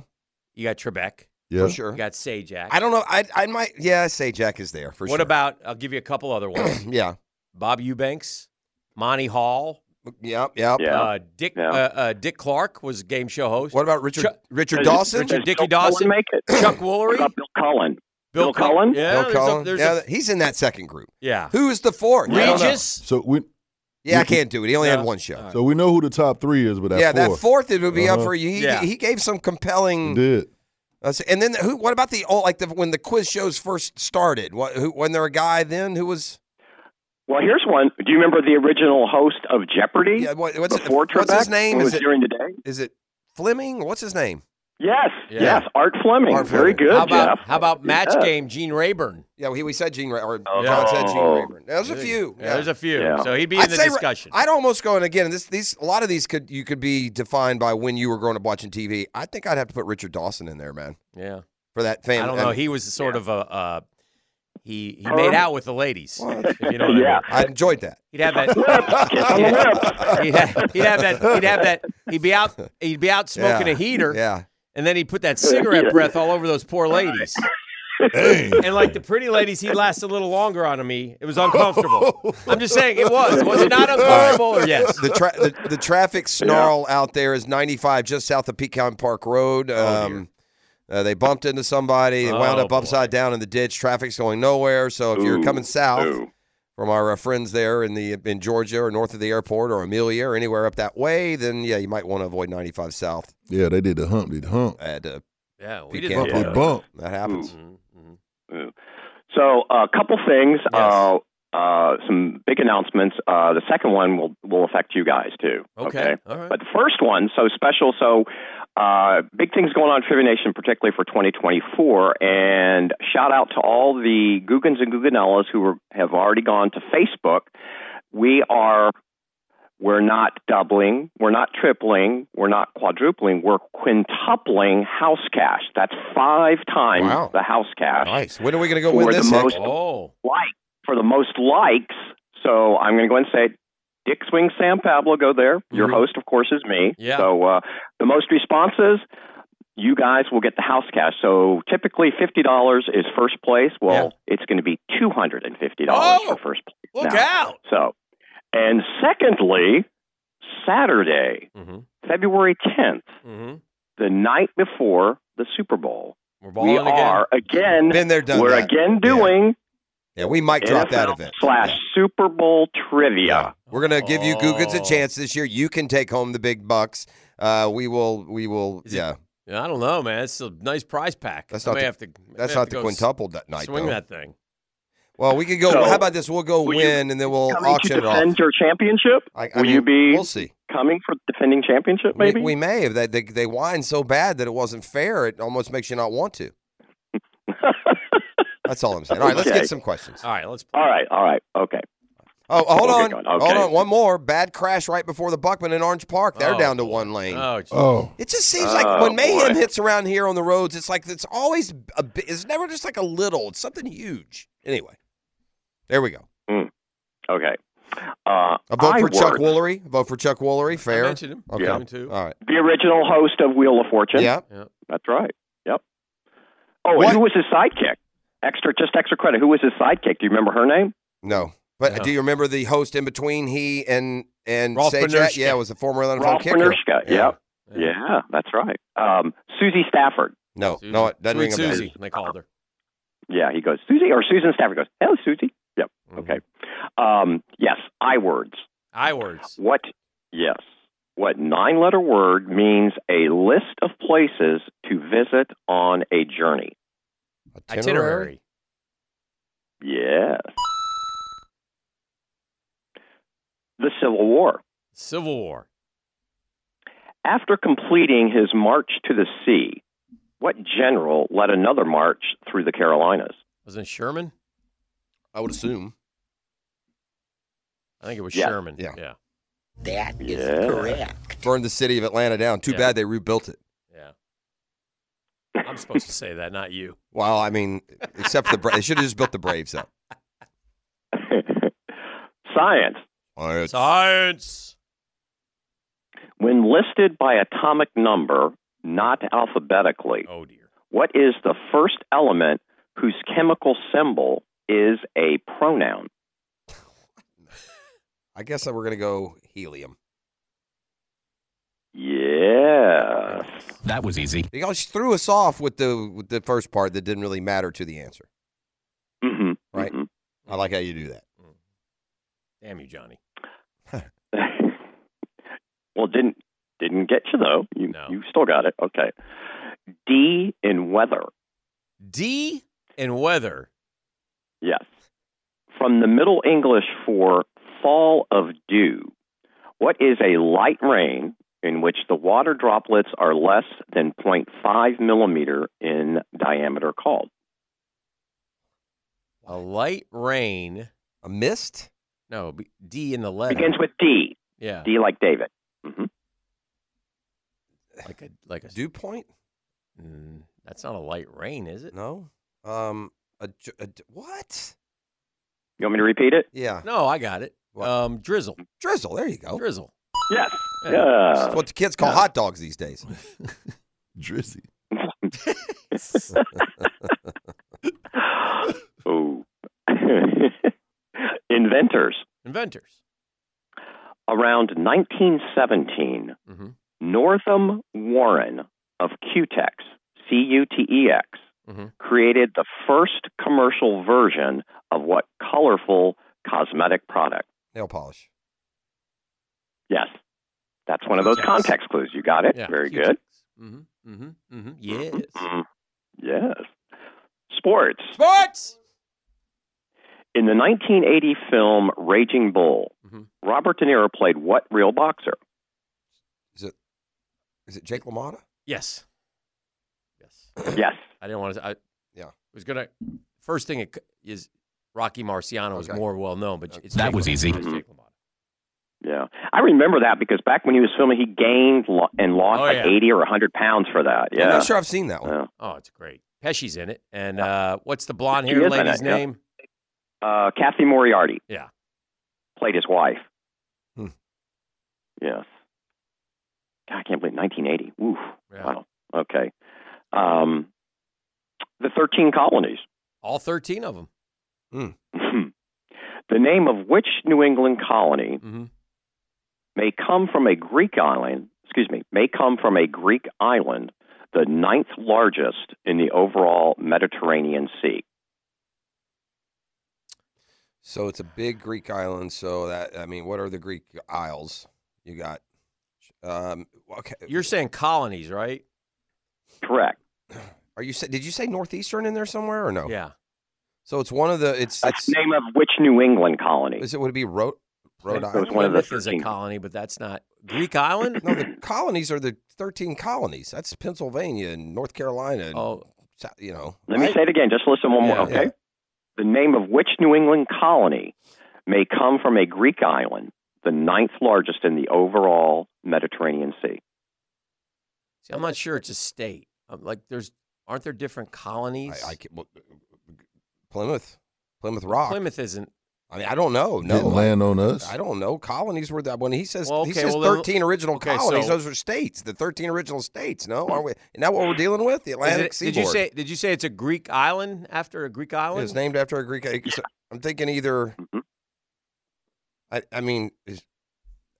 Speaker 9: You got Trebek.
Speaker 5: Yeah. For
Speaker 6: sure.
Speaker 9: You got Sajak.
Speaker 6: I don't know. I I might. Yeah, Sajak is there for
Speaker 9: What
Speaker 6: sure.
Speaker 9: about? I'll give you a couple other ones.
Speaker 6: yeah.
Speaker 9: Bob Eubanks, Monty Hall.
Speaker 6: Yep. Yep.
Speaker 9: Uh, Dick uh, uh, Dick Clark was a game show host.
Speaker 6: What about Richard Richard
Speaker 9: Does-
Speaker 6: Dawson?
Speaker 9: Richard Dickie Dawson.
Speaker 12: make it?
Speaker 9: Chuck Woolery.
Speaker 12: Bill Cullen.
Speaker 9: Bill, Cullen. Yeah.
Speaker 6: Bill
Speaker 9: there's a-
Speaker 6: Cullen.
Speaker 9: there's a-
Speaker 6: yeah, he's in that second group.
Speaker 9: Yeah.
Speaker 6: Who is the fourth? I don't know.
Speaker 9: Regis.
Speaker 5: So we.
Speaker 6: Yeah, I can't do it. He only had one show.
Speaker 5: So we know who the top three is, but that
Speaker 6: yeah, that
Speaker 5: fourth.
Speaker 6: fourth it would be up
Speaker 5: Uh-huh.
Speaker 6: for you. He,
Speaker 5: Yeah.
Speaker 6: he gave some compelling.
Speaker 5: did.
Speaker 6: Uh, so- and then who? What about the old like the when the quiz shows first started? What who, when there a guy then who was
Speaker 12: Well, here's one. Do you remember the original host of Jeopardy?
Speaker 6: Yeah, what- what's it-
Speaker 12: before
Speaker 6: what's his
Speaker 12: Trebek?
Speaker 6: name?
Speaker 12: It
Speaker 6: Is
Speaker 12: was
Speaker 6: it-
Speaker 12: during the day.
Speaker 6: is it Fleming? What's his name?
Speaker 12: Yes,
Speaker 6: Yeah.
Speaker 12: yes. Art Fleming.
Speaker 6: Art
Speaker 12: Very
Speaker 6: Fleming.
Speaker 12: good,
Speaker 6: How about-
Speaker 12: Jeff.
Speaker 9: How about match
Speaker 12: Yeah.
Speaker 9: game? Gene Rayburn.
Speaker 6: Yeah, we, we said Gene Ray, or
Speaker 9: Yeah.
Speaker 6: John said Gene
Speaker 9: Oh.
Speaker 6: Rayburn. There's a
Speaker 9: Yeah.
Speaker 6: few.
Speaker 9: Yeah, there's a few.
Speaker 12: Yeah.
Speaker 9: So he'd be in the
Speaker 6: say Ra-
Speaker 9: discussion.
Speaker 6: I'd almost go and again. This these a lot of these could you could be defined by when you were growing up watching TV. I think I'd have to put Richard Dawson in there, man,
Speaker 9: yeah.
Speaker 6: for that fan.
Speaker 9: I don't
Speaker 6: and-
Speaker 9: know. He was sort of a uh, he he made out with the ladies. if you know what I mean.
Speaker 6: I enjoyed that.
Speaker 9: He'd have that. Yeah. he'd, have, he'd have that. He'd have that. He'd be out. He'd be out smoking
Speaker 6: Yeah.
Speaker 9: a heater.
Speaker 6: Yeah.
Speaker 9: And then he'd put that cigarette
Speaker 6: Yeah.
Speaker 9: breath all over those poor ladies. and like the pretty ladies, he lasted a little longer on me. It was uncomfortable. I'm just saying, it was. Was it not uncomfortable or yes?
Speaker 6: The, tra- the the traffic snarl out there is 95 just south of Pecan Park Road. Um, uh, they bumped into somebody. They wound
Speaker 9: Oh,
Speaker 6: up upside down in the ditch. Traffic's going nowhere. So if you're
Speaker 12: Ooh,
Speaker 6: coming south from our uh, friends there in the in Georgia or north of the airport or Amelia or anywhere up that way, then yeah, you might want to avoid 95 south.
Speaker 5: Yeah, they did the Humpty Hump.
Speaker 6: At, uh,
Speaker 9: Yeah,
Speaker 6: we
Speaker 5: did Humpty
Speaker 12: that.
Speaker 5: Bump.
Speaker 6: That happens.
Speaker 12: So a couple things. Uh, uh, some big announcements. Uh, the second one will will affect you guys too.
Speaker 9: Okay. All right.
Speaker 12: But the first one, so special. So uh, big things going on in Trivia Nation, particularly for 2024. And shout out to all the Googans and Guggenellas who are, have already gone to Facebook. We are. We're not doubling, we're not tripling, we're not quadrupling, we're quintupling house cash. That's five times
Speaker 6: Wow.
Speaker 12: the house cash
Speaker 6: Nice. When are we going to go
Speaker 12: For
Speaker 6: win
Speaker 12: the
Speaker 6: this? Hick?
Speaker 12: most-
Speaker 9: Oh,
Speaker 12: like for the most likes. So I'm going to go ahead and say, Dick Swing Sam Pablo, go there. Your host, of course, is me.
Speaker 9: Mm-hmm. Yeah.
Speaker 12: So uh, the most responses, you guys will get the house cash. So typically fifty dollars is first place. Well, it's going to be two hundred and fifty dollars for first place.
Speaker 9: Oh, Look
Speaker 12: now.
Speaker 9: out.
Speaker 12: So, and secondly, Saturday,
Speaker 9: Mm-hmm.
Speaker 12: February 10th,
Speaker 9: Mhm.
Speaker 12: the night before the Super Bowl.
Speaker 9: We're
Speaker 12: we
Speaker 9: balling again.
Speaker 12: are again.
Speaker 6: Been there, done
Speaker 12: We're
Speaker 6: that.
Speaker 12: again doing
Speaker 6: Yeah, we might drop that
Speaker 12: NFL
Speaker 6: event.
Speaker 12: slash Super Bowl trivia.
Speaker 6: We're gonna give you Googans a chance this year. You can take home the big bucks. Uh, we will. We will. yeah,
Speaker 9: Yeah, I don't know, man. It's a nice prize pack.
Speaker 6: That's
Speaker 9: I
Speaker 6: not
Speaker 9: may
Speaker 6: the-
Speaker 9: have to.
Speaker 6: that's
Speaker 9: may have to
Speaker 6: not the
Speaker 9: go s-
Speaker 6: quintuple that night,
Speaker 9: Swing
Speaker 6: though.
Speaker 9: that thing.
Speaker 6: Well, we could go.
Speaker 12: So,
Speaker 6: how about this? We'll go win, and then we'll
Speaker 12: Coming to
Speaker 6: auction it off.
Speaker 12: defend your championship?
Speaker 6: I- I
Speaker 12: Will you
Speaker 6: mean,
Speaker 12: be
Speaker 6: We'll see.
Speaker 12: coming for defending championship?
Speaker 6: We,
Speaker 12: Maybe.
Speaker 6: we may have. They, they they whined so bad that it wasn't fair. It almost makes you not want to. That's all I'm saying. All right, let's
Speaker 12: Okay.
Speaker 6: get some questions.
Speaker 9: All right, let's.
Speaker 12: all right. All right. Okay.
Speaker 6: Oh, hold
Speaker 12: Okay,
Speaker 6: on,
Speaker 12: God,
Speaker 6: hold
Speaker 12: okay.
Speaker 6: on. One more bad crash right before the Buckman in Orange Park. They're
Speaker 9: Oh,
Speaker 6: down to one lane.
Speaker 9: Oh, geez.
Speaker 5: Oh.
Speaker 6: It just seems like
Speaker 12: Oh,
Speaker 6: when mayhem
Speaker 12: boy.
Speaker 6: hits around here on the roads, it's like it's always a, bi- it's never just like a little. It's something huge. Anyway, there we go.
Speaker 12: Mm. Okay. Uh,
Speaker 6: A vote
Speaker 12: I
Speaker 6: for Chuck
Speaker 12: work-
Speaker 6: Woolery. A vote for Chuck Woolery. Fair.
Speaker 9: mentioned him.
Speaker 6: Okay.
Speaker 9: Yeah. Him too.
Speaker 6: All right.
Speaker 12: the original host of Wheel of Fortune.
Speaker 6: Yep.
Speaker 9: Yep.
Speaker 12: That's right. Yep. Oh, and who was his sidekick? Extra, just extra credit. Who was his sidekick? Do you remember her name?
Speaker 6: No. But
Speaker 9: No.
Speaker 6: do you remember the host in between he and and
Speaker 9: Rolf
Speaker 6: Sajak?
Speaker 9: Bonierska.
Speaker 6: Yeah, it was a former Atlanta
Speaker 12: Rolf
Speaker 6: Falcon kicker.
Speaker 12: Panerska.
Speaker 6: Yeah.
Speaker 12: Yep. Yeah. that's right. Um, Susie Stafford.
Speaker 6: No,
Speaker 9: Susie.
Speaker 6: no, it doesn't
Speaker 9: Sweet
Speaker 6: ring a bell.
Speaker 9: Susie. They called her.
Speaker 12: Yeah, he goes Susie or Susan Stafford goes. Hello, Susie. Yep.
Speaker 6: Mm-hmm.
Speaker 12: Okay. Um, yes, I words.
Speaker 9: I words.
Speaker 12: What? Yes. What nine-letter word means a list of places to visit on a journey?
Speaker 9: Itinerary.
Speaker 12: Yes. The Civil War.
Speaker 9: Civil War.
Speaker 12: After completing his march to the sea, what general led another march through the Carolinas?
Speaker 9: Wasn't it Sherman?
Speaker 6: I would assume.
Speaker 9: I think it was
Speaker 12: Yeah.
Speaker 9: Sherman.
Speaker 6: Yeah.
Speaker 9: Yeah.
Speaker 13: That is
Speaker 6: Yeah.
Speaker 13: correct.
Speaker 6: Burned the city of Atlanta down. Too
Speaker 9: Yeah.
Speaker 6: bad they rebuilt it.
Speaker 9: I'm supposed to say
Speaker 6: Uh,
Speaker 9: that, not you.
Speaker 6: Well, I mean, except for the Bra- they should have just built the Braves up.
Speaker 12: Science.
Speaker 6: Science.
Speaker 9: Science.
Speaker 12: When listed by atomic number, not alphabetically,
Speaker 9: oh dear.
Speaker 12: what is the first element whose chemical symbol is a pronoun?
Speaker 6: I guess that we're gonna go helium.
Speaker 12: Yeah.
Speaker 6: That was easy. You guys threw us off with the with the first part that didn't really matter to the answer.
Speaker 12: Mm-hmm.
Speaker 6: Right. I like how you do that.
Speaker 9: Damn you, Johnny.
Speaker 12: Well, didn't didn't get you though. You you still got it. Okay. D in weather.
Speaker 9: D in weather.
Speaker 12: Yes. From the Middle English for fall of dew. What is a light rain in which the water droplets are less than 0.5 millimeter in diameter called?
Speaker 9: A light rain.
Speaker 6: A mist?
Speaker 9: No, B- D in the letter.
Speaker 12: Begins with D.
Speaker 9: Yeah.
Speaker 12: D like David. Mm-hmm.
Speaker 9: Like a like a
Speaker 6: dew point.
Speaker 9: Mm, that's not a light rain, is it?
Speaker 6: No. Um. A, ju- a d- what?
Speaker 12: You want me to repeat it?
Speaker 6: Yeah.
Speaker 9: No, I got it. Um, drizzle.
Speaker 6: Drizzle. There you go.
Speaker 9: Drizzle.
Speaker 12: Yes.
Speaker 6: It's what the kids call hot dogs these days.
Speaker 5: Drizzy.
Speaker 12: Oh. Inventors.
Speaker 9: Inventors.
Speaker 12: Around 1917,
Speaker 9: Mhm.
Speaker 12: Northam Warren of Cutex, C U T E X,
Speaker 6: Mm-hmm.
Speaker 9: Mhm.
Speaker 12: created the first commercial version of what colorful cosmetic product?
Speaker 6: Nail polish.
Speaker 12: Yes. That's one of those
Speaker 9: Cutex.
Speaker 12: context clues. You got it.
Speaker 9: E Yeah,
Speaker 12: Very
Speaker 9: Cutex.
Speaker 12: good.
Speaker 9: Mm-hmm. Mm-hmm. Mm-hmm. Yes.
Speaker 12: Mhm. Yes. Sports.
Speaker 9: Sports.
Speaker 12: In the 1980 film Raging Bull,
Speaker 9: Mhm.
Speaker 12: Robert De Niro played what real boxer?
Speaker 6: Is it Jake LaMotta?
Speaker 9: Yes.
Speaker 12: yes.
Speaker 9: I didn't want to. I,
Speaker 6: yeah. I
Speaker 9: was gonna. First thing it, c- is Rocky Marciano is
Speaker 12: Okay.
Speaker 9: more well known, but it's
Speaker 12: That
Speaker 9: Jake
Speaker 12: was
Speaker 9: LaMotta.
Speaker 12: easy.
Speaker 9: It's Jake LaMotta.
Speaker 12: Yeah, I remember that because back when he was filming, he gained lo- and lost
Speaker 9: Oh,
Speaker 12: like
Speaker 9: yeah.
Speaker 12: eighty or hundred pounds for that. Yeah,
Speaker 6: I'm not sure I've seen that one.
Speaker 12: Yeah.
Speaker 9: Oh, it's great. Pesci's in it, and uh, what's the blonde
Speaker 12: He
Speaker 9: haired
Speaker 12: is in it,
Speaker 9: lady's
Speaker 12: yeah.
Speaker 9: name?
Speaker 12: Uh, Kathy Moriarty
Speaker 9: Yeah.
Speaker 12: played his wife.
Speaker 6: Hmm.
Speaker 12: Yes, God, I can't believe nineteen eighty. Woo, wow. Okay, um, the thirteen colonies.
Speaker 9: All thirteen of them.
Speaker 12: the name of which New England colony
Speaker 6: Mm-hmm.
Speaker 9: Mhm.
Speaker 12: may come from a Greek island, excuse me, may come from a Greek island, the ninth largest in the overall Mediterranean Sea.
Speaker 6: So it's a big Greek island. So that I mean, what are the Greek isles? You got. Um, okay.
Speaker 9: You're saying colonies, right?
Speaker 12: Correct.
Speaker 6: Are you? Say, did you say northeastern in there somewhere or no?
Speaker 9: Yeah.
Speaker 6: So it's one of the. It's. it's
Speaker 12: That's the name of which New England colony?
Speaker 6: is it? Would it be Rhode? Rhode
Speaker 12: It was
Speaker 6: Island.
Speaker 12: one of the
Speaker 9: Plymouth is a
Speaker 12: 13.
Speaker 9: colony, but that's not Greek island.
Speaker 6: No, the colonies are the thirteen colonies. That's Pennsylvania and North Carolina. And,
Speaker 9: oh,
Speaker 6: you know.
Speaker 12: Let me say it again. Just listen one more,
Speaker 6: Yeah.
Speaker 12: okay? The name of which New England colony may come from a Greek island, the ninth largest in the overall Mediterranean Sea?
Speaker 9: See, I'm not sure it's a state. I'm like, there's aren't there different colonies?
Speaker 6: I can't- well, Plymouth, Plymouth Rock.
Speaker 9: Plymouth isn't.
Speaker 6: I mean, I don't know. No,
Speaker 5: Didn't land on us.
Speaker 6: I don't know. Colonies were that when he says
Speaker 9: Well,
Speaker 6: he
Speaker 9: okay,
Speaker 6: says
Speaker 9: well, then-
Speaker 6: thirteen original
Speaker 9: okay,
Speaker 6: colonies.
Speaker 9: so-
Speaker 6: those are states. The thirteen original states. No, aren't we? Isn't that what we're dealing with? The
Speaker 9: Is
Speaker 6: Atlantic
Speaker 9: it-
Speaker 6: Seaboard.
Speaker 9: did you say? Did you say it's a Greek island after a Greek island?
Speaker 6: it's named after a Greek? so I'm thinking either. I, I mean, is-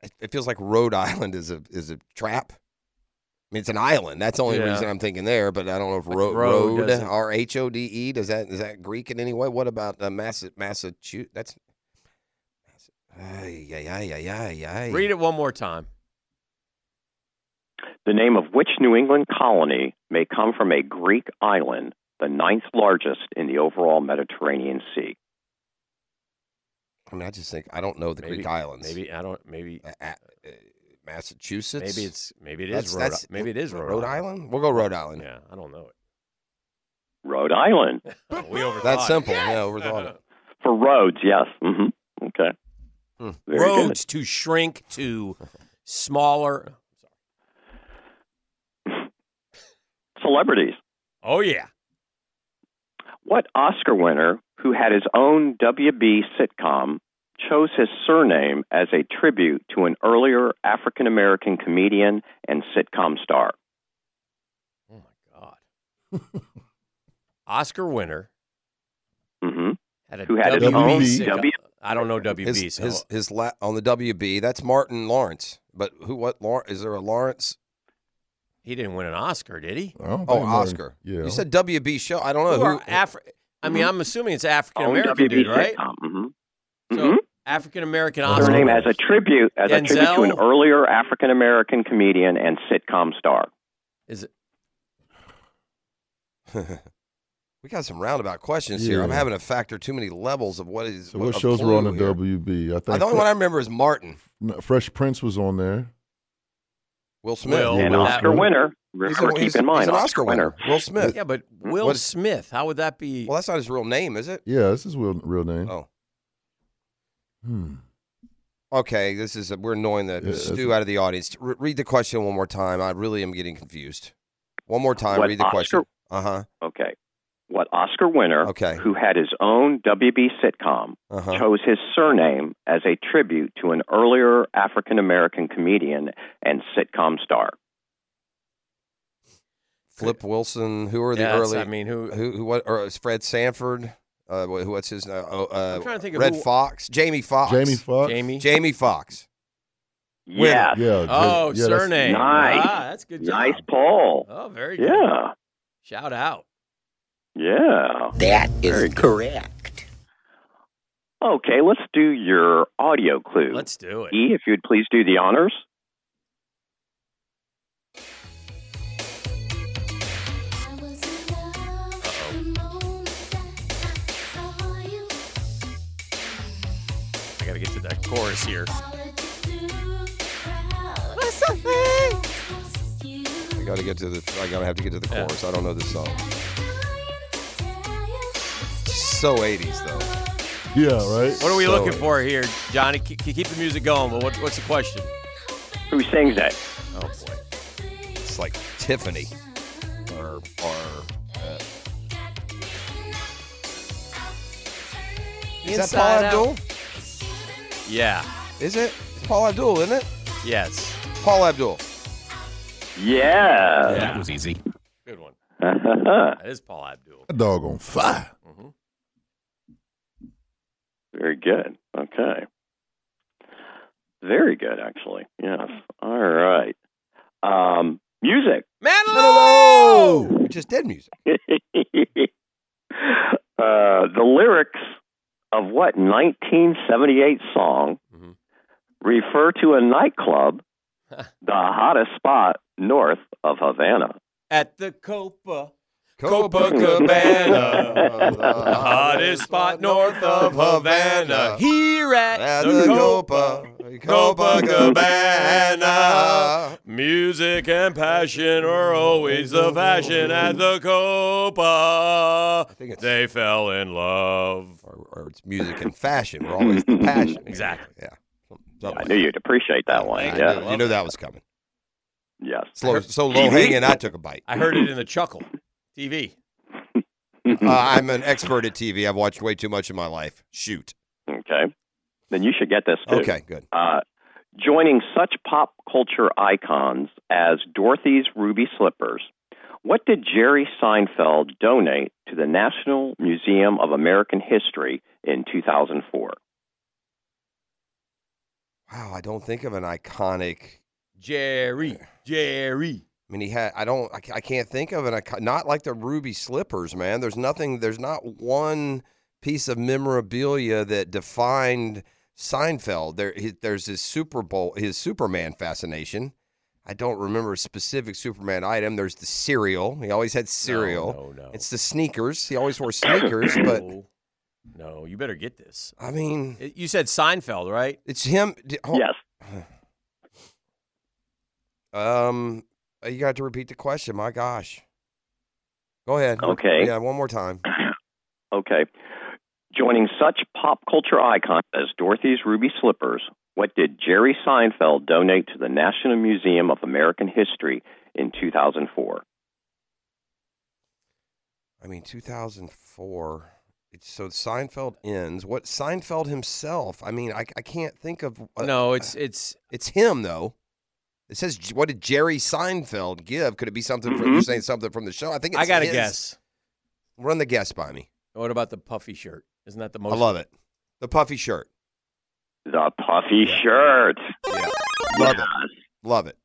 Speaker 6: it it feels like Rhode Island is a is a trap. I mean, it's an island. That's the only
Speaker 9: Yeah.
Speaker 6: reason I'm thinking there. But I don't know if Ro-
Speaker 9: Rhode
Speaker 6: Rhode
Speaker 9: doesn't-
Speaker 6: R H O D E does that is that Greek in any way? What about uh, Massa- Massachusetts? That's Ay, ay, ay, ay, ay, ay.
Speaker 9: Read it one more time.
Speaker 12: The name of which New England colony may come from a Greek island, the ninth largest in the overall Mediterranean Sea?
Speaker 6: I mean, I just think I don't know the Greek
Speaker 9: Maybe-
Speaker 6: islands. uh,
Speaker 9: Maybe I don't. Maybe
Speaker 6: Massachusetts.
Speaker 9: maybe it's maybe it
Speaker 6: That's-
Speaker 9: is Rhode.
Speaker 6: that's-
Speaker 9: Maybe it is Rhode,
Speaker 6: Rhode Island? We'll go Rhode Island.
Speaker 9: Yeah, I don't know it.
Speaker 12: Rhode Island.
Speaker 9: Oh, we overthought
Speaker 6: That's
Speaker 9: it.
Speaker 6: simple. Yeah, overthought it.
Speaker 12: For roads, yes. hmm Okay. Very
Speaker 9: roads to shrink to smaller.
Speaker 12: Celebrities.
Speaker 9: Oh yeah.
Speaker 12: What Oscar winner who had his own WB sitcom chose his surname as a tribute to an earlier African American comedian and sitcom star?
Speaker 9: Oscar winner
Speaker 12: hmm
Speaker 9: had a
Speaker 6: Who had his
Speaker 9: WB
Speaker 6: own
Speaker 9: sitcom.
Speaker 6: W-
Speaker 9: I don't know WB.
Speaker 6: His,
Speaker 9: so
Speaker 6: his, his la- on the WB. That's Martin Lawrence. But who? What? Law- is there a Lawrence?
Speaker 9: he didn't win an Oscar, did he?
Speaker 6: oh, Oscar. You said WB show. I don't know
Speaker 9: Who
Speaker 6: who.
Speaker 9: are Afri- I mean,
Speaker 6: Mhm.
Speaker 9: I'm assuming it's African
Speaker 12: Oh,
Speaker 6: Own
Speaker 9: American dude,
Speaker 6: WB
Speaker 9: right?
Speaker 12: Mm-hmm.
Speaker 9: So African American Oscar.
Speaker 12: Surname as a tribute as a tribute to an
Speaker 9: Denzel?
Speaker 12: earlier African American comedian and sitcom star.
Speaker 9: Is it?
Speaker 6: we got some roundabout questions here. I'm
Speaker 5: Yeah.
Speaker 6: having to factor too many levels of what is.
Speaker 5: So what
Speaker 6: of
Speaker 5: shows were on the
Speaker 6: clue here.
Speaker 5: WB? I
Speaker 6: Uh,
Speaker 5: think
Speaker 6: the only one I remember is Martin.
Speaker 5: No, Fresh Prince was on there.
Speaker 6: Will Smith.
Speaker 5: Will And Will Oscar Smith. winner.
Speaker 12: Remember, keep in mind,
Speaker 6: he's an
Speaker 12: Oscar
Speaker 6: Oscar winner.
Speaker 12: winner.
Speaker 6: Will Smith. Mm.
Speaker 9: Yeah, but Will
Speaker 6: What-
Speaker 9: Smith. How would that be?
Speaker 6: Well, that's not his real name, is it?
Speaker 5: Yeah, this is real, real name.
Speaker 6: Oh.
Speaker 5: Hmm.
Speaker 6: Okay, this is we're annoying the
Speaker 5: Yeah,
Speaker 6: stew out of the audience. Re- read the question one more time. I really am getting confused. One more time.
Speaker 12: What
Speaker 6: read the
Speaker 12: Oscar-
Speaker 6: question. Uh huh.
Speaker 12: Okay. What Oscar winner
Speaker 6: Okay.
Speaker 12: who had his own WB sitcom
Speaker 6: Uh-huh.
Speaker 12: chose his surname as a tribute to an earlier African American comedian and sitcom star?
Speaker 6: Flip Wilson. Who are the
Speaker 9: Yeah, that's-
Speaker 6: early?
Speaker 9: I mean, who-
Speaker 6: who, who what? Or is Fred Sanford? Uh, wh- who, what's his? Uh, oh, uh,
Speaker 9: I'm trying to think of
Speaker 6: Red
Speaker 9: who-
Speaker 6: Fox. Jamie Fox.
Speaker 5: Jamie Fox.
Speaker 9: Jamie.
Speaker 6: Jamie Fox.
Speaker 12: Yes.
Speaker 5: Yeah.
Speaker 9: Oh,
Speaker 5: yeah, that's-
Speaker 9: surname.
Speaker 12: Nice.
Speaker 9: Ah, that's good job.
Speaker 12: Nice poll.
Speaker 9: Oh, very good.
Speaker 12: Yeah.
Speaker 9: Shout out.
Speaker 12: Yeah. That is correct. Okay, let's do your audio clue.
Speaker 9: Let's do it.
Speaker 12: E, if you'd please do the honors.
Speaker 9: I got to get to that chorus here.
Speaker 6: I gotta get to the. I gotta have to get to the chorus. I don't know this song. So 80s though.
Speaker 5: Yeah, right.
Speaker 9: What are we
Speaker 6: So-
Speaker 9: looking for here, Johnny? Keep, keep the music going, but what, what's the question?
Speaker 12: Who sings that?
Speaker 9: Oh boy,
Speaker 6: It's like Tiffany. Or or. Uh, is that Paul
Speaker 9: Inside Out.
Speaker 6: Abdul?
Speaker 9: Yeah.
Speaker 6: Is it? It's Paul Abdul, isn't it?
Speaker 9: Yes.
Speaker 6: Paul Abdul.
Speaker 12: Yeah.
Speaker 9: That
Speaker 5: was easy.
Speaker 9: Good one.
Speaker 12: That
Speaker 9: is Paul Abdul.
Speaker 5: That dog on fire.
Speaker 12: Very good. Okay. Very good, actually. Yes. All right. Um, music.
Speaker 6: Manilow! We just did music.
Speaker 12: uh, the lyrics of what 1978 song refer to a nightclub, the hottest spot north of Havana?
Speaker 9: At the Copa.
Speaker 12: Copacabana,
Speaker 9: the hottest spot north of Havana. Here at,
Speaker 6: At
Speaker 9: the,
Speaker 6: the
Speaker 9: Copa,
Speaker 6: Copacabana.
Speaker 9: Copacabana. Music and passion are always the fashion at the Copa. Uh, They fell in love.
Speaker 6: Or, or it's music and fashion. We're always the passion.
Speaker 9: Exactly.
Speaker 6: Yeah.
Speaker 12: I knew you'd appreciate that one.
Speaker 6: I
Speaker 12: yeah.
Speaker 6: knew, you knew that was coming.
Speaker 12: Yes.
Speaker 6: Slow, so low hanging, I took a bite.
Speaker 9: I heard it in the chuckle. TV.
Speaker 6: Uh, I'm an expert at TV. I've watched way too much in my life. Shoot.
Speaker 12: Okay. Then you should get this too.
Speaker 6: Okay, good.
Speaker 12: Uh, joining such pop culture icons as Dorothy's Ruby Slippers, what did Jerry Seinfeld donate to the National Museum of American History in 2004?
Speaker 6: Wow, I don't think of an iconic. Eh.
Speaker 9: Jerry. Jerry.
Speaker 6: I mean, he had. I don't. I, ca- I can't think of an icon. Not like the ruby slippers, man. There's nothing. There's not one piece of memorabilia that defined Seinfeld. There, he, there's his Super Bowl, his Superman fascination. I don't remember a specific Superman item. There's the cereal. He always had cereal.
Speaker 9: no, no.
Speaker 6: It's the sneakers. He always wore sneakers, but
Speaker 9: No. no, you better get this.
Speaker 6: I mean,
Speaker 9: It- You said Seinfeld, right?
Speaker 6: it's him. d- hold- Um, uh, you got to repeat the question. My gosh. Go ahead.
Speaker 12: Okay.
Speaker 6: Yeah, one more time.
Speaker 12: Okay. Joining such pop culture icons as Dorothy's Ruby Slippers, what did Jerry Seinfeld donate to the National Museum of American History in 2004?
Speaker 6: I mean, 2004. It's, so Seinfeld ends. What Seinfeld himself? I mean, I, I can't think of. uh,
Speaker 9: no, it's it's
Speaker 6: it's him though. It says J- what did Jerry Seinfeld give? Could it be something from you're
Speaker 9: Mhm.
Speaker 6: saying something from the show? I think it's
Speaker 9: I got a
Speaker 6: his.
Speaker 9: guess.
Speaker 6: Run the guess by me.
Speaker 9: What about the puffy shirt? Isn't that the most?
Speaker 6: I love it. The puffy shirt.
Speaker 12: The puffy shirt.
Speaker 6: Yeah. Love it. Love it.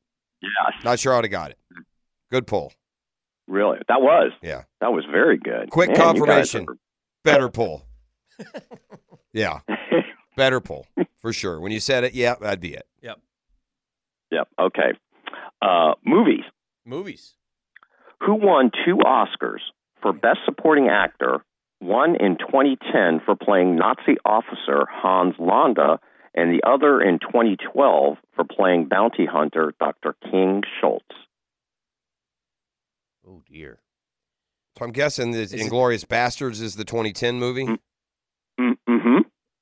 Speaker 12: Yes.
Speaker 6: Not sure I would have got it. Good pull.
Speaker 12: Really? That was.
Speaker 6: Yeah.
Speaker 12: That was very good.
Speaker 6: Quick
Speaker 12: Man, you guys
Speaker 6: confirmation.
Speaker 12: are-
Speaker 6: Better pull. yeah. Better pull for sure. When you said it, yeah, that'd be it.
Speaker 12: Yep. Okay. Uh, movies.
Speaker 9: Movies.
Speaker 12: Who won two Oscars for Best Supporting Actor, one in 2010 for playing Nazi officer Hans Landa, and the other in 2012 for playing bounty hunter Dr. King Schultz?
Speaker 9: Oh dear.
Speaker 6: So I'm guessing that Inglorious Bastards is the 2010 movie.
Speaker 12: Mm, Mm-hmm.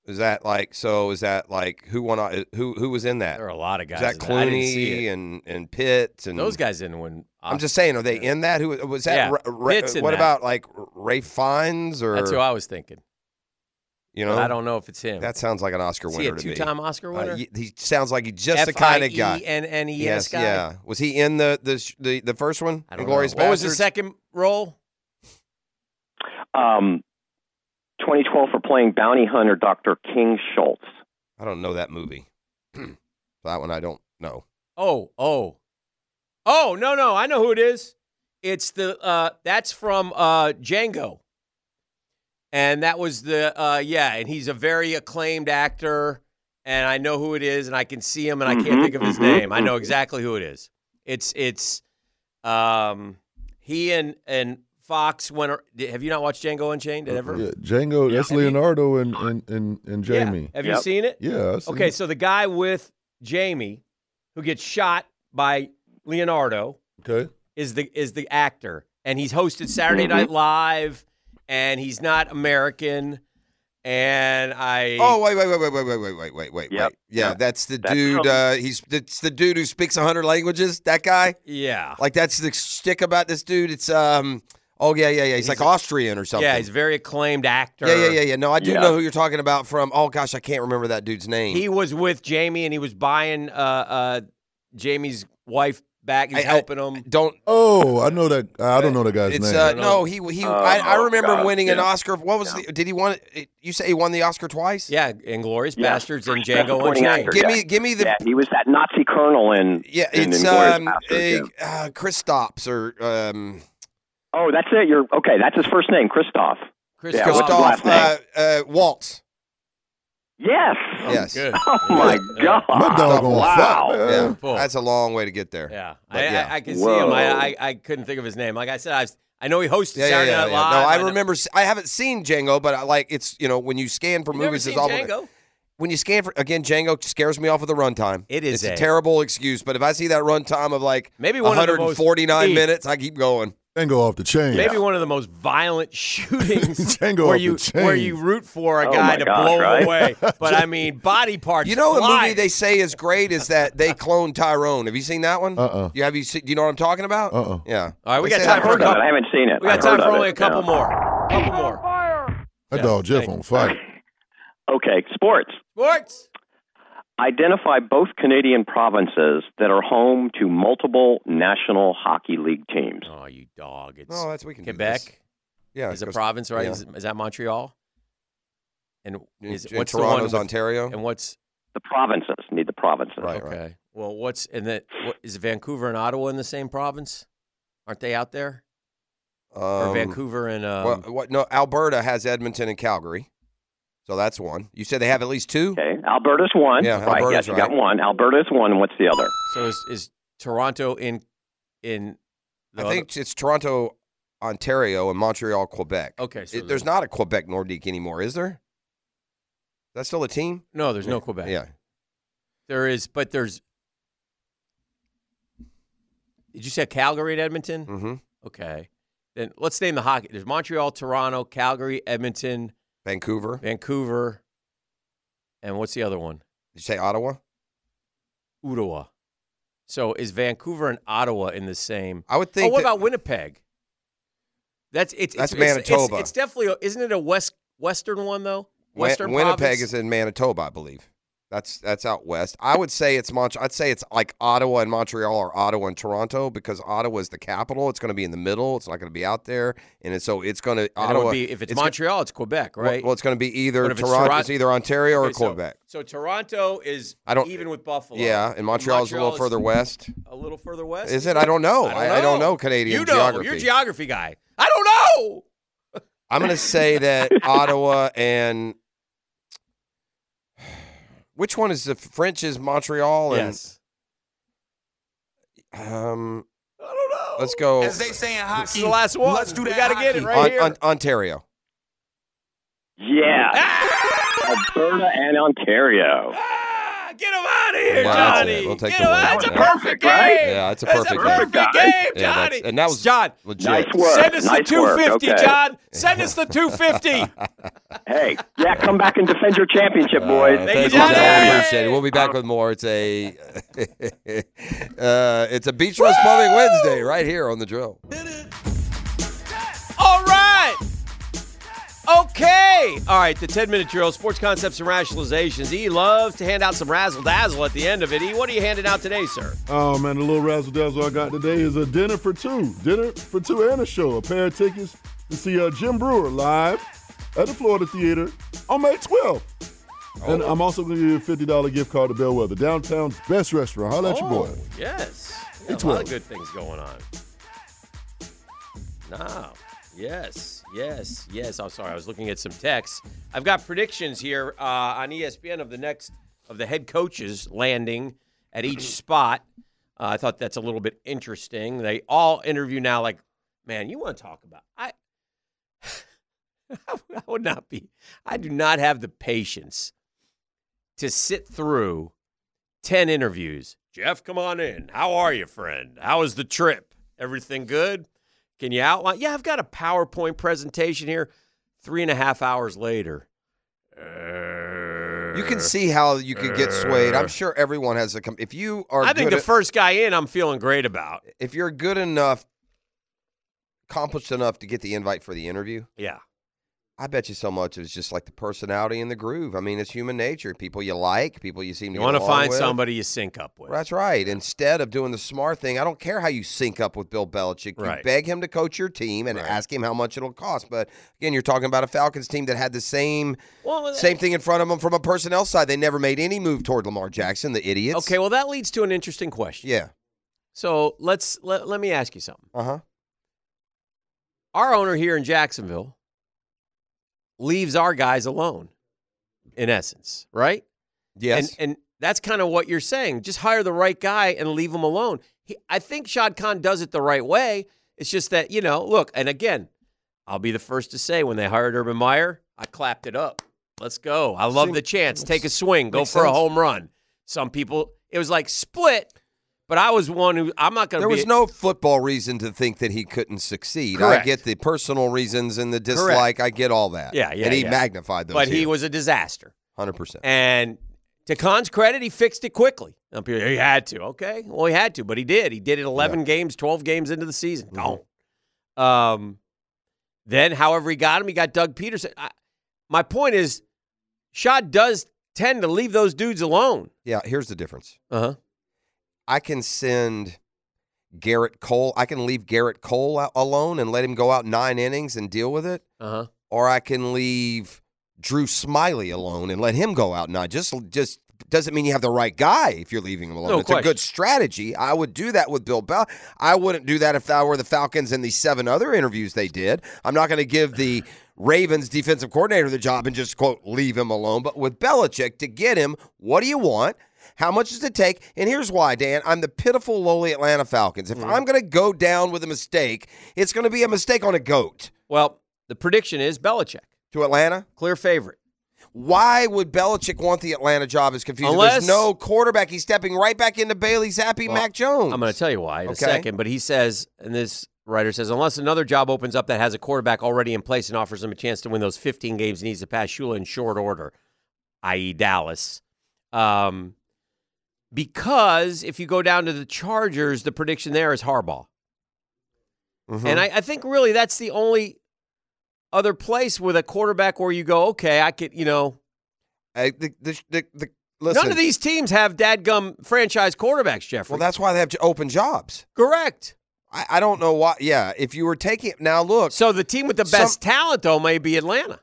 Speaker 6: Is that like so? Is that like who won? uh, Who who was in that? There
Speaker 9: are a lot of
Speaker 6: Is that
Speaker 9: guys in that. I didn't see
Speaker 6: Clooney
Speaker 9: it.
Speaker 6: and and Pitt and
Speaker 9: Those guys didn't win.
Speaker 6: I'm just saying, are they in that? Who was that?
Speaker 9: Yeah,
Speaker 6: Ra- Ra-
Speaker 9: Pitt's in
Speaker 6: what
Speaker 9: that.
Speaker 6: about like Ray Fiennes or?
Speaker 9: That's who I was thinking.
Speaker 6: You know,
Speaker 9: But I don't know if it's him.
Speaker 6: That sounds like an Oscar
Speaker 9: Is he
Speaker 6: winner
Speaker 9: a
Speaker 6: to me.
Speaker 9: two-time Oscar winner?
Speaker 6: y- he sounds like he's just the kind of guy.
Speaker 9: F-I-E-N-N-E-S
Speaker 6: yes,
Speaker 9: guy?
Speaker 6: yeah. Was he in the the sh- the, the first one?
Speaker 9: I don't know.
Speaker 6: Glorious
Speaker 9: What was the
Speaker 6: Bastards?
Speaker 9: second role?
Speaker 12: Um, 2012 for playing bounty hunter Dr. King Schultz.
Speaker 6: I don't know that movie. that one I don't know.
Speaker 9: Oh, oh, oh! No, no, I know who it is. It's the uh, that's from uh, Django, and that was the uh, yeah, and he's a very acclaimed actor, and I know who it is, and I can see him, and I can't
Speaker 13: Mhm,
Speaker 9: think of his
Speaker 13: mhm,
Speaker 9: name. I know
Speaker 13: mhm.
Speaker 9: exactly who it is. It's it's um, he and and Fox went. ar- did- Have you not watched Django Unchained? Did ever?
Speaker 5: Yeah, Django, that's Leonardo and, and, and, and
Speaker 9: Yeah.
Speaker 5: Jamie.
Speaker 9: Have you seen it?
Speaker 5: Yeah. I've seen
Speaker 9: okay,
Speaker 5: it.
Speaker 9: so the guy with Jamie who gets shot by Leonardo
Speaker 5: okay.
Speaker 9: is the is the actor and he's hosted Saturday
Speaker 5: Mhm.
Speaker 9: Night
Speaker 6: Mm-hmm.
Speaker 9: Live and he's not American and I
Speaker 6: Oh wait wait wait wait wait wait wait wait wait wait
Speaker 9: Yep.
Speaker 6: wait. Yeah,
Speaker 9: Yep.
Speaker 6: that's the
Speaker 9: That's
Speaker 6: dude.
Speaker 9: from-
Speaker 6: Uh, he's it's the dude who speaks hundred languages. That guy.
Speaker 9: yeah.
Speaker 6: Like that's the shtick about this dude. It's um. Oh yeah yeah yeah. He's, like Austrian or something.
Speaker 9: Yeah, he's a very acclaimed actor.
Speaker 6: Yeah, yeah, yeah, yeah. No, I do know who you're talking about from. Oh gosh, I can't remember that dude's name.
Speaker 9: He was with Jamie and he was buying uh uh Jamie's wife back. He's
Speaker 6: I- I-
Speaker 9: helping him.
Speaker 6: Don't.
Speaker 5: Oh, I know that. I don't know the guy's
Speaker 6: It's
Speaker 5: name.
Speaker 6: uh, no, he he. I, I
Speaker 9: Oh,
Speaker 6: remember
Speaker 9: God,
Speaker 6: winning an
Speaker 9: yeah.
Speaker 6: Oscar. What was the? Did he won? it- You say he won the Oscar twice?
Speaker 9: Yeah, Inglorious
Speaker 6: Yeah,
Speaker 9: Bastards and
Speaker 6: best
Speaker 9: Django
Speaker 6: supporting
Speaker 9: Unchained.
Speaker 6: actor, Give yeah. me- give me the-
Speaker 12: Yeah, he was that Nazi colonel in.
Speaker 6: Yeah,
Speaker 12: in
Speaker 6: it's
Speaker 12: Inglourious
Speaker 6: um,
Speaker 12: Basterds, yeah.
Speaker 6: uh, uh, Kristaps or um,
Speaker 12: Oh, that's it. You're okay. That's his first name, Christoph. Yeah, what's his last
Speaker 6: Christoph
Speaker 12: name?
Speaker 6: uh, uh, Waltz.
Speaker 12: Yes.
Speaker 6: Yes.
Speaker 12: Oh my God! wow.
Speaker 6: Yeah, that's a long way to get there.
Speaker 9: Yeah,
Speaker 6: But
Speaker 9: I,
Speaker 6: yeah.
Speaker 9: I, I can see him. I, I I couldn't think of his name. Like I said, I was, I know he hosted
Speaker 6: Yeah, yeah,
Speaker 9: Saturday
Speaker 6: yeah,
Speaker 9: Night
Speaker 6: yeah.
Speaker 9: Live.
Speaker 6: No, I
Speaker 9: know-
Speaker 6: remember. s- I haven't seen Django, but I, like it's you know when you scan for
Speaker 9: You've
Speaker 6: movies,
Speaker 9: never
Speaker 6: it's all
Speaker 9: seen Django.
Speaker 6: when you scan for again, Django scares me off with the runtime.
Speaker 9: It is
Speaker 6: it's a,
Speaker 9: a-
Speaker 6: terrible excuse, but if I see that runtime of like
Speaker 9: Maybe one of the most-
Speaker 6: 149
Speaker 9: Steve.
Speaker 6: minutes, I keep going.
Speaker 5: Django off the chain.
Speaker 9: Maybe one of the most violent shootings
Speaker 5: Django
Speaker 9: where
Speaker 5: off
Speaker 9: you
Speaker 5: the
Speaker 9: where
Speaker 5: chain.
Speaker 9: you root for a
Speaker 6: Oh
Speaker 9: guy
Speaker 6: my
Speaker 9: to
Speaker 6: gosh,
Speaker 9: blow
Speaker 6: right?
Speaker 9: away. But I mean, body parts.
Speaker 6: You know, a
Speaker 9: fly.
Speaker 6: movie they say is great is that they clone Tyrone. Have you seen that one?
Speaker 5: Uh-uh.
Speaker 6: You have you seen? Do you know what I'm talking about? Uh-uh. Yeah.
Speaker 9: All right, we
Speaker 6: They
Speaker 9: got
Speaker 6: say
Speaker 9: time
Speaker 6: that-
Speaker 9: for a couple. We got
Speaker 6: I've
Speaker 9: time
Speaker 6: heard
Speaker 9: for
Speaker 6: of
Speaker 9: only
Speaker 6: it,
Speaker 9: a couple
Speaker 6: yeah.
Speaker 9: more. Couple more.
Speaker 5: That dog Jeff on fire.
Speaker 12: Okay, sports.
Speaker 9: Sports.
Speaker 12: Identify both Canadian provinces that are home to multiple National Hockey League teams.
Speaker 9: Oh, you dog! It's
Speaker 6: No, that's we can do
Speaker 9: Quebec.
Speaker 6: this. Yeah,
Speaker 9: is a
Speaker 6: because-
Speaker 9: province, right?
Speaker 6: yeah.
Speaker 9: Is, is that Montreal? And is
Speaker 6: and
Speaker 9: what's
Speaker 6: Toronto's
Speaker 9: the one with-
Speaker 6: Ontario?
Speaker 9: And what's
Speaker 12: The provinces need the provinces.
Speaker 6: Right,
Speaker 9: okay. Well, what's and then what, is Vancouver and Ottawa in the same province? Aren't they out there?
Speaker 6: Um,
Speaker 9: or Vancouver and um,
Speaker 6: well, what? No, Alberta has Edmonton and Calgary, so that's one. You said they have at least two.
Speaker 12: Okay, Alberta's one.
Speaker 6: Yeah,
Speaker 12: right.
Speaker 6: Alberta's
Speaker 12: yes, you got
Speaker 6: right.
Speaker 12: one. Alberta's one. What's the other?
Speaker 9: so is, is Toronto in in? The
Speaker 6: I think it's Toronto, Ontario, and Montreal, Quebec.
Speaker 9: Okay, so
Speaker 6: It- there's not a Quebec Nordique anymore, is there? Is that still a team?
Speaker 9: No, there's no Quebec.
Speaker 6: Yeah.
Speaker 9: There is, but there's. Did you say Calgary and Edmonton?
Speaker 6: Mm-hmm.
Speaker 9: Okay, then let's name the hockey. There's Montreal, Toronto, Calgary, Edmonton,
Speaker 6: Vancouver.
Speaker 9: Vancouver. And what's the other one?
Speaker 6: Did you say Ottawa?
Speaker 9: Ottawa. So is Vancouver and Ottawa in the same?
Speaker 6: I would
Speaker 9: Oh,
Speaker 6: think
Speaker 9: what
Speaker 6: that-
Speaker 9: about Winnipeg? That's it's
Speaker 6: That's
Speaker 9: it's- it's-
Speaker 6: Manitoba.
Speaker 9: It's, definitely isn't it a west western one though?
Speaker 6: Win-
Speaker 9: Western
Speaker 6: Winnipeg
Speaker 9: province?
Speaker 6: is in Manitoba, I believe. That's that's out west. I would say it's Mont. I'd say it's like Ottawa and Montreal or Ottawa and Toronto because Ottawa is the capital. It's going to be in the middle. It's not going to be out there, and it's, so it's going to
Speaker 9: And it would
Speaker 6: Ottawa.
Speaker 9: be- if it's,
Speaker 6: go-
Speaker 9: Montreal, it's Quebec,
Speaker 6: well-
Speaker 9: right?
Speaker 6: Well, it's going to be either
Speaker 9: But if
Speaker 6: Toronto,
Speaker 9: it's Toron-
Speaker 6: it's either Ontario or
Speaker 9: Okay, so-
Speaker 6: Quebec.
Speaker 9: So Toronto is
Speaker 6: I don't-
Speaker 9: even with Buffalo.
Speaker 6: Yeah, and Montreal's a little further west.
Speaker 9: A little further west.
Speaker 6: Is it? I don't know. I- I don't know Canadian
Speaker 9: you know, You're
Speaker 6: geography.
Speaker 9: a geography guy. I don't know.
Speaker 6: I'm going to say that Ottawa and which one is the French is Montreal and
Speaker 9: Yes.
Speaker 6: um I don't know. Let's go
Speaker 4: As they say in hockey,
Speaker 9: the last one.
Speaker 4: Let's do
Speaker 9: We
Speaker 4: that.
Speaker 9: gotta
Speaker 4: hockey.
Speaker 9: get it right
Speaker 6: On-
Speaker 9: here.
Speaker 6: on- Ontario.
Speaker 12: Yeah. Alberta and Ontario.
Speaker 9: Here,
Speaker 6: Wow, that's
Speaker 9: Johnny.
Speaker 6: it. We'll take
Speaker 9: Get
Speaker 6: the
Speaker 9: him
Speaker 6: win.
Speaker 9: out.
Speaker 6: Yeah.
Speaker 9: That's a perfect game.
Speaker 6: Yeah, it's a
Speaker 9: That's
Speaker 6: perfect,
Speaker 9: a perfect
Speaker 6: game.
Speaker 9: game,
Speaker 6: Yeah, that's-
Speaker 9: Johnny.
Speaker 6: and that was
Speaker 9: John.
Speaker 6: Legit.
Speaker 12: Nice work.
Speaker 9: Send us
Speaker 12: Nice
Speaker 9: the
Speaker 12: work.
Speaker 9: 250,
Speaker 12: Okay.
Speaker 9: John. Send us the 250.
Speaker 12: Hey, yeah, come back and defend your championship, boys.
Speaker 6: Uh, thank you, Johnny. Appreciate it. We'll be back with more. It's a uh, it's a Beach Rose Plumbing Wednesday right here on the drill.
Speaker 9: All right. Okay. All right. The 10 minute drill, sports concepts and rationalizations. E loves to hand out some razzle dazzle at the end of it. E, what are you handing out today, sir?
Speaker 5: Oh man, the little razzle dazzle I got today is a dinner for two, dinner for two and a show, a pair of tickets to see uh, Jim Brewer live at the Florida Theater on May 12th. And I'm also going to give you a fifty dollar gift card to Bellwether, downtown's best restaurant. Holla at your boy.
Speaker 9: Oh, Yes. We
Speaker 5: It's
Speaker 9: got a lot
Speaker 5: well.
Speaker 9: of good things going on. Now, yes, yes, yes. I'm sorry. I was looking at some texts. I've got predictions here uh, on ESPN of the next of the head coaches landing at each spot. Uh, I thought that's a little bit interesting. They all interview now. Like, man, you want to talk about? I, I would not be. I do not have the patience to sit through 10 interviews. Jeff, come on in. How are you, friend? How is the trip? Everything good? Can you outline? Yeah, I've got a PowerPoint presentation here. Three and a half hours later. Uh,
Speaker 6: You can see how you could get swayed. I'm sure everyone has a. Com- if you are,
Speaker 9: I think
Speaker 6: good
Speaker 9: the
Speaker 6: at-
Speaker 9: first guy in, I'm feeling great about.
Speaker 6: if you're good enough, accomplished enough to get the invite for the interview,
Speaker 9: Yeah.
Speaker 6: I bet you so much it was just like the personality and the groove. I mean, it's human nature. People you like, people you seem to
Speaker 9: You
Speaker 6: get
Speaker 9: want to
Speaker 6: along
Speaker 9: find
Speaker 6: with.
Speaker 9: somebody you sync up with.
Speaker 6: That's right. Instead of doing the smart thing, I don't care how you sync up with Bill Belichick. You
Speaker 9: Right.
Speaker 6: beg him to coach your team and ask him how much it'll cost. But again, you're talking about a Falcons team that had the same
Speaker 9: Well, uh,
Speaker 6: same thing in front of them from a personnel side. They never made any move toward Lamar Jackson. The idiots.
Speaker 9: Okay, well, that leads to an interesting question.
Speaker 6: Yeah.
Speaker 9: So let's let, let me ask you something.
Speaker 6: Uh huh.
Speaker 9: Our owner here in Jacksonville leaves our guys alone, in essence, right?
Speaker 6: Yes.
Speaker 9: And and that's kind of what you're saying. Just hire the right guy and leave him alone. He, I think Shad Khan does it the right way. It's just that you know, look, and again, I'll be the first to say when they hired Urban Meyer, I clapped it up. Let's go. I love the chance. Take a swing. Go
Speaker 6: makes
Speaker 9: for a
Speaker 6: sense.
Speaker 9: home run. Some people, it was like split, but I was one who I'm not going to.
Speaker 6: There
Speaker 9: be
Speaker 6: was no football reason to think that he couldn't succeed. I
Speaker 9: Correct.
Speaker 6: get the personal reasons and the dislike. I get all that.
Speaker 9: Yeah, yeah.
Speaker 6: And he
Speaker 9: yeah.
Speaker 6: magnified those.
Speaker 9: But he was a disaster.
Speaker 6: hundred percent.
Speaker 9: And to Khan's credit, he fixed it quickly. Now people, He had to. Okay. Well, he had to, but he did. He did it 11 games, 12 games into the season.
Speaker 6: Mm-hmm.
Speaker 9: Gone. Um, then, however, he got him, he got Doug Peterson. I, my point is, Shad does tend to leave those dudes alone.
Speaker 6: Yeah. Here's the difference.
Speaker 9: Uh huh.
Speaker 6: I can send Garrett Cole. I can leave Garrett Cole out alone and let him go out nine innings and deal with it,
Speaker 9: Uh huh.
Speaker 6: or I can leave Drew Smiley alone and let him go out nine. Just just doesn't mean you have the right guy if you're leaving him alone.
Speaker 9: No
Speaker 6: it's a
Speaker 9: question.
Speaker 6: good strategy. I would do that with Bill Bell. I wouldn't do that if I were the Falcons and the seven other interviews they did. I'm not going to give the Ravens defensive coordinator the job and just quote leave him alone. But with Belichick to get him, what do you want? How much does it take? And here's why, Dan. I'm the pitiful, lowly Atlanta Falcons. If
Speaker 9: Mm-hmm.
Speaker 6: I'm going to go down with a mistake, it's going to be a mistake on a goat
Speaker 9: Well, the prediction is Belichick,
Speaker 6: to Atlanta.
Speaker 9: clear favorite.
Speaker 6: Why would Belichick want the Atlanta job? Is confusing.
Speaker 9: Unless-
Speaker 6: There's no quarterback. He's stepping right back into Bailey Zappi,
Speaker 9: Well,
Speaker 6: Mac Jones.
Speaker 9: I'm going to tell you why in
Speaker 6: Okay.
Speaker 9: a second, but he says, and this writer says, unless another job opens up that has a quarterback already in place and offers him a chance to win those 15 games he needs to pass Shula in short order, i.e., Dallas. Um, because if you go down to the Chargers, the prediction there is Harbaugh.
Speaker 6: Mm-hmm.
Speaker 9: And I, I think really that's the only other place with a quarterback where you go, okay, I could, you know.
Speaker 6: the, the, the,
Speaker 9: None
Speaker 6: listen.
Speaker 9: of these teams have dadgum franchise quarterbacks, Jeffrey.
Speaker 6: Well, that's why they have to open jobs.
Speaker 9: Correct.
Speaker 6: I, I don't know why. Yeah, if you were taking now, look.
Speaker 9: So the team with the best talent though may be Atlanta.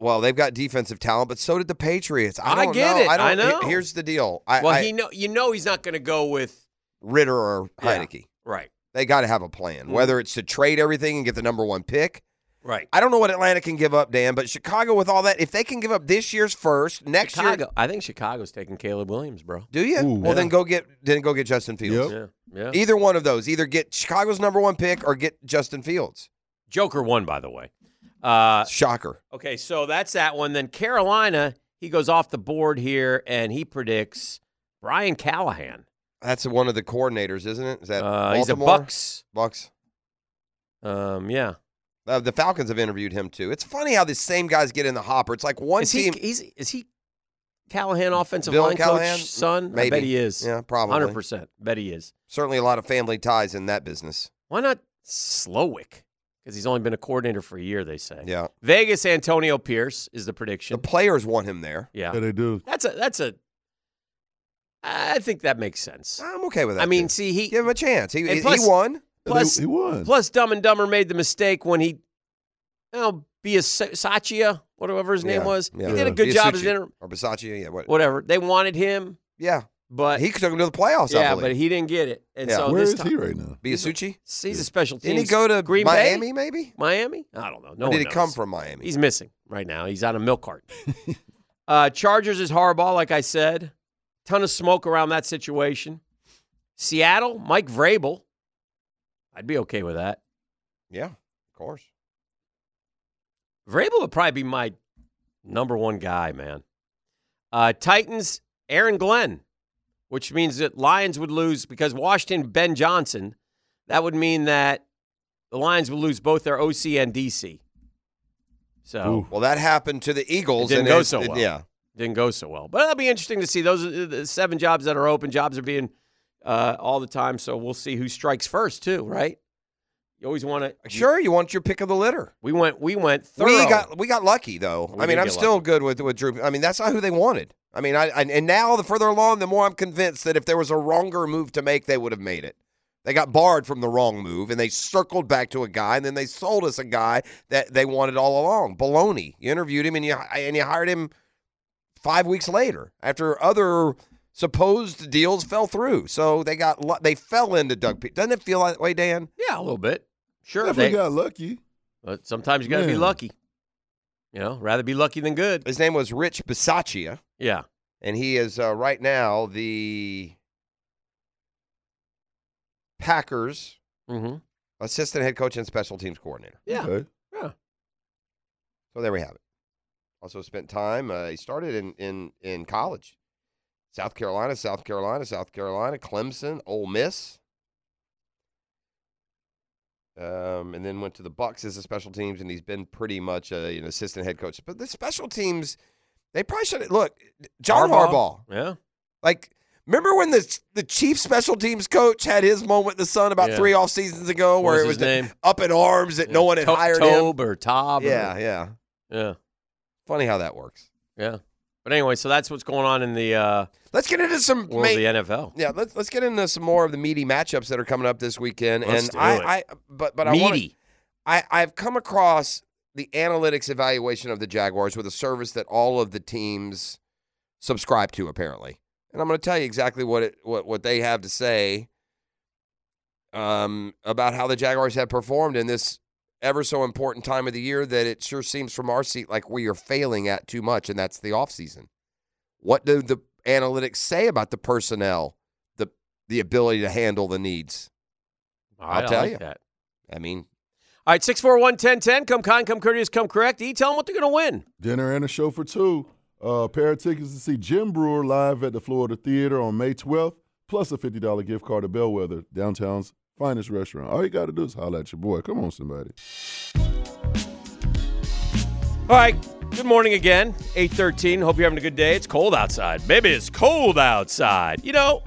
Speaker 6: Well, they've got defensive talent, but so did the Patriots. I,
Speaker 9: I
Speaker 6: don't
Speaker 9: get
Speaker 6: know.
Speaker 9: it.
Speaker 6: I, don't,
Speaker 9: I know.
Speaker 6: he- Here's the deal. I,
Speaker 9: well,
Speaker 6: I-
Speaker 9: he know you know he's not going to go with
Speaker 6: Ritter or Heineke.
Speaker 9: right,
Speaker 6: They got to have a plan,
Speaker 9: Mhm.
Speaker 6: whether it's to trade everything and get the number one pick.
Speaker 9: right.
Speaker 6: I don't know what Atlanta can give up, Dan, but Chicago with all that, if they can give up this year's first, next
Speaker 9: Chicago.
Speaker 6: year,
Speaker 9: I think Chicago's taking Caleb Williams, bro.
Speaker 6: do you? well, then go get then go get Justin Fields.
Speaker 9: Yep. Yeah, yeah.
Speaker 6: Either one of those, either get Chicago's number one pick or get Justin Fields.
Speaker 9: Joker won, by the way. Uh,
Speaker 6: Shocker.
Speaker 9: Okay, so that's that one. Then Carolina, he goes off the board here, and he predicts Brian Callahan.
Speaker 6: That's one of the coordinators, isn't it? Is that
Speaker 9: Uh,
Speaker 6: Baltimore?
Speaker 9: he's a Bucks.
Speaker 6: Bucks.
Speaker 9: Um, yeah.
Speaker 6: Uh, the Falcons have interviewed him too. It's funny how the same guys get in the hopper. It's like one
Speaker 9: is
Speaker 6: team.
Speaker 9: he? He's, is he Callahan offensive
Speaker 6: Bill
Speaker 9: line
Speaker 6: Callahan?
Speaker 9: coach son? I
Speaker 6: Maybe.
Speaker 9: bet he is.
Speaker 6: Yeah, probably.
Speaker 9: Hundred percent. Bet he is.
Speaker 6: Certainly a lot of family ties in that business.
Speaker 9: Why not Slowick? Because he's only been a coordinator for a year. They say.
Speaker 6: Yeah.
Speaker 9: Vegas Antonio Pierce is the prediction.
Speaker 6: The players want him there.
Speaker 9: Yeah.
Speaker 5: Yeah, they do.
Speaker 9: That's a that's a. I think that makes sense.
Speaker 6: I'm okay with that.
Speaker 9: I mean,
Speaker 6: too.
Speaker 9: see, he
Speaker 6: give him a chance. He,
Speaker 9: and
Speaker 6: he,
Speaker 9: plus-
Speaker 6: he won.
Speaker 9: plus
Speaker 5: he won.
Speaker 9: plus Dumb and Dumber made the mistake when he, oh, be a Sachia, whatever his name
Speaker 6: Yeah,
Speaker 9: was.
Speaker 6: yeah.
Speaker 9: He did a good job as
Speaker 6: Biasucci
Speaker 9: an interim.
Speaker 6: or Bisaccia. Yeah, what,
Speaker 9: Whatever they wanted him,
Speaker 6: yeah.
Speaker 9: but
Speaker 6: He took him to the playoffs. I
Speaker 9: yeah,
Speaker 6: believe.
Speaker 9: but he didn't get it. And
Speaker 6: Yeah.
Speaker 9: so
Speaker 5: Where
Speaker 9: this
Speaker 5: is
Speaker 9: time,
Speaker 5: he right now?
Speaker 6: Biasucci?
Speaker 9: He's a special team.
Speaker 6: Didn't he go to
Speaker 9: Green
Speaker 6: Miami?
Speaker 9: Bay?
Speaker 6: Maybe.
Speaker 9: Miami? I don't know. No
Speaker 6: Or
Speaker 9: one
Speaker 6: did he come
Speaker 9: knows.
Speaker 6: from Miami?
Speaker 9: He's missing right now. He's on a milk cart. uh, Chargers is Harbaugh, like I said. Ton of smoke around that situation. Seattle, Mike Vrabel. I'd be okay with that.
Speaker 6: yeah, of course.
Speaker 9: Vrabel would probably be my number one guy, man. Uh, Titans, Aaron Glenn, which means that Lions would lose because Washington, Ben Johnson. That would mean that the Lions would lose both their OC and DC. So
Speaker 6: Well, that happened to the Eagles.
Speaker 9: It didn't go
Speaker 6: and it's-
Speaker 9: so
Speaker 6: it-
Speaker 9: well.
Speaker 6: Yeah,
Speaker 9: didn't go so well. But it'll be interesting to see. Those are the seven jobs that are open. Jobs are being uh, all the time. So we'll see who strikes first, too, right? You always want to.
Speaker 6: sure. You want your pick of the litter.
Speaker 9: We went. We went thorough.
Speaker 6: We got we got lucky though.
Speaker 9: We
Speaker 6: I mean,
Speaker 9: did
Speaker 6: I'm
Speaker 9: get
Speaker 6: still good with with Drew. I mean, that's not who they wanted. I mean, I, I and now the further along, the more I'm convinced that if there was a wronger move to make, they would have made it. They got barred from the wrong move, and they circled back to a guy, and then they sold us a guy that they wanted all along. Baloney. You interviewed him, and you and you hired him five weeks later after other supposed deals fell through. So they got lu- they fell into Doug. Pe- Doesn't it feel that way, Dan?
Speaker 9: yeah, a little bit. Sure.
Speaker 5: Definitely
Speaker 9: they-
Speaker 5: got lucky.
Speaker 9: But sometimes you got to be
Speaker 5: Man.
Speaker 9: lucky. You know, rather be lucky than good.
Speaker 6: His name was Rich Bisaccia.
Speaker 9: Yeah.
Speaker 6: and he is uh, right now the Packers
Speaker 9: Mm-hmm.
Speaker 6: assistant head coach and special teams coordinator.
Speaker 9: Yeah.
Speaker 5: Okay.
Speaker 9: Yeah.
Speaker 6: So there we have it. Also spent time. Uh, he started in in in college, South Carolina, South Carolina, South Carolina, Clemson, Ole Miss. Um, and then went to the Bucks as a special teams, and he's been pretty much a, an assistant head coach. But the special teams, they probably should look. John Harbaugh
Speaker 9: Yeah.
Speaker 6: like, remember when the the Chief special teams coach had his moment in the sun about
Speaker 9: Yeah.
Speaker 6: three off seasons ago,
Speaker 9: What
Speaker 6: where
Speaker 9: was
Speaker 6: it was
Speaker 9: his
Speaker 6: the-
Speaker 9: name?
Speaker 6: up in arms that no one had
Speaker 9: To-
Speaker 6: hired him.
Speaker 9: Tobe or Tob. or-
Speaker 6: Yeah, yeah.
Speaker 9: yeah.
Speaker 6: Funny how that works.
Speaker 9: Yeah. But anyway, so that's what's going on in the uh,
Speaker 6: Let's get into some.
Speaker 9: world
Speaker 6: ma-
Speaker 9: of the NFL.
Speaker 6: yeah, let's let's get into some more of the meaty matchups that are coming up this weekend.
Speaker 9: Let's
Speaker 6: and
Speaker 9: do
Speaker 6: I,
Speaker 9: it.
Speaker 6: I, but but I want
Speaker 9: Meaty.
Speaker 6: I, I've come across the analytics evaluation of the Jaguars with a service that all of the teams subscribe to, apparently. And I'm going to tell you exactly what it what, what they have to say um, about how the Jaguars have performed in this ever so important time of the year that it sure seems from our seat like we are failing at too much, and that's the offseason. What do the analytics say about the personnel, the the ability to handle the needs?
Speaker 9: All right,
Speaker 6: I'll
Speaker 9: I
Speaker 6: tell
Speaker 9: like
Speaker 6: you.
Speaker 9: that.
Speaker 6: I mean,
Speaker 9: All right, 641 1010. Come kind, come courteous, come correct. E, tell them what they're going to win.
Speaker 5: Dinner and a show for two. Uh, a pair of tickets to see Jim Brewer live at the Florida Theater on May 12th, plus a $50 gift card to Bellwether, downtown's finest restaurant. All you got to do is holler at your boy. Come on, somebody.
Speaker 9: All right. Good morning again. 813. Hope you're having a good day. It's cold outside. Baby, it's cold outside. You know,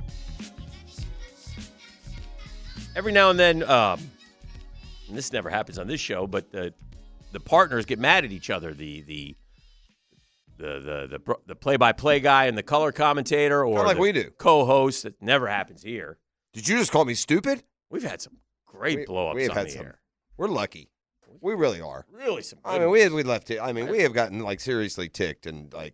Speaker 9: every now and then, um, and this never happens on this show, but the the partners get mad at each other. The the the the the, pro- the play-by-play guy and the color commentator, or
Speaker 6: Kinda like
Speaker 9: the
Speaker 6: we do.
Speaker 9: co-host. That never happens here.
Speaker 6: Did you just call me stupid?
Speaker 9: We've had some great
Speaker 6: We-
Speaker 9: blow-ups
Speaker 6: we have
Speaker 9: on
Speaker 6: had
Speaker 9: the
Speaker 6: some.
Speaker 9: air.
Speaker 6: We're lucky. We really are.
Speaker 9: Really, some.
Speaker 6: I
Speaker 9: good
Speaker 6: mean, we had, we left it. I mean, we have gotten like seriously ticked and like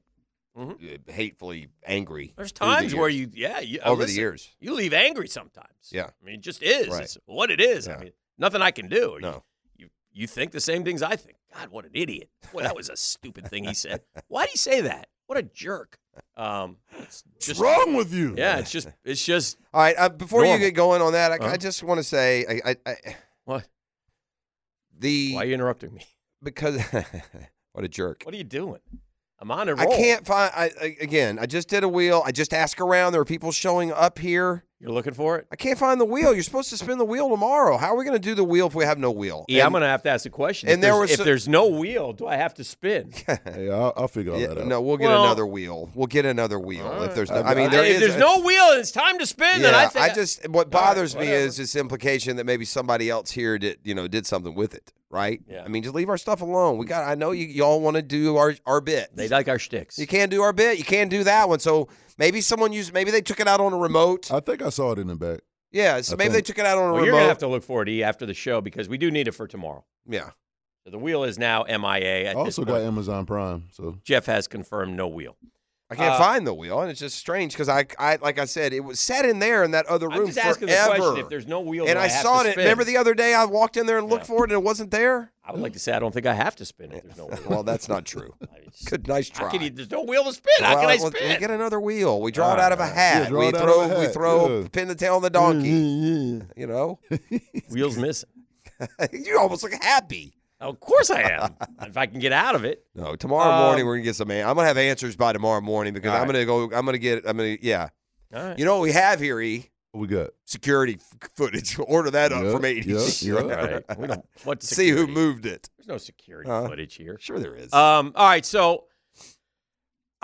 Speaker 6: uh, hatefully angry.
Speaker 9: Mm-hmm. There's
Speaker 6: through the
Speaker 9: times where you,
Speaker 6: years.
Speaker 9: yeah, you, uh,
Speaker 6: over
Speaker 9: listen,
Speaker 6: the years,
Speaker 9: you leave angry sometimes.
Speaker 6: yeah.
Speaker 9: I mean, it just is.
Speaker 6: Right.
Speaker 9: It's what it is. I
Speaker 6: Yeah.
Speaker 9: mean, nothing I can do.
Speaker 6: No.
Speaker 9: You, you think the same things I think. God, what an idiot. Boy, that was a stupid thing he said. Why'd he say that? What a jerk. Um, it's just,
Speaker 6: wrong with you?
Speaker 9: Yeah, it's just, it's just.
Speaker 6: All right, uh, before you
Speaker 9: normal.
Speaker 6: get going on that, I,
Speaker 9: Uh-huh.
Speaker 6: I just want to say, I, I, I
Speaker 9: what
Speaker 6: the
Speaker 9: why are you interrupting me?
Speaker 6: Because what a jerk.
Speaker 9: What are you doing? I'm on a
Speaker 6: I
Speaker 9: roll.
Speaker 6: can't find. I, I again, I just did a wheel. I just asked around. There are people showing up here.
Speaker 9: You're looking for it.
Speaker 6: I can't find the wheel. You're supposed to spin the wheel tomorrow. How are we going to do the wheel if we have no wheel?
Speaker 9: Yeah, E, I'm
Speaker 6: And-
Speaker 9: going to have to ask a question.
Speaker 6: and
Speaker 9: if
Speaker 6: there
Speaker 9: there's,
Speaker 6: was
Speaker 9: if
Speaker 6: so-
Speaker 9: there's no wheel, do I have to spin?
Speaker 5: Hey, I'll, I'll figure all
Speaker 6: Yeah,
Speaker 5: that out.
Speaker 6: No, we'll get
Speaker 9: Well-
Speaker 6: another wheel. We'll get another wheel if there's. No, I mean, there
Speaker 9: if
Speaker 6: is.
Speaker 9: there's
Speaker 6: a-
Speaker 9: no wheel, and it's time to spin. then I
Speaker 6: Yeah,
Speaker 9: think
Speaker 6: just what bothers me is this implication that maybe somebody else here did you know did something with it, right? Yeah. I mean, just leave our stuff alone. We got. I know you y'all want to do our our bit.
Speaker 9: They like our shticks.
Speaker 6: You can't do our bit. You can't do that one. So maybe someone used. Maybe they took it out on a remote.
Speaker 5: I think I saw it in the back.
Speaker 6: Yeah. So
Speaker 9: I
Speaker 6: maybe they
Speaker 9: think-
Speaker 6: took it out on a
Speaker 9: Well,
Speaker 6: remote.
Speaker 9: you're gonna have to look for it E after the show because we do need it for tomorrow.
Speaker 6: Yeah.
Speaker 9: So the wheel is now MIA.
Speaker 5: I
Speaker 9: At
Speaker 5: also
Speaker 9: this
Speaker 5: got
Speaker 9: point.
Speaker 5: Amazon Prime, so
Speaker 9: Jeff has confirmed no wheel.
Speaker 6: I can't
Speaker 9: Uh,
Speaker 6: find the wheel, and it's just strange because I, I, like I said, it was sat in there in that other room
Speaker 9: I'm just asking
Speaker 6: forever.
Speaker 9: the question: if there's no wheel,
Speaker 6: and
Speaker 9: do
Speaker 6: I,
Speaker 9: I, have
Speaker 6: saw
Speaker 9: to
Speaker 6: it.
Speaker 9: spin?
Speaker 6: Remember the other day, I walked in there and looked for it, and it wasn't there.
Speaker 9: I would like to say I don't think I have to spin it. There's no wheel.
Speaker 6: Well, that's not true. Good, nice try.
Speaker 9: How can you, there's no wheel to spin. How can I
Speaker 6: Well,
Speaker 9: spin?
Speaker 6: We get another wheel. We draw it
Speaker 9: Ah.
Speaker 6: out of a
Speaker 9: Yeah,
Speaker 6: hat.
Speaker 9: draw
Speaker 6: we,
Speaker 9: it out
Speaker 6: throw,
Speaker 9: of a
Speaker 6: we
Speaker 9: hat,
Speaker 6: throw.
Speaker 9: yeah.
Speaker 6: pin the tail on the donkey. You know,
Speaker 9: Wheels missing.
Speaker 6: you almost look happy.
Speaker 9: Of course I am. if I can get out of it.
Speaker 6: No, tomorrow morning
Speaker 9: Um,
Speaker 6: we're gonna get some. an- I'm gonna have answers by tomorrow morning because
Speaker 9: All
Speaker 6: I'm
Speaker 9: right.
Speaker 6: gonna go. I'm gonna get. I'm gonna. Yeah.
Speaker 9: All right.
Speaker 6: You know what we have here, E.
Speaker 5: What we got?
Speaker 6: Security f- footage. Order that up
Speaker 5: Yeah,
Speaker 6: from
Speaker 5: yeah,
Speaker 6: '80s.
Speaker 5: yeah.
Speaker 9: Right. We don't- what's
Speaker 6: See who
Speaker 9: security?
Speaker 6: moved it.
Speaker 9: There's no security
Speaker 6: Huh?
Speaker 9: footage here.
Speaker 6: Sure, there is.
Speaker 9: Um, all right, so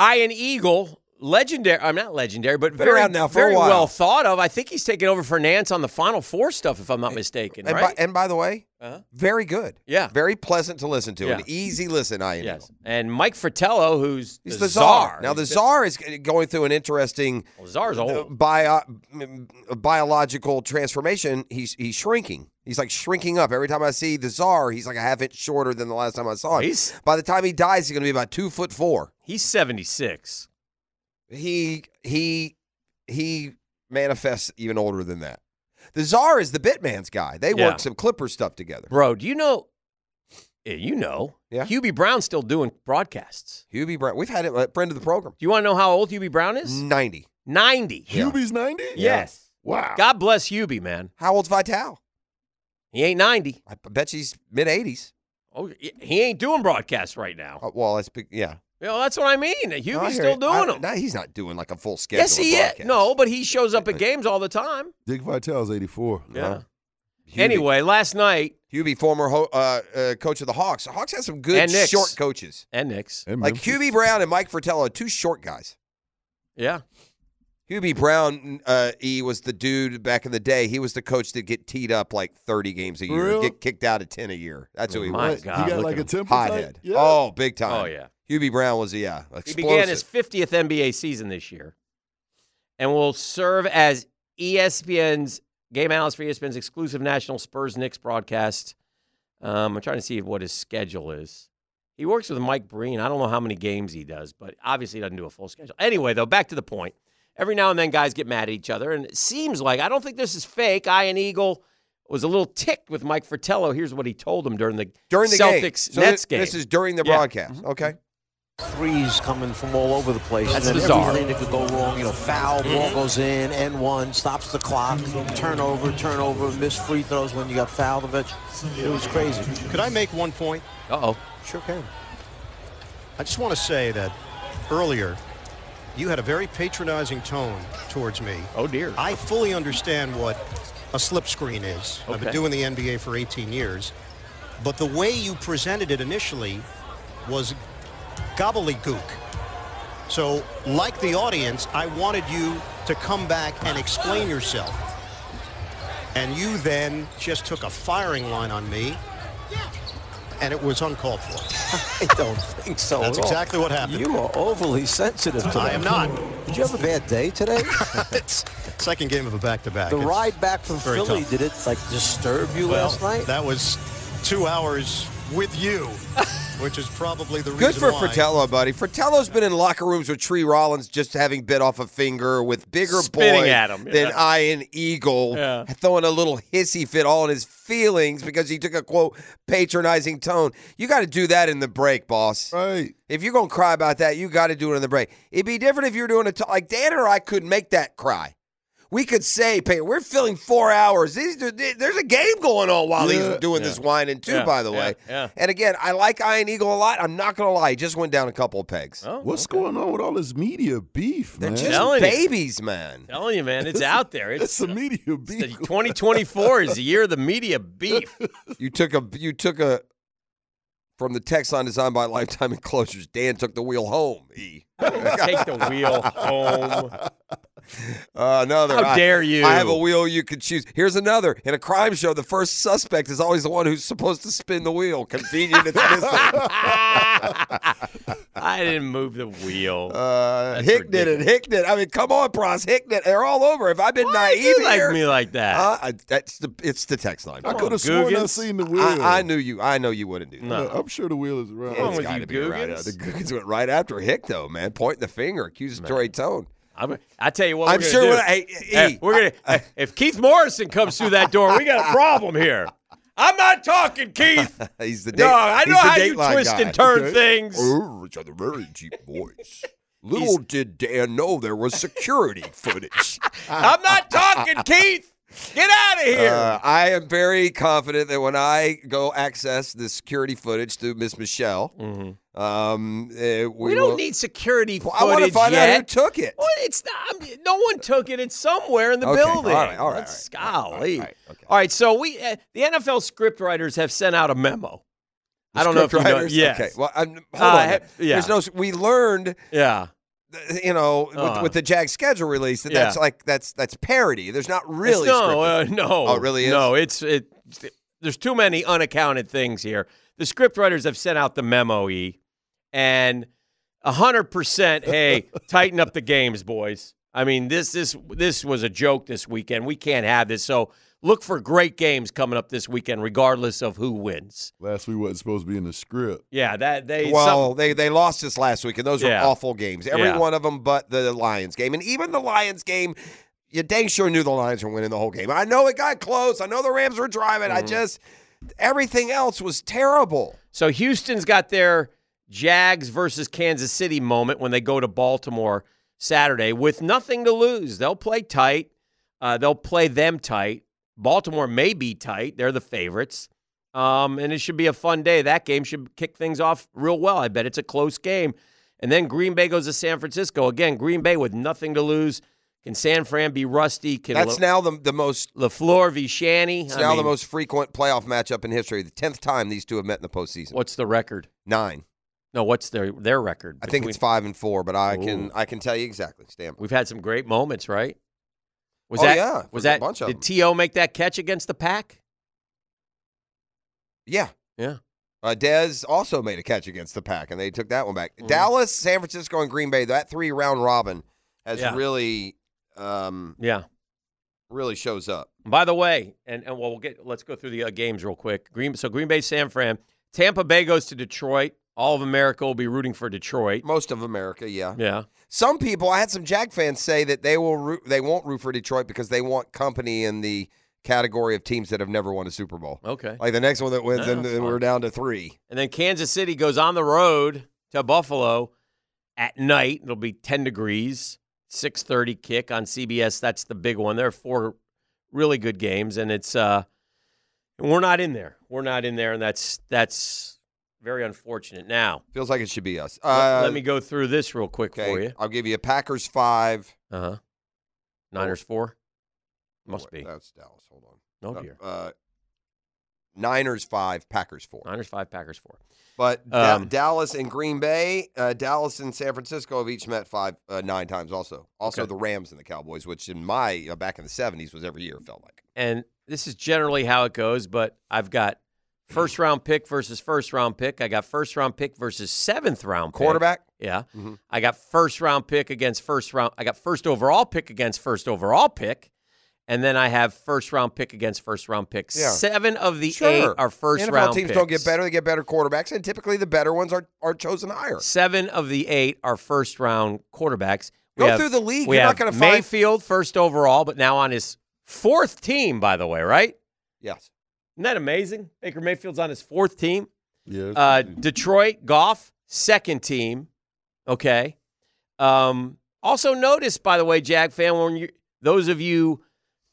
Speaker 9: Ian Eagle, legendary. I'm not legendary, but
Speaker 6: Been
Speaker 9: very,
Speaker 6: around now for a
Speaker 9: very
Speaker 6: while.
Speaker 9: well thought of. I think he's taking over for Nance on the Final Four stuff, if I'm not mistaken.
Speaker 6: and,
Speaker 9: right?
Speaker 6: by, and by the way,
Speaker 9: Uh-huh.
Speaker 6: very good.
Speaker 9: Yeah.
Speaker 6: Very pleasant to listen to. An
Speaker 9: Yeah.
Speaker 6: easy listen. I am.
Speaker 9: yes. And Mike Fratello, who's
Speaker 6: He's
Speaker 9: the,
Speaker 6: the, czar.
Speaker 9: czar.
Speaker 6: Now the
Speaker 9: He's
Speaker 6: czar is going through an interesting
Speaker 9: been- well, czar's
Speaker 6: uh,
Speaker 9: old.
Speaker 6: bio, m- biological transformation. He's he's shrinking. He's like shrinking up. Every time I see the czar, he's like a half inch shorter than the last time I saw him.
Speaker 9: He's-
Speaker 6: By the time he dies, he's going to be about two foot four.
Speaker 9: He's 76.
Speaker 6: He he he manifests even older than that. The czar is the Bitman's guy. They
Speaker 9: Yeah.
Speaker 6: work some Clipper stuff together.
Speaker 9: Bro, do you know? Yeah, you know.
Speaker 6: Yeah.
Speaker 9: Hubie Brown's still doing broadcasts.
Speaker 6: Hubie Brown. We've had him a friend of the program.
Speaker 9: Do you want to know how old Hubie Brown is?
Speaker 6: Ninety.
Speaker 9: 90.
Speaker 5: Hubie's ninety.
Speaker 9: Yes.
Speaker 5: Wow.
Speaker 9: God bless Hubie, man.
Speaker 6: How old's Vital?
Speaker 9: He ain't 90.
Speaker 6: I bet she's mid eighties.
Speaker 9: Oh, he ain't doing broadcasts right now.
Speaker 6: Uh, well, that's big- yeah.
Speaker 9: You know, that's what I mean. Hubie's
Speaker 6: No, Oh, I hear
Speaker 9: still
Speaker 6: it. I-
Speaker 9: doing them.
Speaker 6: No, he's not doing like a full schedule.
Speaker 9: Yes,
Speaker 6: of
Speaker 9: he is.
Speaker 6: broadcasts.
Speaker 9: No, but he shows up at games all the time.
Speaker 5: Dick Vitale's eighty four.
Speaker 9: Yeah.
Speaker 6: Hubie-
Speaker 9: Anyway, last night
Speaker 6: Hubie, former ho- uh, uh, coach of the Hawks. The Hawks had some good
Speaker 9: And Knicks.
Speaker 6: short coaches.
Speaker 9: and Knicks.
Speaker 6: Like Hubie Brown and Mike Fratello, two short guys.
Speaker 9: Yeah.
Speaker 6: Hubie Brown, uh, he was the dude back in the day. He was the coach that get teed up like 30 games a year,
Speaker 5: Real?
Speaker 6: get kicked out at 10 a year. That's who he
Speaker 9: My
Speaker 6: was.
Speaker 9: God,
Speaker 5: he got
Speaker 9: look
Speaker 5: like
Speaker 9: at
Speaker 5: a
Speaker 9: him.
Speaker 5: temper
Speaker 6: Hot
Speaker 5: type?
Speaker 6: head.
Speaker 5: Yeah.
Speaker 6: Oh, big time.
Speaker 9: Oh, yeah.
Speaker 6: Hubie Brown was, yeah,
Speaker 9: He
Speaker 6: explosive.
Speaker 9: began his 50th NBA season this year and will serve as E ESPN's game analyst for E ESPN's exclusive national Spurs Knicks broadcast. Um, I'm trying to see what his schedule is. He works with Mike Breen. I don't know how many games he does, but obviously he doesn't do a full schedule. Anyway, though, back to the point. Every now and then, guys get mad at each other, and it seems like I don't think this is fake. Ian Eagle was a little ticked with Mike Fratello. Here's what he told him during the
Speaker 6: during the
Speaker 9: Celtics
Speaker 6: game. So
Speaker 9: Nets
Speaker 6: thi-
Speaker 9: game.
Speaker 6: This is during the
Speaker 9: Yeah. Mm-hmm.
Speaker 6: broadcast. Okay.
Speaker 13: Threes coming from all over the place.
Speaker 9: That's
Speaker 13: and then
Speaker 9: bizarre.
Speaker 13: Everything that could go wrong, you know, foul, ball
Speaker 9: Mhm.
Speaker 13: goes in, and one, stops the clock, turnover, turnover, missed free throws when you got fouled. It was crazy.
Speaker 14: Could I make one point?
Speaker 9: Uh oh.
Speaker 14: Sure can. I just want to say that earlier, you had a very patronizing tone towards me.
Speaker 9: Oh, dear.
Speaker 14: I fully understand what a slip screen is. I've been
Speaker 9: Okay.
Speaker 14: doing the NBA for 18 years. But the way you presented it initially was gobbledygook. So, like the audience, I wanted you to come back and explain yourself. And you then just took a firing line on me, and it was uncalled for.
Speaker 13: I don't think so.
Speaker 14: That's
Speaker 13: at all.
Speaker 14: exactly what happened.
Speaker 13: You are overly sensitive today.
Speaker 14: I am not.
Speaker 13: Did you have a bad day today?
Speaker 14: it's second game of a back-to-back.
Speaker 13: The
Speaker 14: It's
Speaker 13: ride back from
Speaker 14: very
Speaker 13: Philly,
Speaker 14: tough.
Speaker 13: did it like disturb you
Speaker 14: Well,
Speaker 13: last night?
Speaker 14: That was two hours with you, which is probably the
Speaker 6: Good
Speaker 14: reason
Speaker 6: for
Speaker 14: why.
Speaker 6: Fratello, buddy. Fratello's been in locker rooms with Tree Rollins just having bit off a finger with bigger
Speaker 9: Spitting
Speaker 6: boy
Speaker 9: at him, yeah.
Speaker 6: than I and Eagle,
Speaker 9: Yeah.
Speaker 6: throwing a little hissy fit all in his feelings because he took a quote patronizing tone. You got to do that in the break, boss.
Speaker 5: Right.
Speaker 6: If you're gonna cry about that, you got to do it in the break. It'd be different if you're doing it to- like Dan or I could make that cry. We could say, "Pay, we're filling four hours. These, are- there's a game going on while
Speaker 9: Yeah.
Speaker 6: he's doing
Speaker 9: Yeah.
Speaker 6: this whining too."
Speaker 9: Yeah,
Speaker 6: By the
Speaker 9: yeah,
Speaker 6: way,
Speaker 9: yeah.
Speaker 6: and again, I like Iron Eagle a lot. I'm not gonna lie, he just went down a couple of pegs.
Speaker 5: What's going on with all this media beef,
Speaker 6: They're
Speaker 5: man?
Speaker 6: just
Speaker 9: Oh, Telling you.
Speaker 6: babies, man.
Speaker 9: telling you, man, it's out there. It's,
Speaker 5: the media beef.
Speaker 9: 2024 is the year of the media beef.
Speaker 6: You took a you took a from the text line designed by Lifetime Enclosures. Dan took the wheel home. E.
Speaker 9: Take the wheel home.
Speaker 6: Uh, another.
Speaker 9: How
Speaker 6: I-
Speaker 9: dare you.
Speaker 6: I have a wheel you could choose. Here's another. In a crime show, the first suspect is always the one who's supposed to spin the wheel. Convenient, it's missing.
Speaker 9: I didn't move the wheel.
Speaker 6: Uh, Hick did it. Hick did. it. I mean, come on, Pross. Hick did. it. They're all over. If I've been
Speaker 9: Why
Speaker 6: naive
Speaker 9: did you like
Speaker 6: here-
Speaker 9: me like that?
Speaker 6: Uh, I, that's the. It's the text line.
Speaker 5: I coulda sworn I seen the wheel.
Speaker 6: I, I knew you. I know you wouldn't do that.
Speaker 5: Yeah, I'm sure the wheel is around.
Speaker 6: Yeah, it's gotta be around. The Googans went right after Hick, though, man. Pointing the finger, accusatory tone.
Speaker 9: I'm, I tell you what,
Speaker 6: I'm
Speaker 9: we're gonna
Speaker 6: sure
Speaker 9: do.
Speaker 6: when I- hey,
Speaker 9: Hey,
Speaker 6: E,
Speaker 9: we're gonna. if Keith Morrison comes through that door, we got a problem here. I'm not talking, Keith.
Speaker 6: He's the
Speaker 9: No,
Speaker 6: date.
Speaker 9: I know
Speaker 6: he's the
Speaker 9: how you
Speaker 6: Dateline
Speaker 9: twist
Speaker 6: guy.
Speaker 9: and turn things.
Speaker 6: Oh, it's a very deep voice. Little did Dan know there was security footage.
Speaker 9: I'm not talking, Keith. Get out of here.
Speaker 6: Uh, I am very confident that when I go access the security footage through Miss Michelle,
Speaker 9: Mm-hmm.
Speaker 6: um, eh,
Speaker 9: we,
Speaker 6: we,
Speaker 9: don't
Speaker 6: will-
Speaker 9: need security footage
Speaker 6: I wanna find out
Speaker 9: yet.
Speaker 6: who took it.
Speaker 9: Well, it's not. I mean, no one took it. It's somewhere in the
Speaker 6: Okay, all
Speaker 9: building.
Speaker 6: right, all right,
Speaker 9: Let's- golly. All right, so we uh, the NFL script writers have sent out a memo. I don't know if you know.
Speaker 6: Scriptwriters?
Speaker 9: Yes.
Speaker 6: Okay. Well, I'm, hold
Speaker 9: Uh,
Speaker 6: on.
Speaker 9: ha- yeah.
Speaker 6: There's no. We learned.
Speaker 9: Yeah.
Speaker 6: You know, with,
Speaker 9: Uh-huh.
Speaker 6: with the Jag schedule release, that
Speaker 9: Yeah.
Speaker 6: that's like that's that's parody. There's not really.
Speaker 9: It's- no, uh,
Speaker 6: scripted.
Speaker 9: no.
Speaker 6: Oh, it really is.
Speaker 9: No, it's it. There's too many unaccounted things here. The script writers have sent out the memo e, and hundred percent. Hey, tighten up the games, boys. I mean, this this this was a joke this weekend. We can't have this. So look for great games coming up this weekend, regardless of who wins.
Speaker 5: Last week wasn't supposed to be in the script.
Speaker 9: Yeah, that they
Speaker 6: Well, they they lost us last week, and those
Speaker 9: Yeah.
Speaker 6: were awful games. Every
Speaker 9: Yeah.
Speaker 6: one of them, but the Lions game, and even the Lions game. You dang sure knew the Lions were winning the whole game. I know it got close. I know the Rams were driving.
Speaker 9: Mm-hmm.
Speaker 6: I just everything else was terrible.
Speaker 9: So Houston's got their Jags versus Kansas City moment when they go to Baltimore Saturday with nothing to lose. They'll play tight. Uh, they'll play them tight. Baltimore may be tight. They're the favorites. Um, and it should be a fun day. That game should kick things off real well. I bet it's a close game. And then Green Bay goes to San Francisco. Again, Green Bay with nothing to lose. Can San Fran be rusty? Can
Speaker 6: That's now the the most
Speaker 9: LaFleur v. Shanny.
Speaker 6: It's
Speaker 9: I
Speaker 6: now the
Speaker 9: mean-
Speaker 6: most frequent playoff matchup in history. The tenth time these two have met in the postseason.
Speaker 9: What's the record?
Speaker 6: Nine.
Speaker 9: No, what's their their record?
Speaker 6: I think
Speaker 9: between-
Speaker 6: it's five and four, but I can
Speaker 9: Ooh.
Speaker 6: I can tell you exactly. Stand by.
Speaker 9: We've had some great moments, right? Was
Speaker 6: Oh,
Speaker 9: that
Speaker 6: yeah.
Speaker 9: was
Speaker 6: There's a
Speaker 9: that
Speaker 6: bunch of
Speaker 9: did
Speaker 6: them.
Speaker 9: To make that catch against the Pack?
Speaker 6: Yeah.
Speaker 9: Yeah.
Speaker 6: Uh, Dez also made a catch against the Pack, and they took that one back.
Speaker 9: Mm-hmm.
Speaker 6: Dallas, San Francisco, and Green Bay. That three round robin has
Speaker 9: Yeah.
Speaker 6: really, um,
Speaker 9: yeah,
Speaker 6: really shows up.
Speaker 9: By the way, and and well, we'll get let's go through the uh, games real quick. Green so Green Bay, San Fran, Tampa Bay goes to Detroit. All of America will be rooting for Detroit.
Speaker 6: Most of America, yeah.
Speaker 9: Yeah.
Speaker 6: Some people, I had some Jack fans say that they will root, they won't root for Detroit because they want company in the category of teams that have never won a Super Bowl.
Speaker 9: Okay.
Speaker 6: Like the next one that wins,
Speaker 9: Oh,
Speaker 6: and then
Speaker 9: fun.
Speaker 6: we're down to three.
Speaker 9: And then Kansas City goes on the road to Buffalo at night. It'll be 10 degrees, 6:30 kick on CBS. That's the big one. There are four really good games, and it's uh, and we're not in there. We're not in there, and that's that's very unfortunate. Now
Speaker 6: feels like it should be us.
Speaker 9: let,
Speaker 6: Uh,
Speaker 9: let me go through this real quick for you.
Speaker 6: I'll give you Packers five.
Speaker 9: Uh huh. Niners four. Must
Speaker 6: be. That's Dallas. Hold on.
Speaker 9: No,
Speaker 6: Uh,
Speaker 9: dear.
Speaker 6: Uh, Niners five, Packers four.
Speaker 9: Niners five, Packers four.
Speaker 6: But Da-
Speaker 9: Um,
Speaker 6: Dallas and Green Bay, uh, Dallas and San Francisco have each met five, uh, nine times. Also, also
Speaker 9: Okay.
Speaker 6: the Rams and the Cowboys, which in my uh, back in the seventies was every year it felt like.
Speaker 9: and this is generally how it goes, but I've got first round pick versus first round pick. I got first round pick versus seventh round pick.
Speaker 6: Quarterback?
Speaker 9: Yeah.
Speaker 6: Mhm.
Speaker 9: I got first round pick against first round. I got first overall pick against first overall pick. And then I have first round pick against first round pick.
Speaker 6: Yeah.
Speaker 9: Seven of the
Speaker 6: Sure.
Speaker 9: eight are first
Speaker 6: NFL
Speaker 9: round
Speaker 6: teams
Speaker 9: picks.
Speaker 6: don't get better; they get better quarterbacks, and typically the better ones are are chosen higher.
Speaker 9: Seven of the eight are first round quarterbacks.
Speaker 6: Go through the league.
Speaker 9: we
Speaker 6: You're
Speaker 9: have
Speaker 6: not gonna find-
Speaker 9: Mayfield first overall, but now on his fourth team, by the way, right?
Speaker 6: Yes.
Speaker 9: Isn't that amazing? Baker Mayfield's on his fourth team.
Speaker 5: Yeah.
Speaker 9: Uh, Detroit Golf second team. Okay. Um, also notice, by the way, Jag fan, when you those of you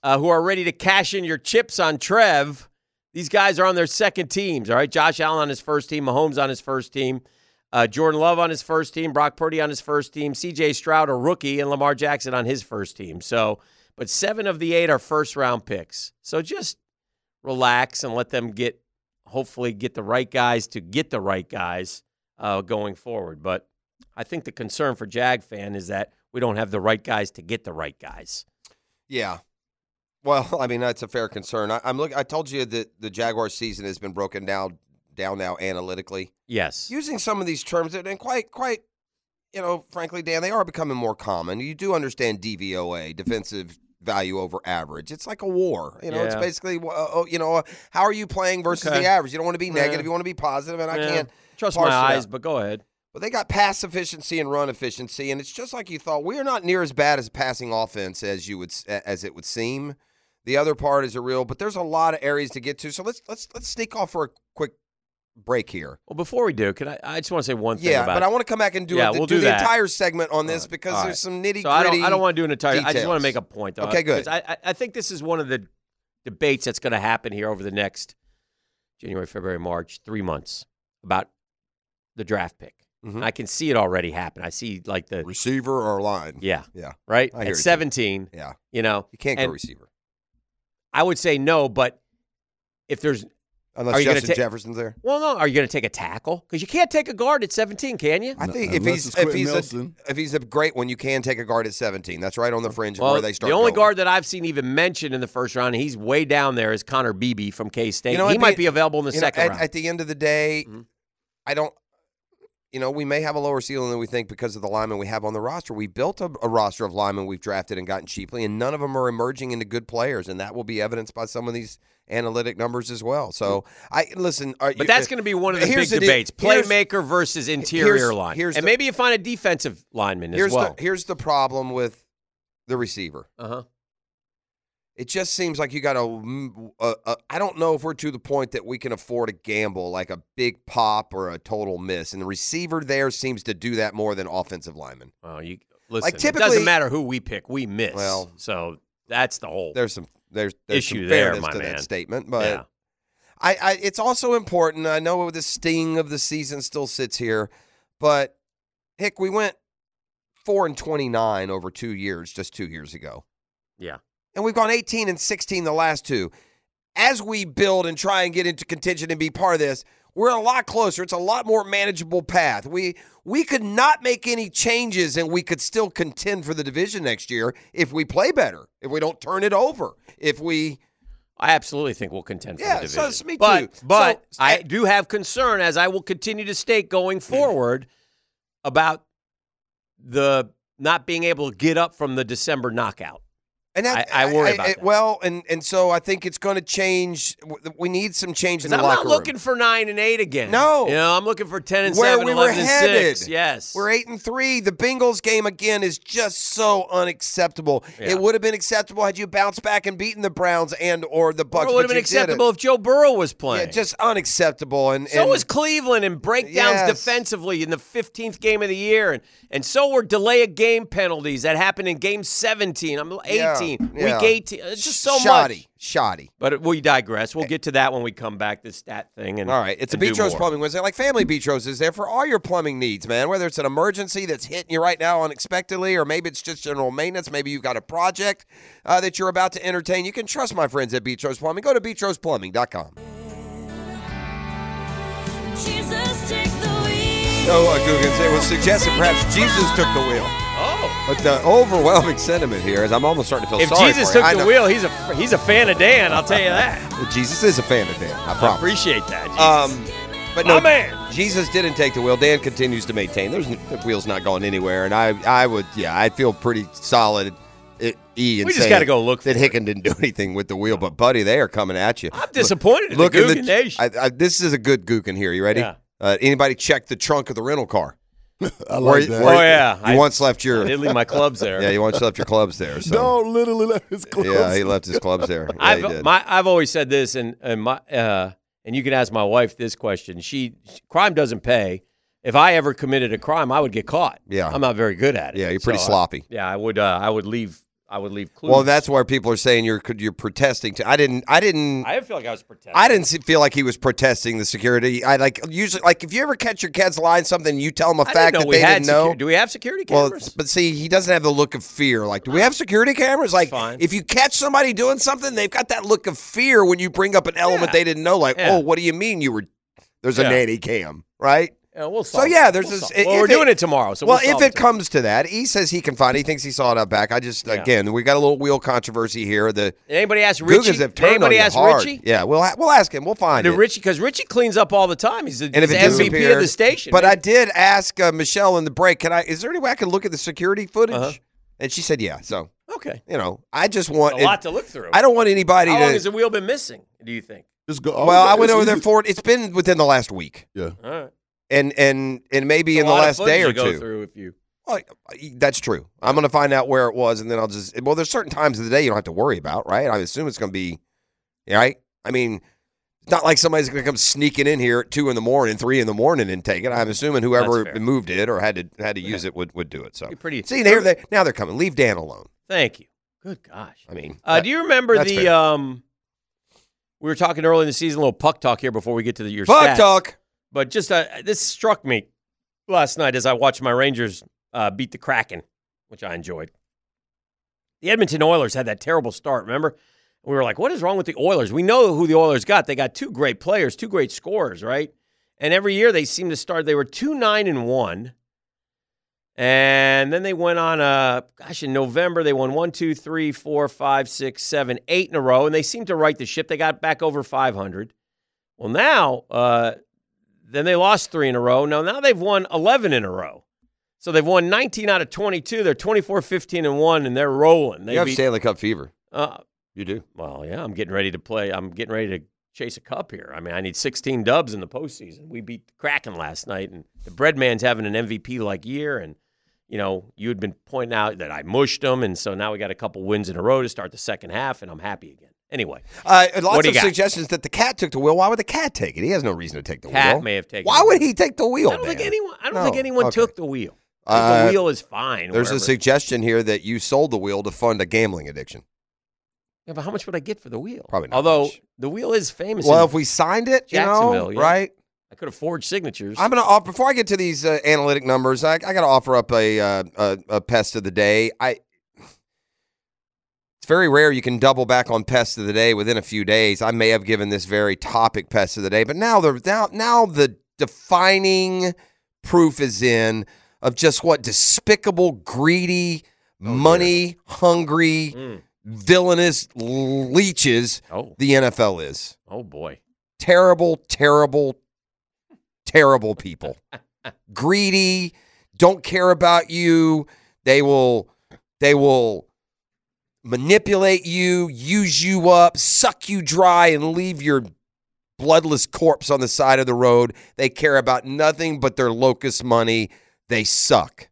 Speaker 9: uh, who are ready to cash in your chips on Trev, these guys are on their second teams. All right, Josh Allen on his first team, Mahomes on his first team, uh, Jordan Love on his first team, Brock Purdy on his first team, C.J. Stroud a rookie, and Lamar Jackson on his first team. So, but seven of the eight are first round picks. So just relax and let them get hopefully get the right guys to get the right guys uh, going forward. But I think the concern for Jag fan is that we don't have the right guys to get the right guys.
Speaker 6: Yeah. Well, I mean that's a fair concern. I, I'm look. I told you that the Jaguar season has been broken down down now analytically.
Speaker 9: Yes.
Speaker 6: Using some of these terms and and quite quite, you know, frankly, Dan, they are becoming more common. You do understand DVOA, defensive value over average. It's like a war. You know, it's
Speaker 15: Yeah.
Speaker 6: basically wh- uh, oh, you know, uh, how are you playing versus
Speaker 15: Okay.
Speaker 6: the average. You don't want to be
Speaker 15: Yeah.
Speaker 6: negative. You want to be positive, and
Speaker 15: Yeah.
Speaker 6: I can't
Speaker 9: Trust
Speaker 6: parse
Speaker 9: my
Speaker 6: it out.
Speaker 9: eyes, but go ahead.
Speaker 6: But they got pass efficiency and run efficiency, and it's just like you thought. We are not near as bad as a passing offense as you would as it would seem. The other part is a real, but there's a lot of areas to get to. So let's let's let's sneak off for a quick break here.
Speaker 9: Well, before we do, can I? I just want to say one thing.
Speaker 6: Yeah,
Speaker 9: about
Speaker 6: but
Speaker 9: it.
Speaker 6: I want to come back and do
Speaker 9: yeah,
Speaker 6: it,
Speaker 9: we'll
Speaker 6: do,
Speaker 9: do
Speaker 6: the
Speaker 9: that.
Speaker 6: entire segment on this
Speaker 9: All right,
Speaker 6: because
Speaker 9: all right.
Speaker 6: there's some nitty gritty.
Speaker 9: So I don't, I don't want to do an entire. I just want to make a point. Though.
Speaker 6: Okay, good.
Speaker 9: 'Cause I, I, I think this is one of the debates that's going to happen here over the next January, February, March, three months about the draft pick.
Speaker 6: Mhm.
Speaker 9: And I can see it already happen. I see like the
Speaker 6: receiver or line.
Speaker 9: Yeah,
Speaker 6: Yeah.
Speaker 9: right.
Speaker 6: I hear you.
Speaker 9: At seventeen,
Speaker 6: Yeah.
Speaker 9: you know
Speaker 6: you can't go
Speaker 9: and
Speaker 6: receiver
Speaker 9: I would say no, but if there's
Speaker 6: unless
Speaker 9: are you gonna
Speaker 6: Justin
Speaker 9: ta-
Speaker 6: Jefferson's there.
Speaker 9: Well, no. Are you going to take a tackle? Because you can't take a guard at seventeen, can you?
Speaker 6: I think if he's if he's a, if he's a great one, you can take a guard at 17. That's right on the fringe of
Speaker 9: Well,
Speaker 6: where they start.
Speaker 9: the only
Speaker 6: going.
Speaker 9: guard that I've seen even mentioned in the first round, and he's way down there, is Connor Beebe from K State.
Speaker 6: You know,
Speaker 9: he
Speaker 6: at
Speaker 9: might be available in the
Speaker 6: you know,
Speaker 9: second
Speaker 6: at,
Speaker 9: round. Mm-hmm.
Speaker 6: At the end of the day, I don't. You know, we may have a lower ceiling than we think because of the linemen we have on the roster. We built a, a roster of linemen we've drafted and gotten cheaply, and none of them are emerging into good players, and that will be evidenced by some of these analytic numbers as well. So, I listen. Are you-
Speaker 9: Mm-hmm.
Speaker 6: uh,
Speaker 9: but that's going to be one of the
Speaker 6: here's
Speaker 9: big
Speaker 6: deal.
Speaker 9: debates:
Speaker 6: Here's-
Speaker 9: playmaker versus interior
Speaker 6: here's-
Speaker 9: line,
Speaker 6: here's
Speaker 9: and
Speaker 6: the-
Speaker 9: maybe you find a defensive lineman
Speaker 6: here's
Speaker 9: as well.
Speaker 6: The, here's the problem with the receiver.
Speaker 9: Uh huh.
Speaker 6: It just seems like you got to. Uh, uh, I don't know if we're to the point that we can afford a gamble like a big pop or a total miss, and the receiver there seems to do that more than offensive lineman.
Speaker 9: Well, Oh, you listen. it
Speaker 6: typically-
Speaker 9: doesn't matter who we pick; we miss.
Speaker 6: Well-
Speaker 9: so that's the whole.
Speaker 6: There's some there's, there's some
Speaker 9: Issue there,
Speaker 6: fairness
Speaker 9: my
Speaker 6: to
Speaker 9: man.
Speaker 6: that statement, but
Speaker 9: Yeah.
Speaker 6: I, I it's also important. I know the sting of the season still sits here, but Hick, we went four and twenty nine over two years, just two years ago.
Speaker 9: Yeah.
Speaker 6: and we've gone 18 and 16 the last two. As we build and try and get into contention and be part of this, we're a lot closer. It's a lot more manageable path. We we could not make any changes and we could still contend for the division next year if we play better, if we don't turn it over, if we
Speaker 9: I absolutely think we'll contend for
Speaker 6: Yeah,
Speaker 9: the
Speaker 6: so
Speaker 9: division.
Speaker 6: it's me
Speaker 9: but,
Speaker 6: too.
Speaker 9: But
Speaker 6: So-
Speaker 9: I do have concern, as I will continue to state
Speaker 6: Mm.
Speaker 9: going forward, about the not being able to get up from the December knockout. And I, I worry about that.
Speaker 6: Well, and and so I think it's going to change. w- We need some change in
Speaker 9: 'Cause
Speaker 6: the
Speaker 9: I'm
Speaker 6: locker
Speaker 9: not
Speaker 6: room.
Speaker 9: looking for nine and eight again.
Speaker 6: No.
Speaker 9: you know, I'm looking for ten and
Speaker 6: Where
Speaker 9: seven,
Speaker 6: we were
Speaker 9: 11 and
Speaker 6: headed.
Speaker 9: six. Yes,
Speaker 6: We're eight and three. The Bengals game again is just so unacceptable. It would have been acceptable had you bounced back and beaten the Browns and or the Bucks.
Speaker 9: Or it would
Speaker 6: but
Speaker 9: have been
Speaker 6: you didn't.
Speaker 9: acceptable if Joe Burrow was playing.
Speaker 6: Yeah, just unacceptable. And,
Speaker 9: so
Speaker 6: and
Speaker 9: was Cleveland in breakdowns
Speaker 6: Yes.
Speaker 9: defensively in the 15th game of the year, and and so were delay of game penalties that happened in game 17. I'm 18,
Speaker 6: yeah.
Speaker 9: week 18. It's just so
Speaker 6: shoddy,
Speaker 9: much.
Speaker 6: shoddy.
Speaker 9: But we digress. We'll get to that when we come back. This stat thing and
Speaker 6: All right, it's a
Speaker 9: and do
Speaker 6: Beatrice
Speaker 9: more.
Speaker 6: Plumbing Wednesday. Like Family Beatrice is there for all your plumbing needs, man. Whether it's an emergency that's hitting you right now unexpectedly, or maybe it's just general maintenance. Maybe you've got a project uh, that you're about to entertain. You can trust my friends at Beatrice Plumbing. Go to beatriceplumbing.com.
Speaker 4: Jesus, take the wheel.
Speaker 6: So, uh, Googans, it was suggested perhaps Jesus took the wheel.
Speaker 9: Oh.
Speaker 6: But the overwhelming sentiment here is I'm almost starting to feel
Speaker 9: If
Speaker 6: sorry
Speaker 9: Jesus
Speaker 6: for you.
Speaker 9: took
Speaker 6: I
Speaker 9: the
Speaker 6: know-
Speaker 9: wheel, he's a he's a fan of Dan. I'll tell you that.
Speaker 6: Jesus is a fan of Dan, I
Speaker 9: I
Speaker 6: promise.
Speaker 9: appreciate that.
Speaker 6: Um, but
Speaker 9: My
Speaker 6: no,
Speaker 9: man.
Speaker 6: Jesus didn't take the wheel. Dan continues to maintain. There's the wheel's not going anywhere, and I, I would, yeah, I feel pretty solid. At e and
Speaker 9: We just
Speaker 6: saying
Speaker 9: gotta go look
Speaker 6: that
Speaker 9: for
Speaker 6: Hicken didn't do anything with the wheel, but buddy, they are coming at you. I'm
Speaker 9: disappointed in
Speaker 6: Look,
Speaker 9: the
Speaker 6: in
Speaker 9: Googan
Speaker 6: the, I, I, this is a good Gookin here. You ready?
Speaker 9: Yeah.
Speaker 6: Uh, anybody check the trunk of the rental car?
Speaker 5: I
Speaker 6: Where-
Speaker 5: like that.
Speaker 6: where-
Speaker 9: Oh, yeah.
Speaker 6: you
Speaker 9: I-
Speaker 6: once left your.
Speaker 9: I did leave my clubs there.
Speaker 6: Yeah, you once left your clubs there. So
Speaker 5: Dog literally left his clothes.
Speaker 6: yeah, he left his clubs there. Yeah, he
Speaker 9: I've
Speaker 6: did.
Speaker 9: my, I've always said this, and and my uh, and you can ask my wife this question. She crime doesn't pay. If I ever committed a crime, I would get caught.
Speaker 6: Yeah.
Speaker 9: I'm not very good at it.
Speaker 6: Yeah, you're pretty
Speaker 9: So, uh,
Speaker 6: sloppy.
Speaker 9: yeah, I would. Uh, I would leave. I would leave clues.
Speaker 6: Well, that's why people are saying you're you're protesting. To I didn't. I didn't.
Speaker 9: I feel like I was protected.
Speaker 6: I didn't se- feel like he was protesting the security. I like usually like if you ever catch your kids lying something, you tell them a
Speaker 9: I didn't
Speaker 6: fact
Speaker 9: know
Speaker 6: that
Speaker 9: we
Speaker 6: they
Speaker 9: had
Speaker 6: didn't know.
Speaker 9: secu- Do we have security
Speaker 6: well,
Speaker 9: cameras?
Speaker 6: but see, he doesn't have the look of fear. Like, do we have security cameras? Like, if you catch somebody doing something, they've got that look of fear when you bring up an element they didn't know. Like,
Speaker 9: Yeah.
Speaker 6: oh, what do you mean you were? There's
Speaker 9: Yeah.
Speaker 6: a nanny cam, right?
Speaker 9: Yeah, we'll
Speaker 6: So
Speaker 9: solve
Speaker 6: yeah,
Speaker 9: it.
Speaker 6: there's
Speaker 9: We'll
Speaker 6: this.
Speaker 9: solve it. Well,
Speaker 6: if
Speaker 9: we're doing it tomorrow, so
Speaker 6: well,
Speaker 9: we'll solve
Speaker 6: if
Speaker 9: it
Speaker 6: it comes to that, he says he can find. It. He thinks he saw it out back. I just again, we got a little wheel controversy here. The
Speaker 9: Anybody ask
Speaker 6: Googans
Speaker 9: Richie?
Speaker 6: have turned on
Speaker 9: Anybody
Speaker 6: you
Speaker 9: ask
Speaker 6: hard.
Speaker 9: Richie?
Speaker 6: Yeah, we'll ha- we'll ask him. We'll find
Speaker 9: The
Speaker 6: it.
Speaker 9: Richie, because Richie cleans up all the time. He's the,
Speaker 6: And if it
Speaker 9: he's the MVP
Speaker 6: disappeared-
Speaker 9: of the station.
Speaker 6: But
Speaker 9: man.
Speaker 6: I did ask uh, Michelle in the break. Can I? Is there any way I can look at the security footage? And she said, yeah. So
Speaker 9: Uh-huh. okay,
Speaker 6: you know, I just want
Speaker 9: a lot to look through.
Speaker 6: I don't want anybody
Speaker 9: How
Speaker 6: to.
Speaker 9: long has the wheel been missing? Do you think?
Speaker 5: Just go.
Speaker 9: oh,
Speaker 6: well, I went over there for it. It's been within the last week,
Speaker 5: Yeah.
Speaker 9: All right.
Speaker 6: and and and maybe
Speaker 9: It's a
Speaker 6: in the
Speaker 9: lot of
Speaker 6: last day
Speaker 9: footage
Speaker 6: or
Speaker 9: to go
Speaker 6: two.
Speaker 9: Through if you
Speaker 6: e, That's true. I'm going to find out where it was, and then I'll just. Well, there's certain times of the day you don't have to worry about, right? I assume it's going to be, right? I mean, it's not like somebody's going to come sneaking in here at two in the morning, three in the morning, and take it. I'm assuming
Speaker 9: That's
Speaker 6: whoever
Speaker 9: fair.
Speaker 6: moved it or had to had to use it would, would do it. So
Speaker 9: You're pretty-
Speaker 6: See, there they now they're coming. Leave Dan alone.
Speaker 9: Thank you. Good gosh.
Speaker 6: I mean,
Speaker 9: Uh,
Speaker 6: that-
Speaker 9: do you remember
Speaker 6: that's
Speaker 9: the
Speaker 6: fair.
Speaker 9: um? We were talking earlier in the season, a little puck talk here before we get to the, your
Speaker 6: Puck
Speaker 9: stats.
Speaker 6: talk.
Speaker 9: But just uh, this struck me last night as I watched my Rangers uh, beat the Kraken, which I enjoyed. The Edmonton Oilers had that terrible start. Remember, we were like, "What is wrong with the Oilers?" We know who the Oilers got. They got two great players, two great scorers, right? And every year they seem to start. They were two nine and one. And then they went on a gosh in November they won one two three four five six seven eight in a row and they seemed to right the ship they got back over five hundred. Well now uh, then they lost three in a row now now they've won eleven in a row so they've won nineteen out of twenty two they're 24, 15 and one and they're rolling. They
Speaker 6: you have
Speaker 9: beat-
Speaker 6: Stanley Cup fever.
Speaker 9: uh,
Speaker 6: You do.
Speaker 9: well, yeah, I'm getting ready to play. I'm getting ready to chase a cup here. I mean, I need 16 dubs in the postseason. We beat the Kraken last night, and the Breadman's having an MVP like year. And, you know, you had been pointing out that I mushed them. And so now we got a couple wins in a row to start the second half, and I'm happy again. Anyway,
Speaker 6: Uh, and
Speaker 9: What
Speaker 6: lots
Speaker 9: do
Speaker 6: of
Speaker 9: you got?
Speaker 6: suggestions that the cat took the wheel. Why would the cat take it? He has no reason to take the
Speaker 9: Cat
Speaker 6: wheel.
Speaker 9: may have taken
Speaker 6: Why
Speaker 9: the
Speaker 6: would he take the wheel?
Speaker 9: I don't think
Speaker 6: Dan?
Speaker 9: anyone, I don't
Speaker 6: No.
Speaker 9: think anyone
Speaker 6: Okay.
Speaker 9: took the wheel. I think
Speaker 6: Uh,
Speaker 9: the wheel is fine.
Speaker 6: There's a
Speaker 9: wherever.
Speaker 6: suggestion here that you sold the wheel to fund a gambling addiction.
Speaker 9: Yeah, but how much would I get for the wheel?
Speaker 6: Probably not
Speaker 9: Although the wheel is famous.
Speaker 6: Well,
Speaker 9: in
Speaker 6: if we signed it, you know,
Speaker 9: Jacksonville, yeah.
Speaker 6: right?
Speaker 9: I could have forged signatures.
Speaker 6: I'm gonna off, before I get to these uh, analytic numbers. I, I got to offer up a, uh, a a pest of the day. I it's very rare you can double back on pest of the day within a few days. I may have given this very topic pest of the day, but now the now now the defining proof is in of just what despicable, greedy, money hungry, villainous leeches the NFL is.
Speaker 9: Oh boy.
Speaker 6: Terrible, terrible, terrible people. Greedy, don't care about you. They will they will manipulate you, use you up, suck you dry, and leave your bloodless corpse on the side of the road. They care about nothing but their locust money. They suck.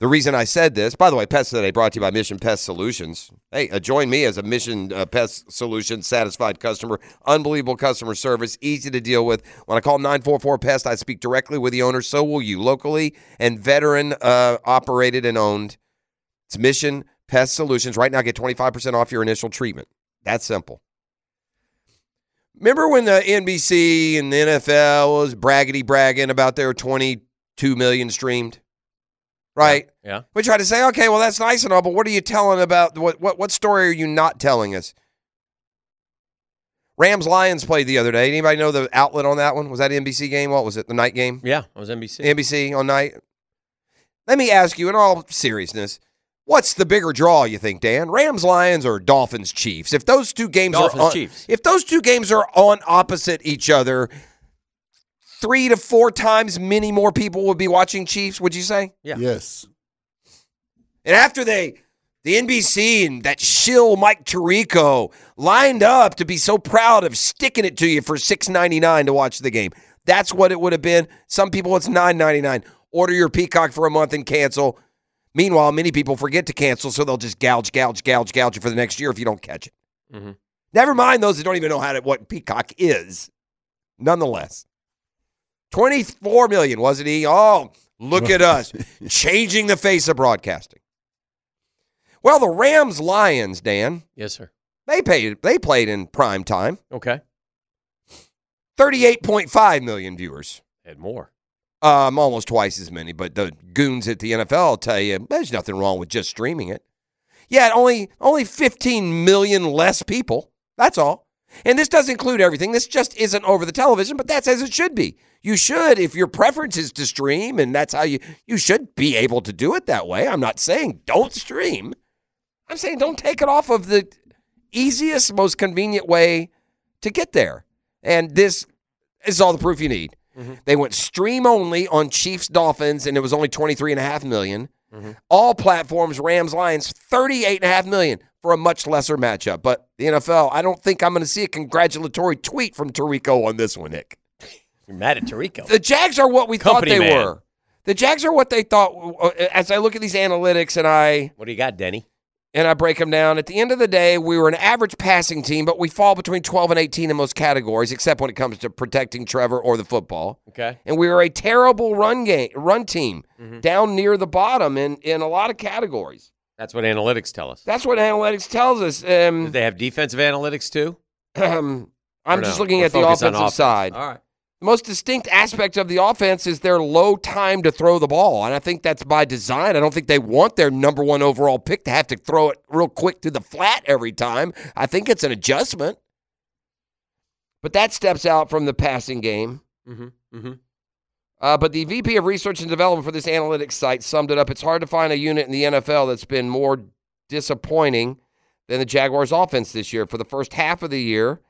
Speaker 6: The reason I said this, by the way, Pest Today brought to you by Mission Pest Solutions. Hey, uh, join me as a Mission uh, Pest Solutions satisfied customer. Unbelievable customer service, easy to deal with. When I call 944 Pest, I speak directly with the owner. So will you. Locally and veteran uh, operated and owned. It's Mission Pest Solutions. Right now, get 25% off your initial treatment. That's simple. Remember when the NBC and the NFL was braggity bragging about their 22 million streamed? Right?
Speaker 9: Yeah.
Speaker 6: We try to say, okay, well, that's nice and all, but what are you telling about? What, what, what story are you not telling us? Rams Lions played the other day. Anybody know the outlet on that one? Was that NBC game? What was it? The night game?
Speaker 9: Yeah, it was NBC.
Speaker 6: NBC on night. Let me ask you, in all seriousness, What's the bigger draw, you think, Dan? Rams Lions or Dolphins Chiefs? If those two games
Speaker 9: Dolphins,
Speaker 6: are on,
Speaker 9: Chiefs.
Speaker 6: if those two games are on opposite each other, three to four times many more people would be watching Chiefs, would you say?
Speaker 9: Yeah.
Speaker 16: Yes.
Speaker 6: And after they the NBC and that shill Mike Tirico lined up to be so proud of sticking it to you for six ninety nine to watch the game. That's what it would have been. Some people it's nine ninety nine. Order your Peacock for a month and cancel. Meanwhile, many people forget to cancel, so they'll just gouge, gouge, gouge, gouge you for the next year if you don't catch it.
Speaker 9: Mm-hmm.
Speaker 6: Never mind those that don't even know how to, what Peacock is. Nonetheless, twenty-four million wasn't he? Oh, look at us changing the face of broadcasting. Well, the Rams Lions, Dan.
Speaker 9: Yes, sir.
Speaker 6: They paid. They played in prime time.
Speaker 9: Okay.
Speaker 6: Thirty-eight point five million viewers.
Speaker 9: And more.
Speaker 6: Um, almost twice as many. But the goons at the NFL will tell you there's nothing wrong with just streaming it. Yeah, only only fifteen million less people. That's all. And this does include everything. This just isn't over the television, but that's as it should be. You should, if your preference is to stream, and that's how you you should be able to do it that way. I'm not saying don't stream. I'm saying don't take it off of the easiest, most convenient way to get there. And this is all the proof you need. They went stream only on Chiefs Dolphins, and it was only 23.5 million.
Speaker 9: Mm-hmm.
Speaker 6: All platforms, Rams Lions, 38.5 million for a much lesser matchup. But the NFL, I don't think I'm going to see a congratulatory tweet from Tarico on this one, Nick.
Speaker 9: You're mad at Tarico.
Speaker 6: The Jags are what we
Speaker 9: Company
Speaker 6: thought they
Speaker 9: man.
Speaker 6: were. The Jags are what they thought. uh, As I look at these analytics and I.
Speaker 9: What do you got, Denny?
Speaker 6: And I break them down. At the end of the day, we were an average passing team, but we fall between 12 and 18 in most categories, except when it comes to protecting Trevor or the football.
Speaker 9: Okay.
Speaker 6: And we were a terrible run game, run team,
Speaker 9: Mhm.
Speaker 6: down near the bottom in, in a lot of categories.
Speaker 9: That's what analytics tell us.
Speaker 6: That's what analytics tells us. Um,
Speaker 9: Did they have defensive analytics too?
Speaker 6: um, I'm
Speaker 9: Or
Speaker 6: just
Speaker 9: no?
Speaker 6: looking
Speaker 9: We're
Speaker 6: at the
Speaker 9: focused on
Speaker 6: offensive
Speaker 9: offense.
Speaker 6: side.
Speaker 9: All right.
Speaker 6: The most distinct aspect of the offense is their low time to throw the ball, and I think that's by design. I don't think they want their number one overall pick to have to throw it real quick to the flat every time. I think it's an adjustment, but that steps out from the passing game.
Speaker 9: Mm-hmm. Mm-hmm.
Speaker 6: Uh, but the VP of Research and Development for this analytics site summed it up. It's hard to find a unit in the NFL that's been more disappointing than the Jaguars' offense this year. For the first half of the year,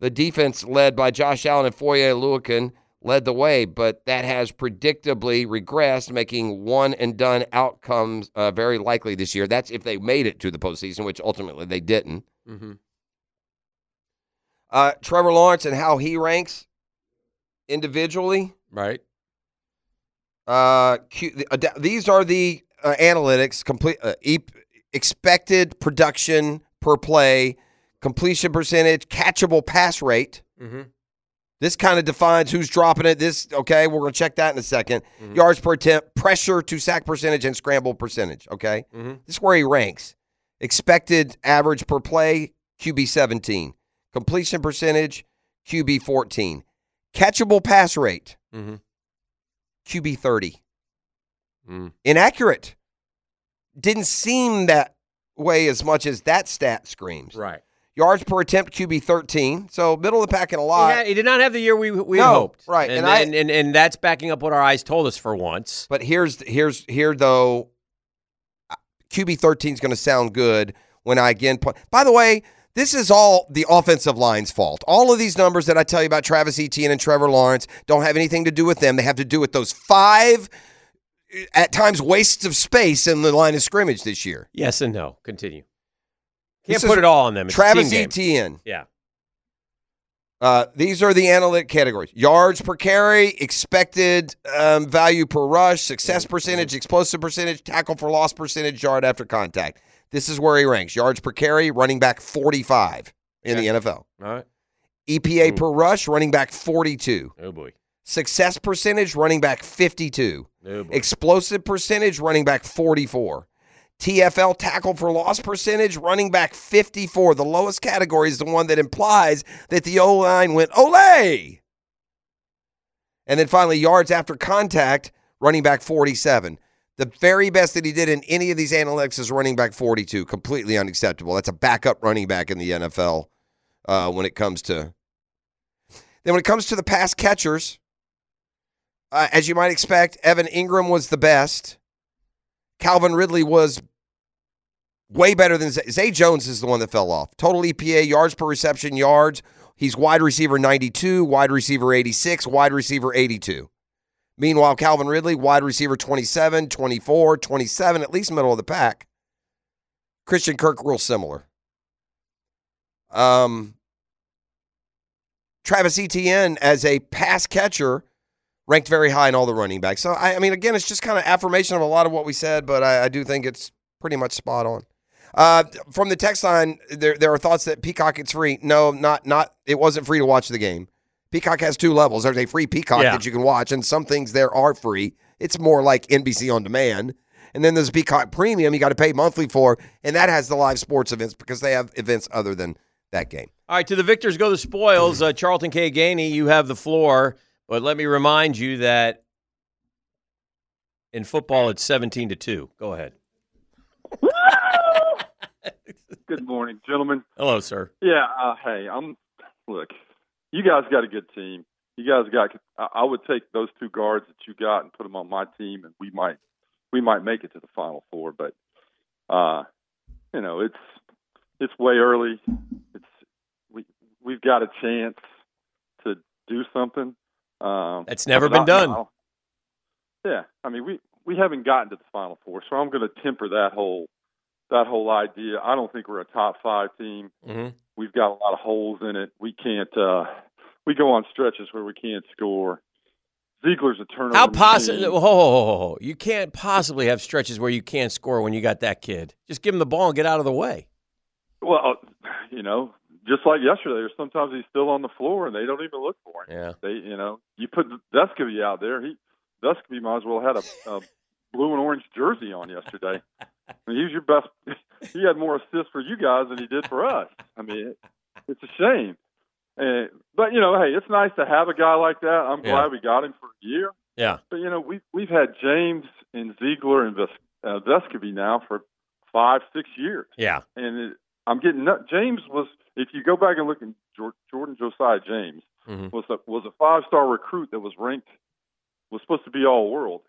Speaker 6: the defense led by Josh Allen and Foye Luakin led the way, but that has predictably regressed, making one and done outcomes uh, very likely this year. That's if they made it to the postseason, which ultimately they didn't.
Speaker 9: Mm-hmm.
Speaker 6: Uh, Trevor Lawrence and how he ranks individually.
Speaker 9: Right.
Speaker 6: Uh, Q, the, ad- these are the uh, analytics: complete uh, e- expected production per play, completion percentage, catchable pass rate.
Speaker 9: Mm-hmm.
Speaker 6: This kind of defines who's dropping it. This okay? We're gonna check that in a 2nd
Speaker 9: Mhm.
Speaker 6: Yards per attempt, pressure to sack percentage, and scramble percentage. Okay,
Speaker 9: Mhm.
Speaker 6: this is where he ranks. Expected average per play, QB seventeen. Completion percentage, QB fourteen. Catchable pass rate,
Speaker 9: Mm-hmm.
Speaker 6: QB thirty.
Speaker 9: Mm.
Speaker 6: inaccurate. Didn't seem that way as much as that stat screams.
Speaker 9: Right.
Speaker 6: Yards per attempt, QB 13. So middle of the pack in a
Speaker 9: He,
Speaker 6: lot.
Speaker 9: had- he did not have the year we we
Speaker 6: No,
Speaker 9: hoped.
Speaker 6: right,
Speaker 9: And
Speaker 6: and
Speaker 9: and,
Speaker 6: I-
Speaker 9: and and that's backing up what our eyes told us for once.
Speaker 6: But here's here's here though. QB thirteen is going to sound good when I again put. By the way, this is all the offensive line's fault. All of these numbers that I tell you about Travis Etienne and Trevor Lawrence don't have anything to do with them. They have to do with those five uh, at times wastes of space in the line of scrimmage this year.
Speaker 9: Yes and no. Continue.
Speaker 6: This
Speaker 9: Can't put
Speaker 6: is
Speaker 9: it all on them. It's a
Speaker 6: Travis
Speaker 9: team game.
Speaker 6: Etienne.
Speaker 9: Yeah.
Speaker 6: Uh, these are the analytic categories: yards per carry, expected um, value per rush,
Speaker 9: Mm.
Speaker 6: success percentage, explosive percentage, tackle for loss percentage, yard after contact. This is where he ranks: yards per carry, running back forty-five in the NFL.
Speaker 9: All right.
Speaker 6: EPA E per rush, running back 42.
Speaker 9: Oh boy.
Speaker 6: Success percentage, running back 52.
Speaker 9: Oh, boy.
Speaker 6: Explosive percentage, running back 44. TFL tackle for loss percentage, running back 54. The lowest category is the one that implies that the O line went ole. And then finally, yards after contact, running back 47. The very best that he did in any of these analytics is running back 42. Completely unacceptable. That's a backup running back in the NFL uh, when it comes to. Then when it comes to the pass catchers, uh, as you might expect, Evan Ingram was the best. Calvin Ridley was way better than Zay. Zay Jones is the one that fell off. Total EPA, yards per reception, yards. He's wide receiver 92, wide receiver 86, wide receiver 82. Meanwhile, Calvin Ridley, wide receiver 27, 24, 27, at least middle of the pack. Christian Kirk, real similar. Um, Travis Etienne, as a pass catcher, ranked very high in all the running backs. So, I, I mean, again, it's just kind of affirmation of a lot of what we said, but I, I do think it's pretty much spot on. Uh, from the text line, there there are thoughts that Peacock it's free. No, not not. It wasn't free to watch the game. Peacock has two levels. There's a free Peacock
Speaker 9: Yeah.
Speaker 6: that you can watch, and some things there are free. It's more like NBC on demand. And then there's Peacock Premium you got to pay monthly for, and that has the live sports events because they have events other than that game.
Speaker 9: All right, to the victors go the spoils. Uh, Charlton K. Gainey, you have the floor, but let me remind you that in football it's seventeen to two. Go ahead.
Speaker 17: Good morning, gentlemen.
Speaker 9: Hello, sir.
Speaker 17: Yeah, uh, hey, I'm. Look, you guys got a good team. You guys got. I, I would take those two guards that you got and put them on my team, and we might, we might make it to the final four. But, uh, you know, it's it's way early. It's we we've got a chance to do something. Um,
Speaker 9: That's never
Speaker 17: but
Speaker 9: been
Speaker 17: I-
Speaker 9: done.
Speaker 17: I- yeah, I mean we we haven't gotten to the final four, so I'm going to temper that whole that whole idea. I don't think we're a top five team.
Speaker 9: Mm-hmm.
Speaker 17: We've got a lot of holes in it. We can't. uh We go on stretches where we can't score. Ziegler's a turnover.
Speaker 9: How
Speaker 17: machine.
Speaker 9: possible? Ho, ho, ho, ho, ho. You can't possibly have stretches where you can't score when you got that kid. Just give him the ball and get out of the way.
Speaker 17: Well, you know, just like yesterday, or sometimes he's still on the floor and they don't even look for him.
Speaker 9: Yeah.
Speaker 17: They, you know, you put Vescovy out there. He Vescovy might as well had a, a blue and orange jersey on yesterday. I mean, he was your best. He had more assists for you guys than he did for us. I mean, it, it's a shame. And, but you know, hey, it's nice to have a guy like that. I'm
Speaker 9: Yeah.
Speaker 17: glad we got him for a year.
Speaker 9: Yeah.
Speaker 17: But you know, we we've had James and Ziegler and Ves- uh, Vescovy now for five, six years
Speaker 9: Yeah.
Speaker 17: and it, I'm getting nut. James was, if you go back and look at Jor- Jordan Josiah James,
Speaker 9: Mm-hmm.
Speaker 17: was a was a five star recruit that was ranked was supposed to be all world.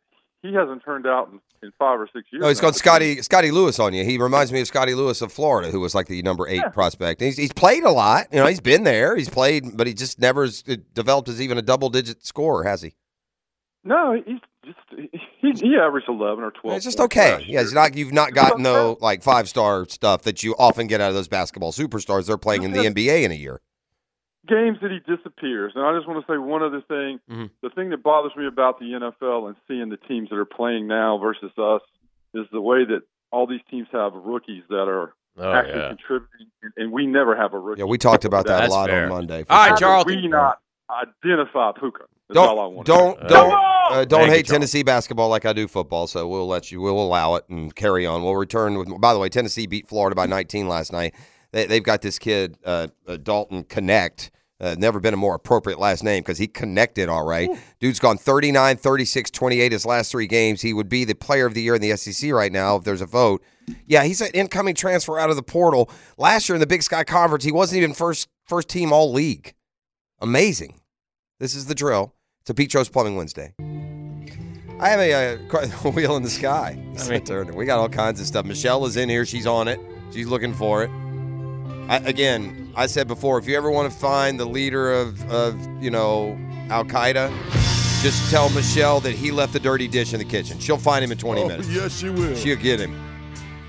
Speaker 17: He hasn't turned out in, in five or six years.
Speaker 6: No, Oh, he's
Speaker 17: now.
Speaker 6: got Scotty Scotty Lewis on you. He reminds me of Scotty Lewis of Florida, who was like the number eight prospect. And He's, he's played a lot. You know, he's been there. He's played, but he just never has developed as even a double digit scorer, has he?
Speaker 17: No, he's just he, he averaged eleven or twelve.
Speaker 6: It's just
Speaker 17: points
Speaker 6: okay.
Speaker 17: last
Speaker 6: Yeah, it's
Speaker 17: year.
Speaker 6: not you've not gotten though like five star stuff that you often get out of those basketball superstars. They're playing in the NBA in a year.
Speaker 17: games that he disappears. And I just want to say one other thing.
Speaker 6: Mm-hmm.
Speaker 17: The thing that bothers me about the NFL and seeing the teams that are playing now versus us is the way that all these teams have rookies that are
Speaker 9: Oh,
Speaker 17: actually
Speaker 9: yeah.
Speaker 17: contributing, and- and we never have a rookie.
Speaker 6: Yeah, we talked about that
Speaker 9: That's
Speaker 6: a lot
Speaker 9: fair.
Speaker 6: on Monday. for
Speaker 9: All right,
Speaker 6: sure.
Speaker 9: Charlton.
Speaker 17: We not identify Puka. That's all I
Speaker 6: Don't
Speaker 17: want.
Speaker 6: don't
Speaker 17: to say.
Speaker 6: don't uh, don't
Speaker 9: Thank you,
Speaker 6: hate
Speaker 9: Charles.
Speaker 6: Tennessee basketball like I do football. So we'll let you. We'll allow it and carry on. We'll return with. By the way, Tennessee beat Florida by 19 last night. They, they've got this kid uh, uh, Dalton Connect. Uh, never been a more appropriate last name because he connected all right. Dude's gone 39, 36, 28 his last three games. He would be the player of the year in the SEC right now if there's a vote. Yeah, he's an incoming transfer out of the portal. Last year in the Big Sky Conference, he wasn't even first first team all league. Amazing. This is the drill. It's a Petros Plumbing Wednesday. I have a, uh car- wheel in the sky. It's returning. We got all kinds of stuff. Michelle is in here. She's on it. She's looking for it. I, again, I said before, if you ever want to find the leader of, of you know, Al Qaeda, Just tell Michelle that he left the dirty dish in the kitchen. She'll find him in 20
Speaker 5: Oh,
Speaker 6: minutes.
Speaker 5: yes, she will.
Speaker 6: She'll get him.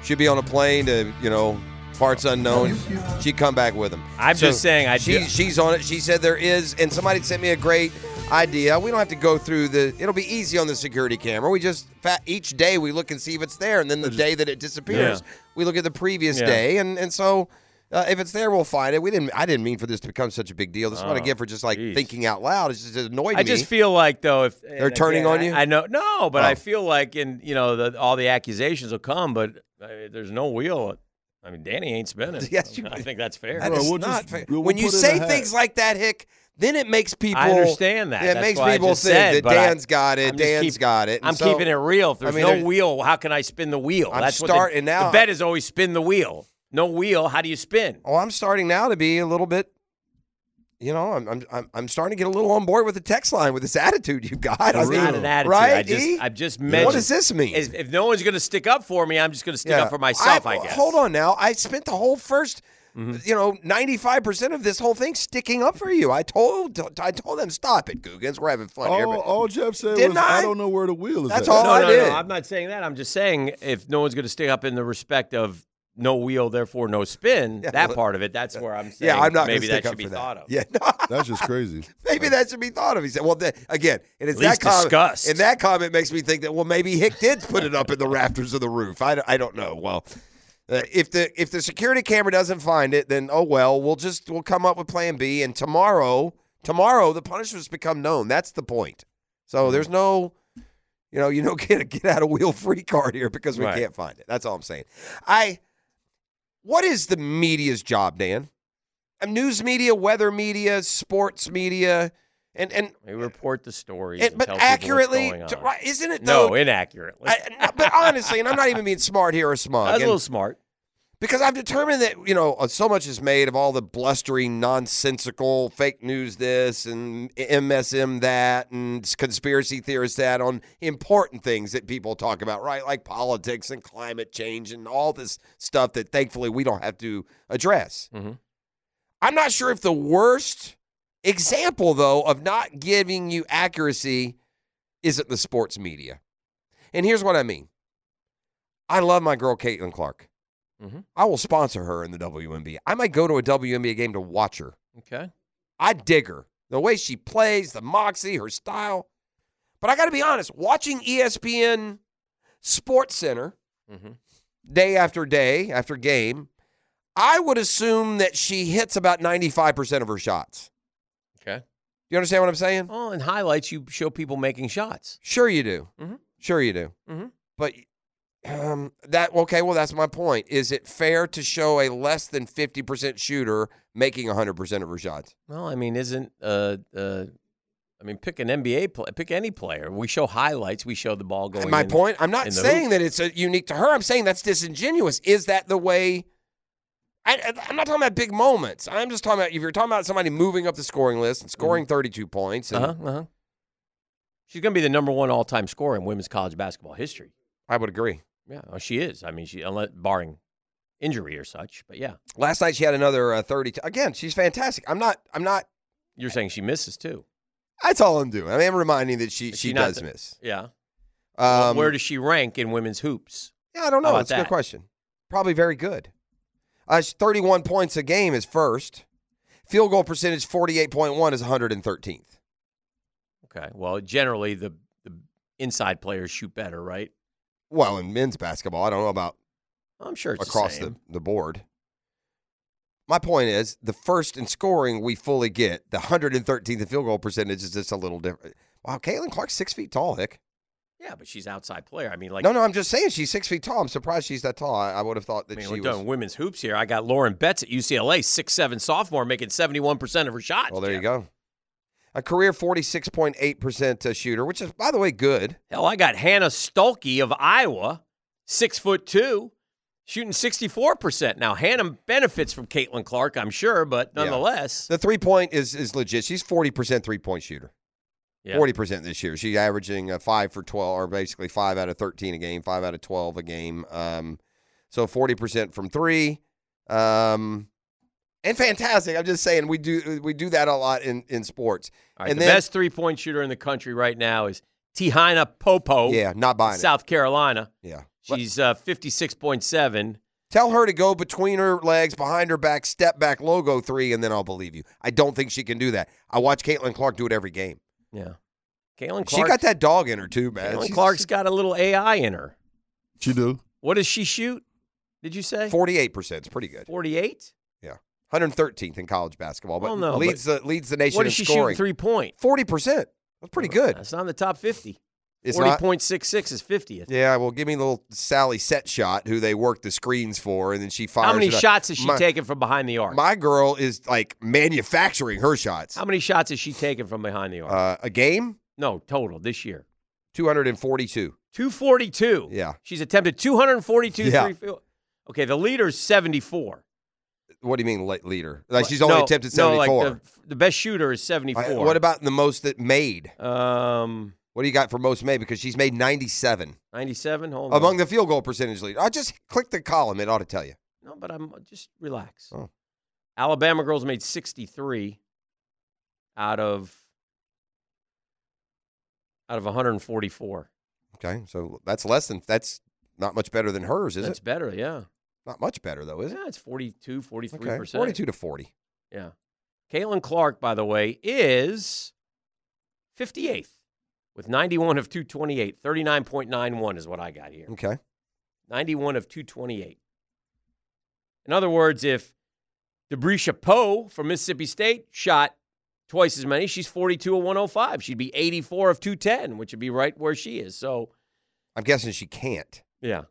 Speaker 6: She'll be on a plane to, you know, parts unknown. She come back with him.
Speaker 9: I'm just saying I
Speaker 6: she,
Speaker 9: do-
Speaker 6: She's on it. She said there is, and somebody sent me a great idea. We don't have to go through the. It'll be easy on the security camera. We just fa- each day we look and see if it's there, and then the day that it disappears,
Speaker 9: Yeah.
Speaker 6: we look at the previous
Speaker 9: Yeah.
Speaker 6: day, and and so. Uh, if it's there, we'll find it. We didn't. I didn't mean for this to become such a big deal. This is what I
Speaker 9: Oh,
Speaker 6: get for just like thinking out loud. It's just it annoyed
Speaker 9: I
Speaker 6: me.
Speaker 9: just feel like though if and
Speaker 6: They're turning
Speaker 9: again,
Speaker 6: on you?
Speaker 9: I, I know no, but
Speaker 6: Oh.
Speaker 9: I feel like in you know the, all the accusations will come, but uh, there's no wheel. I mean, Danny ain't spinning.
Speaker 6: Yes,
Speaker 9: I think that's fair.
Speaker 6: That is not fair. when you say things like that, Hick, then it makes people.
Speaker 9: I understand that.
Speaker 6: It
Speaker 9: That's
Speaker 6: makes
Speaker 9: why I
Speaker 6: people
Speaker 9: just
Speaker 6: think
Speaker 9: said,
Speaker 6: that
Speaker 9: but I-
Speaker 6: Dan's got it.
Speaker 9: I'm just
Speaker 6: Dan's
Speaker 9: keep-
Speaker 6: got it. And
Speaker 9: I'm
Speaker 6: so-
Speaker 9: keeping it real. If
Speaker 6: I
Speaker 9: there's
Speaker 6: mean,
Speaker 9: no
Speaker 6: there-
Speaker 9: wheel, how can I spin the wheel?
Speaker 6: I'm
Speaker 9: That's
Speaker 6: starting
Speaker 9: what the,
Speaker 6: now.
Speaker 9: The bet is always spin the wheel. No wheel. How do you spin?
Speaker 6: Oh, I'm starting now to be a little bit. You know, I'm, I'm I'm I'm starting to get a little on board with the text line with this attitude you got. I
Speaker 9: It's
Speaker 6: mean,
Speaker 9: not an attitude.
Speaker 6: right?
Speaker 9: I just,
Speaker 6: E?
Speaker 9: I've just
Speaker 6: What
Speaker 9: mentioned.
Speaker 6: does this mean?
Speaker 9: If, if no one's going to stick up for me, I'm just going to stick
Speaker 6: Yeah.
Speaker 9: up for myself. I, guess. Mm-hmm.
Speaker 6: Hold on now. I spent the whole 1st you know, 95% of this whole thing sticking up for you. I told I told them, stop it, Googans. We're having fun here.
Speaker 5: All,
Speaker 6: but-
Speaker 5: all Jeff said
Speaker 6: Didn't
Speaker 5: was, I?
Speaker 6: I?
Speaker 5: don't know where the wheel is.
Speaker 6: That's
Speaker 5: at."
Speaker 6: all
Speaker 9: no,
Speaker 6: I
Speaker 9: no,
Speaker 6: did.
Speaker 9: no. I'm not saying that. I'm just saying if no one's going to stick up in the respect of no wheel, therefore no spin.
Speaker 6: Yeah,
Speaker 9: that
Speaker 6: well,
Speaker 9: part of it. That's where I'm saying.
Speaker 6: yeah, I'm not gonna
Speaker 9: Maybe that
Speaker 6: stick up
Speaker 9: should be
Speaker 6: for that.
Speaker 9: thought of.
Speaker 6: Yeah,
Speaker 5: That's just crazy.
Speaker 6: Maybe that should be thought of. He said, "Well, th- again, and it's
Speaker 9: At least
Speaker 6: that comment.
Speaker 9: discussed.
Speaker 6: And that comment makes me think that well, maybe Hick did put it up in the rafters of the roof. I, don't- I don't know. Well, uh, if the if the security camera doesn't find it, then oh well, we'll just we'll come up with Plan B. And tomorrow, tomorrow the punishments become known. That's the point.
Speaker 9: Mm-hmm.
Speaker 6: So there's no, you know, you don't get a get out of wheel free card here because we
Speaker 9: Right.
Speaker 6: can't find it. That's all I'm saying. I, what is the media's job, Dan? Um, news media, weather media, sports media, and and
Speaker 9: They report the stories,
Speaker 6: And-
Speaker 9: and
Speaker 6: but
Speaker 9: tell people what's
Speaker 6: accurately,
Speaker 9: going
Speaker 6: to-
Speaker 9: on.
Speaker 6: right, isn't it, though-
Speaker 9: No, inaccurately.
Speaker 6: I- but honestly, and I'm not even being smart here or smug.
Speaker 9: I was a
Speaker 6: and-
Speaker 9: little smart.
Speaker 6: because I've determined that you know uh, so much is made of all the blustering, nonsensical fake news, this and MSM that, and s- conspiracy theorists that on important things that people talk about, right? Like politics and climate change and all this stuff that thankfully we don't have to address.
Speaker 9: Mm-hmm.
Speaker 6: I'm not sure if the worst example though of not giving you accuracy isn't the sports media, and here's what I mean. I love my girl Caitlin Clark.
Speaker 9: Mm-hmm.
Speaker 6: I will sponsor her in the WNBA. I might go to a WNBA game to watch her.
Speaker 9: Okay.
Speaker 6: I dig her. The way she plays, the moxie, her style. But I got to be honest, watching E ESPN Sports Center
Speaker 9: Mm-hmm.
Speaker 6: day after day after game, I would assume that she hits about 95% of her shots.
Speaker 9: Okay.
Speaker 6: You understand what I'm saying?
Speaker 9: Oh, in highlights, you show people making shots.
Speaker 6: Sure you do.
Speaker 9: Mhm.
Speaker 6: Sure you do.
Speaker 9: Mhm.
Speaker 6: But um, that okay, well that's my point. Is it fair to show a less than 50% shooter making 100% of her shots?
Speaker 9: Well, I mean, isn't uh, uh, I mean, pick an NBA play, pick any player. We show highlights. We show the ball going.
Speaker 6: my
Speaker 9: in-
Speaker 6: point, I'm not
Speaker 9: in the
Speaker 6: saying
Speaker 9: hoop.
Speaker 6: that it's uh unique to her. I'm saying that's disingenuous. Is that the way? I, I- I'm not talking about big moments. I'm just talking about if you're talking about somebody moving up the scoring list and scoring 32 points. And
Speaker 9: Uh-huh, uh-huh. She's going to be the number one all-time scorer in women's college basketball history.
Speaker 6: I would agree.
Speaker 9: Yeah, well, she is. I mean, she unless barring injury or such. But yeah,
Speaker 6: Last night she had another uh, 30. Again, she's fantastic. I'm not. I'm not.
Speaker 9: you're saying she misses too.
Speaker 6: That's all I'm doing. I mean, I'm reminding that she
Speaker 9: Is
Speaker 6: she,
Speaker 9: not
Speaker 6: does
Speaker 9: the-
Speaker 6: miss.
Speaker 9: Yeah. Well,
Speaker 6: Um,
Speaker 9: where does she rank in women's hoops?
Speaker 6: Yeah, I don't
Speaker 9: How
Speaker 6: know.
Speaker 9: about
Speaker 6: It's a
Speaker 9: that?
Speaker 6: good question. Probably very good. Uh, she's 31 points a game is first. Field goal percentage 48.1 is 113th.
Speaker 9: Okay. Well, generally the the inside players shoot better, right?
Speaker 6: Well, in men's basketball, I don't know about
Speaker 9: I'm sure it's the
Speaker 6: across
Speaker 9: same.
Speaker 6: The, the board. My point is the first in scoring we fully get. The 113th field goal percentage is just a little different. Wow, Caitlin Clark's six feet tall, Hick.
Speaker 9: Yeah, but she's outside player. I mean, like
Speaker 6: no, no, I'm just saying she's six feet tall. I'm surprised she's that tall. I, I would have thought that
Speaker 9: I mean,
Speaker 6: she
Speaker 9: we're
Speaker 6: was.
Speaker 9: doing women's hoops here. I got Lauren Betts at UCLA, six seven sophomore, making seventy one percent of her shots.
Speaker 6: Well, there you go. A career 46.8% uh, shooter, which is, by the way, good.
Speaker 9: Hell, I got Hannah Stolke of Iowa, six foot two, shooting sixty four percent. Now Hannah benefits from Caitlin Clark, I'm sure, but
Speaker 6: Yeah.
Speaker 9: nonetheless,
Speaker 6: The three point is, is legit. She's 40% three point shooter.
Speaker 9: Yeah.
Speaker 6: Forty percent this year. She's averaging uh, five for twelve, or basically five out of thirteen a game, five out of twelve a game. Um, so forty percent from three, um, and fantastic. I'm just saying we do we do that a lot in in sports.
Speaker 9: All right,
Speaker 6: and
Speaker 9: the best three point shooter in the country right now is Tihina Popo.
Speaker 6: Yeah, not buying it.
Speaker 9: South Carolina.
Speaker 6: Yeah.
Speaker 9: She's uh, 56.7.
Speaker 6: Tell her to go between her legs, behind her back, step back, logo three, and then I'll believe you. I don't think she can do that. I watch Caitlin Clark do it every game.
Speaker 9: Yeah. Caitlin Clark.
Speaker 6: She got that dog in her too, man.
Speaker 9: Caitlin
Speaker 6: She's-
Speaker 9: Clark's got a little AI in her.
Speaker 5: She do.
Speaker 9: What does she shoot? Did you say?
Speaker 6: 48% is pretty good.
Speaker 9: 48?
Speaker 6: Yeah. 113th in college basketball, Oh, but
Speaker 9: Well, no,
Speaker 6: leads the leads the nation
Speaker 9: What
Speaker 6: in
Speaker 9: is she shooting
Speaker 6: scoring.
Speaker 9: three point?
Speaker 6: 40%. That's pretty good.
Speaker 9: That's not in the top 50.
Speaker 6: It's not?
Speaker 9: 40.66 is 50th.
Speaker 6: Yeah, well, give me the little Sally set shot who they work the screens for, and then she fires.
Speaker 9: How many
Speaker 6: it up.
Speaker 9: shots has she
Speaker 6: My-
Speaker 9: taken from behind the arc?
Speaker 6: My girl is like manufacturing her shots.
Speaker 9: How many shots has she taken from behind the arc?
Speaker 6: Uh, a game,
Speaker 9: no, total this year.
Speaker 6: 242.
Speaker 9: 242.
Speaker 6: Yeah.
Speaker 9: She's attempted 242
Speaker 6: Yeah.
Speaker 9: three field. Okay, the leader's 74.
Speaker 6: What do you mean, late leader? Like she's only
Speaker 9: No,
Speaker 6: attempted
Speaker 9: no, like
Speaker 6: 74.
Speaker 9: the, the best shooter is 74.
Speaker 6: Uh, what about the most that made?
Speaker 9: Um,
Speaker 6: what do you got for most made? Because she's made 97
Speaker 9: 97? Hold on.
Speaker 6: among the field goal percentage lead. I just click the column; it ought to tell you.
Speaker 9: No, but I'm just relax.
Speaker 6: Oh.
Speaker 9: Alabama girls made 63 out of out of 144.
Speaker 6: Okay, so that's less than that's not much better than hers, is
Speaker 9: That's
Speaker 6: it?
Speaker 9: better, yeah.
Speaker 6: Not much better though, is it?
Speaker 9: Yeah, it's 42, 43%.
Speaker 6: Okay, 42 to 40.
Speaker 9: Yeah. Caitlin Clark, by the way, is 58th with 91 of 228. 39.91 is what I got here.
Speaker 6: Okay.
Speaker 9: 91 of 228. In other words, if Debrisha Poe from Mississippi State shot twice as many, she's 42 of 105. She'd be 84 of 210, which would be right where she is. So,
Speaker 6: I'm guessing she can't.
Speaker 9: yeah.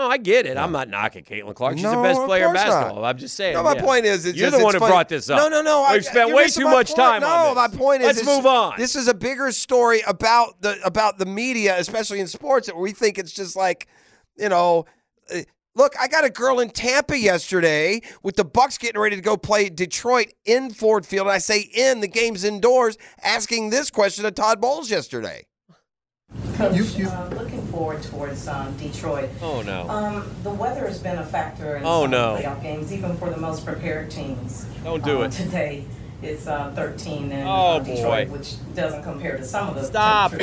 Speaker 9: Oh, I get it. I'm not knocking Caitlin Clark. She's the
Speaker 6: No,
Speaker 9: best
Speaker 6: of
Speaker 9: player in
Speaker 6: course not.
Speaker 9: basketball. I'm just saying.
Speaker 6: No, my
Speaker 9: yeah.
Speaker 6: point is, it's
Speaker 9: you're
Speaker 6: just-
Speaker 9: the one
Speaker 6: it's
Speaker 9: who
Speaker 6: funny.
Speaker 9: brought this up.
Speaker 6: No, no, no. I-
Speaker 9: We've spent
Speaker 6: you're
Speaker 9: way
Speaker 6: missing
Speaker 9: too
Speaker 6: my
Speaker 9: much
Speaker 6: point.
Speaker 9: time.
Speaker 6: No,
Speaker 9: on this.
Speaker 6: my point is,
Speaker 9: let's
Speaker 6: it's-
Speaker 9: move on.
Speaker 6: This is a bigger story about the about the media, especially in sports. That we think it's just like, you know, uh, look, I got a girl in Tampa yesterday with the Bucks getting ready to go play Detroit in Ford Field. And I say in the game's indoors, asking this question to Todd Bowles yesterday.
Speaker 10: Coach, uh, looking forward towards um, Detroit.
Speaker 9: Oh, no.
Speaker 10: Um, the weather has been a factor in
Speaker 9: Oh,
Speaker 10: some
Speaker 9: no.
Speaker 10: of the playoff games, even for the most prepared teams.
Speaker 9: Don't do
Speaker 10: Uh,
Speaker 9: it.
Speaker 10: Today, it's uh, 13 in
Speaker 9: Oh,
Speaker 10: uh, Detroit,
Speaker 9: boy.
Speaker 10: which doesn't compare to some of the
Speaker 9: Stop.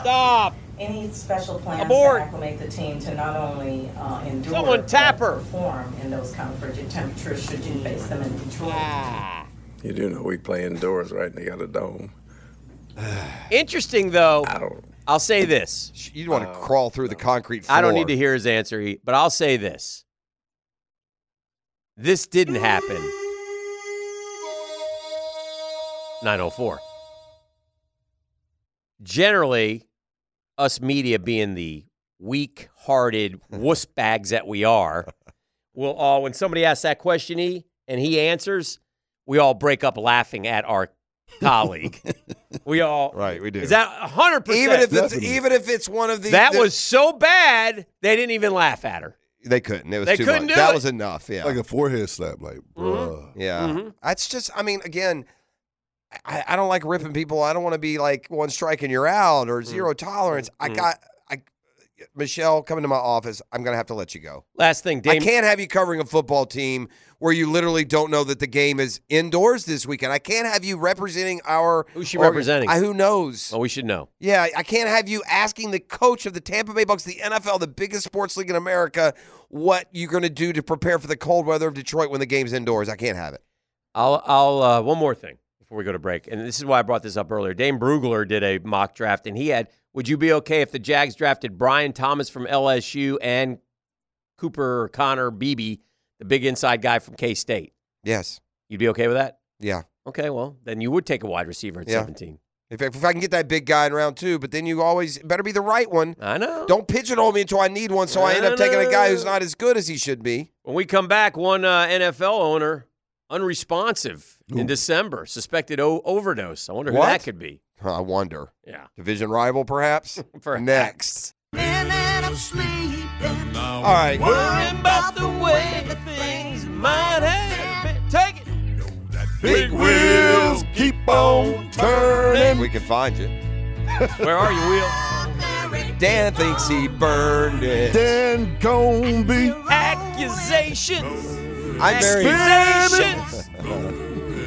Speaker 9: Stop.
Speaker 10: Any special plans
Speaker 9: Abort.
Speaker 10: to acclimate the team to not only uh, endure
Speaker 9: Someone tap
Speaker 10: but perform in those kind of frigid temperatures should you face them in Detroit?
Speaker 9: Ah.
Speaker 11: You do know we play indoors, right? And they got a dome.
Speaker 9: Interesting though. I'll say this.
Speaker 6: You'd want to crawl through the concrete floor.
Speaker 9: I don't need to hear his answer, he- but I'll say this. This didn't happen. 904. Generally, us media being the weak hearted wuss bags that we are, we'll all, when somebody asks that question, he and he answers, we all break up laughing at our colleague. we all.
Speaker 6: Right, we do.
Speaker 9: Is that 100%?
Speaker 6: even if it's even if it's one of the
Speaker 9: that
Speaker 6: the-
Speaker 9: was so bad they didn't even laugh at her.
Speaker 6: They couldn't. It was
Speaker 9: They
Speaker 6: too
Speaker 9: couldn't
Speaker 6: much.
Speaker 9: do
Speaker 6: that
Speaker 9: it. Mm-hmm.
Speaker 6: was enough. Yeah.
Speaker 5: Like a forehead slap, like, bruh.
Speaker 6: yeah.
Speaker 5: Mhm.
Speaker 6: Uh, That's just. I mean, again, I, I don't like ripping people. I don't want to be like one strike and you're out or zero tolerance. I
Speaker 9: Mhm.
Speaker 6: got. I Michelle, come into my office. I'm gonna have to let you go.
Speaker 9: Last thing,
Speaker 6: I
Speaker 9: Dame.
Speaker 6: can't have you covering a football team where you literally don't know that the game is indoors this weekend. I can't have you representing our.
Speaker 9: Who's she
Speaker 6: org-
Speaker 9: representing?
Speaker 6: I, who knows?
Speaker 9: Oh, we should know.
Speaker 6: Yeah, I can't have you asking the coach of the Tampa Bay Bucks, the NFL, the biggest sports league in America, what you're going to do to prepare for the cold weather of Detroit when the game's indoors. I can't have it.
Speaker 9: I'll. I'll. Uh, one more thing before we go to break, and this is why I brought this up earlier. Dame Brugler did a mock draft, and he had. Would you be okay if the Jags drafted Brian Thomas from LSU and Cooper Connor Beebe, the big inside guy from K State?
Speaker 6: Yes.
Speaker 9: You'd be okay with that?
Speaker 6: Yeah.
Speaker 9: Okay. Well, then you would take a wide receiver at
Speaker 6: Yeah.
Speaker 9: 17.
Speaker 6: If, if I can get that big guy in round two, but then you always it better be the right one.
Speaker 9: I know.
Speaker 6: Don't pigeonhole me until I need one, so I end up taking a guy who's not as good as he should be.
Speaker 9: When we come back, one uh, NFL owner unresponsive in December, suspected o- overdose. I wonder who that
Speaker 6: What?
Speaker 9: could be.
Speaker 6: I wonder.
Speaker 9: Yeah.
Speaker 6: Division rival, perhaps?
Speaker 9: Perhaps.
Speaker 6: Next.
Speaker 4: All
Speaker 6: right.
Speaker 4: Worrying about
Speaker 9: the way that things might have been. Take it.
Speaker 4: Big wheels keep on turning.
Speaker 6: We can find you.
Speaker 9: Where are you, Wheel?
Speaker 6: Dan thinks he burned it.
Speaker 5: Dan Gombe.
Speaker 9: Accusations
Speaker 6: I'm very.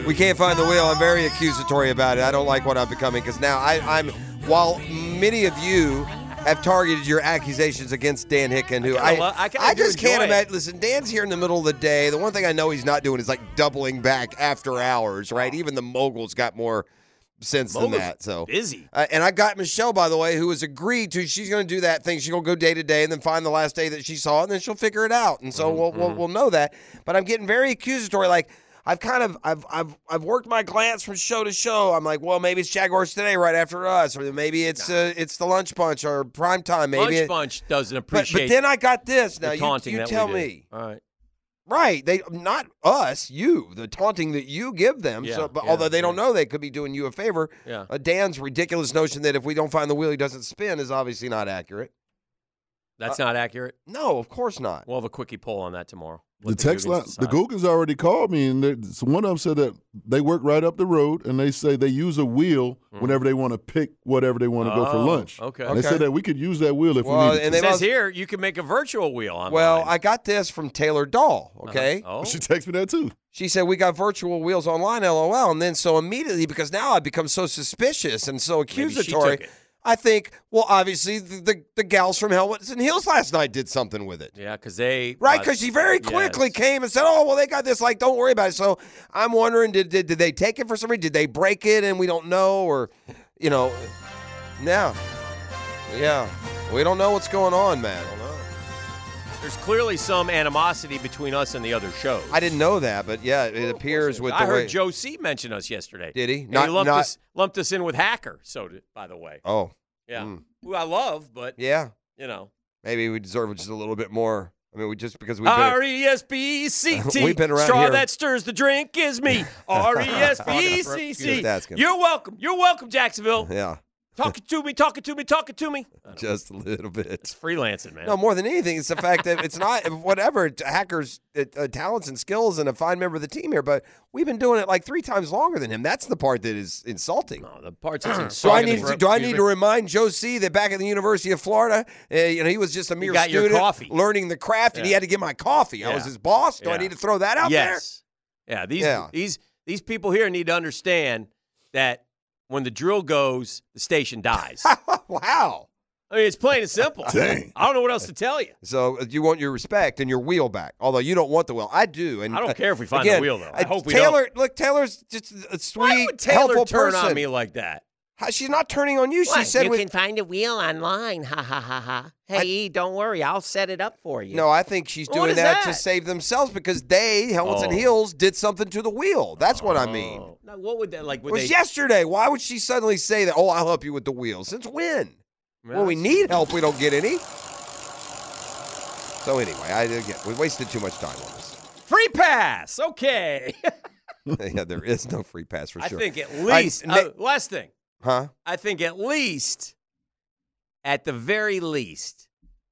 Speaker 6: we can't find the wheel. I'm very accusatory about it. I don't like what I'm becoming because now I, I'm. While many of you have targeted your accusations against Dan Hicken, who I
Speaker 9: kinda lo- I kinda do
Speaker 6: just can't
Speaker 9: enjoy it.
Speaker 6: imagine. Listen, Dan's here in the middle of the day. The one thing I know he's not doing is like doubling back after hours, right? Even the mogul's got more sense than
Speaker 9: Mogul's
Speaker 6: that. So
Speaker 9: busy.
Speaker 6: Uh, and I got Michelle, by the way, who has agreed to. She's going to do that thing. She's going to go day to day and then find the last day that she saw it, and then she'll figure it out. And so we'll, we'll we'll know that. But I'm getting very accusatory, like. I've kind of I've I've I've worked my glance from show to show. I'm like, well, maybe it's Jaguars today right after us, or maybe it's uh, it's the lunch bunch or prime time. Maybe
Speaker 9: Lunch
Speaker 6: it-
Speaker 9: Bunch doesn't
Speaker 6: but,
Speaker 9: appreciate
Speaker 6: but then I got this.
Speaker 9: the
Speaker 6: Now you,
Speaker 9: taunting
Speaker 6: you
Speaker 9: that we
Speaker 6: tell
Speaker 9: do.
Speaker 6: me,
Speaker 9: All right.
Speaker 6: right? They not us, you. The taunting that you give them.
Speaker 9: Yeah,
Speaker 6: so, but
Speaker 9: yeah,
Speaker 6: although they don't know, they could be doing you a favor.
Speaker 9: Yeah.
Speaker 6: Uh, Dan's ridiculous notion that if we don't find the wheel, he doesn't spin is obviously not accurate.
Speaker 9: That's
Speaker 6: Uh,
Speaker 9: not accurate.
Speaker 6: No, of course not.
Speaker 9: We'll have a quickie poll on that tomorrow.
Speaker 5: The
Speaker 9: Let
Speaker 5: text
Speaker 9: Googans
Speaker 5: line, the
Speaker 9: decide.
Speaker 5: Googans already called me, and they- so one of them said that they work right up the road, and they say they use a wheel whenever they want to pick whatever they want to go for
Speaker 9: Mm-hmm. Oh,
Speaker 5: lunch.
Speaker 9: okay.
Speaker 5: And They said
Speaker 9: Okay.
Speaker 5: that we could use that wheel if
Speaker 6: Well,
Speaker 5: we needed. to.
Speaker 6: and they
Speaker 9: It says
Speaker 6: must-
Speaker 9: here you can make a virtual wheel online.
Speaker 6: Well, I got this from Taylor Dahl. Okay.
Speaker 9: Oh.
Speaker 5: She texted me that too.
Speaker 6: She said we got virtual wheels online, lol. And then so immediately, because now I become so suspicious and so
Speaker 9: she took
Speaker 6: accusatory,
Speaker 9: it.
Speaker 6: I think, well, obviously the, the, the gals from Helmets and Hills last night did something with it.
Speaker 9: yeah, because they uh,
Speaker 6: Right, because she very
Speaker 9: yes.
Speaker 6: quickly came and said, "Oh, well, they got this. Like, don't worry about it." So I'm wondering, did, did did they take it for somebody? Did they break it, and we don't know, or you know, now, yeah, we don't know what's going on, man.
Speaker 9: There's clearly some animosity between us and the other shows.
Speaker 6: I didn't know that, but yeah, it appears with
Speaker 9: I
Speaker 6: the
Speaker 9: heard
Speaker 6: way.
Speaker 9: Joe C mention us yesterday.
Speaker 6: Did he?
Speaker 9: And
Speaker 6: Not-
Speaker 9: he lumped
Speaker 6: not-
Speaker 9: us lumped us in with Hacker. So did, by the way,
Speaker 6: oh,
Speaker 9: yeah,
Speaker 6: Mm.
Speaker 9: who I love, but
Speaker 6: yeah,
Speaker 9: you know,
Speaker 6: maybe we deserve just a little bit more. I mean, we just because we've been.
Speaker 9: R E S B E C T.
Speaker 6: We've been around
Speaker 9: Straw
Speaker 6: here.
Speaker 9: that stirs the drink is me. R E S B E C
Speaker 6: Just
Speaker 9: C.
Speaker 6: asking.
Speaker 9: You're welcome. You're welcome, Jacksonville.
Speaker 6: yeah,
Speaker 9: Talking to me. Talking to me. Talking to me.
Speaker 6: just a little bit.
Speaker 9: Freelancing, man.
Speaker 6: No, more than anything, it's the fact that it's not whatever hackers' uh, uh, talents and skills and a fine member of the team here, but we've been doing it like three times longer than him. That's the part that is insulting.
Speaker 9: the parts that's
Speaker 6: So I
Speaker 9: insulting.
Speaker 6: need to, do I need to remind Joe C that back at the University of Florida, uh, you know, he was just a mere
Speaker 9: got your
Speaker 6: student
Speaker 9: coffee.
Speaker 6: learning the craft, and he
Speaker 9: Yeah.
Speaker 6: had to get my coffee. I
Speaker 9: Yeah.
Speaker 6: was his boss. Do I
Speaker 9: Yeah.
Speaker 6: need to throw that out there?
Speaker 9: yes. Yeah. These
Speaker 6: Yeah.
Speaker 9: these these people here need to understand that when the drill goes, the station dies. I
Speaker 6: Wow.
Speaker 9: mean, it's plain and simple.
Speaker 5: Dang.
Speaker 9: I don't know what else to tell you.
Speaker 6: So uh, you want your respect and your wheel back, although you don't want the wheel. I do. And
Speaker 9: I
Speaker 6: uh,
Speaker 9: don't care if we find
Speaker 6: again,
Speaker 9: the wheel though. I
Speaker 6: uh,
Speaker 9: hope we
Speaker 6: Taylor,
Speaker 9: don't.
Speaker 6: look, Taylor's just a sweet,
Speaker 9: Why would Taylor
Speaker 6: helpful
Speaker 9: turn
Speaker 6: person.
Speaker 9: on me like that?
Speaker 6: How- she's not turning on you. She
Speaker 18: What?
Speaker 6: said,
Speaker 18: you
Speaker 6: we-
Speaker 18: can find a wheel online. Ha ha ha ha. Hey, E, don't worry, I'll set it up for you.
Speaker 6: "No, I think she's
Speaker 18: What
Speaker 6: doing
Speaker 18: is
Speaker 6: that, to
Speaker 18: that?
Speaker 6: save themselves because they, Helmets and
Speaker 9: Oh.
Speaker 6: Heels, did something to the wheel. That's what I mean."
Speaker 9: Oh. Now, what would that like?
Speaker 6: It
Speaker 9: Would
Speaker 6: was
Speaker 9: they,
Speaker 6: yesterday. Why would she suddenly say that? Oh, I'll help you with the wheel. Since when?
Speaker 9: Yeah,
Speaker 6: when we need help, we don't get any. So anyway, I again, we wasted too much time on this.
Speaker 9: Free pass. Okay.
Speaker 6: yeah, there is no free pass for
Speaker 9: I
Speaker 6: sure.
Speaker 9: think at
Speaker 6: I-
Speaker 9: least.
Speaker 6: Nick-
Speaker 9: uh, last thing.
Speaker 6: huh?
Speaker 9: I think at least, at the very least,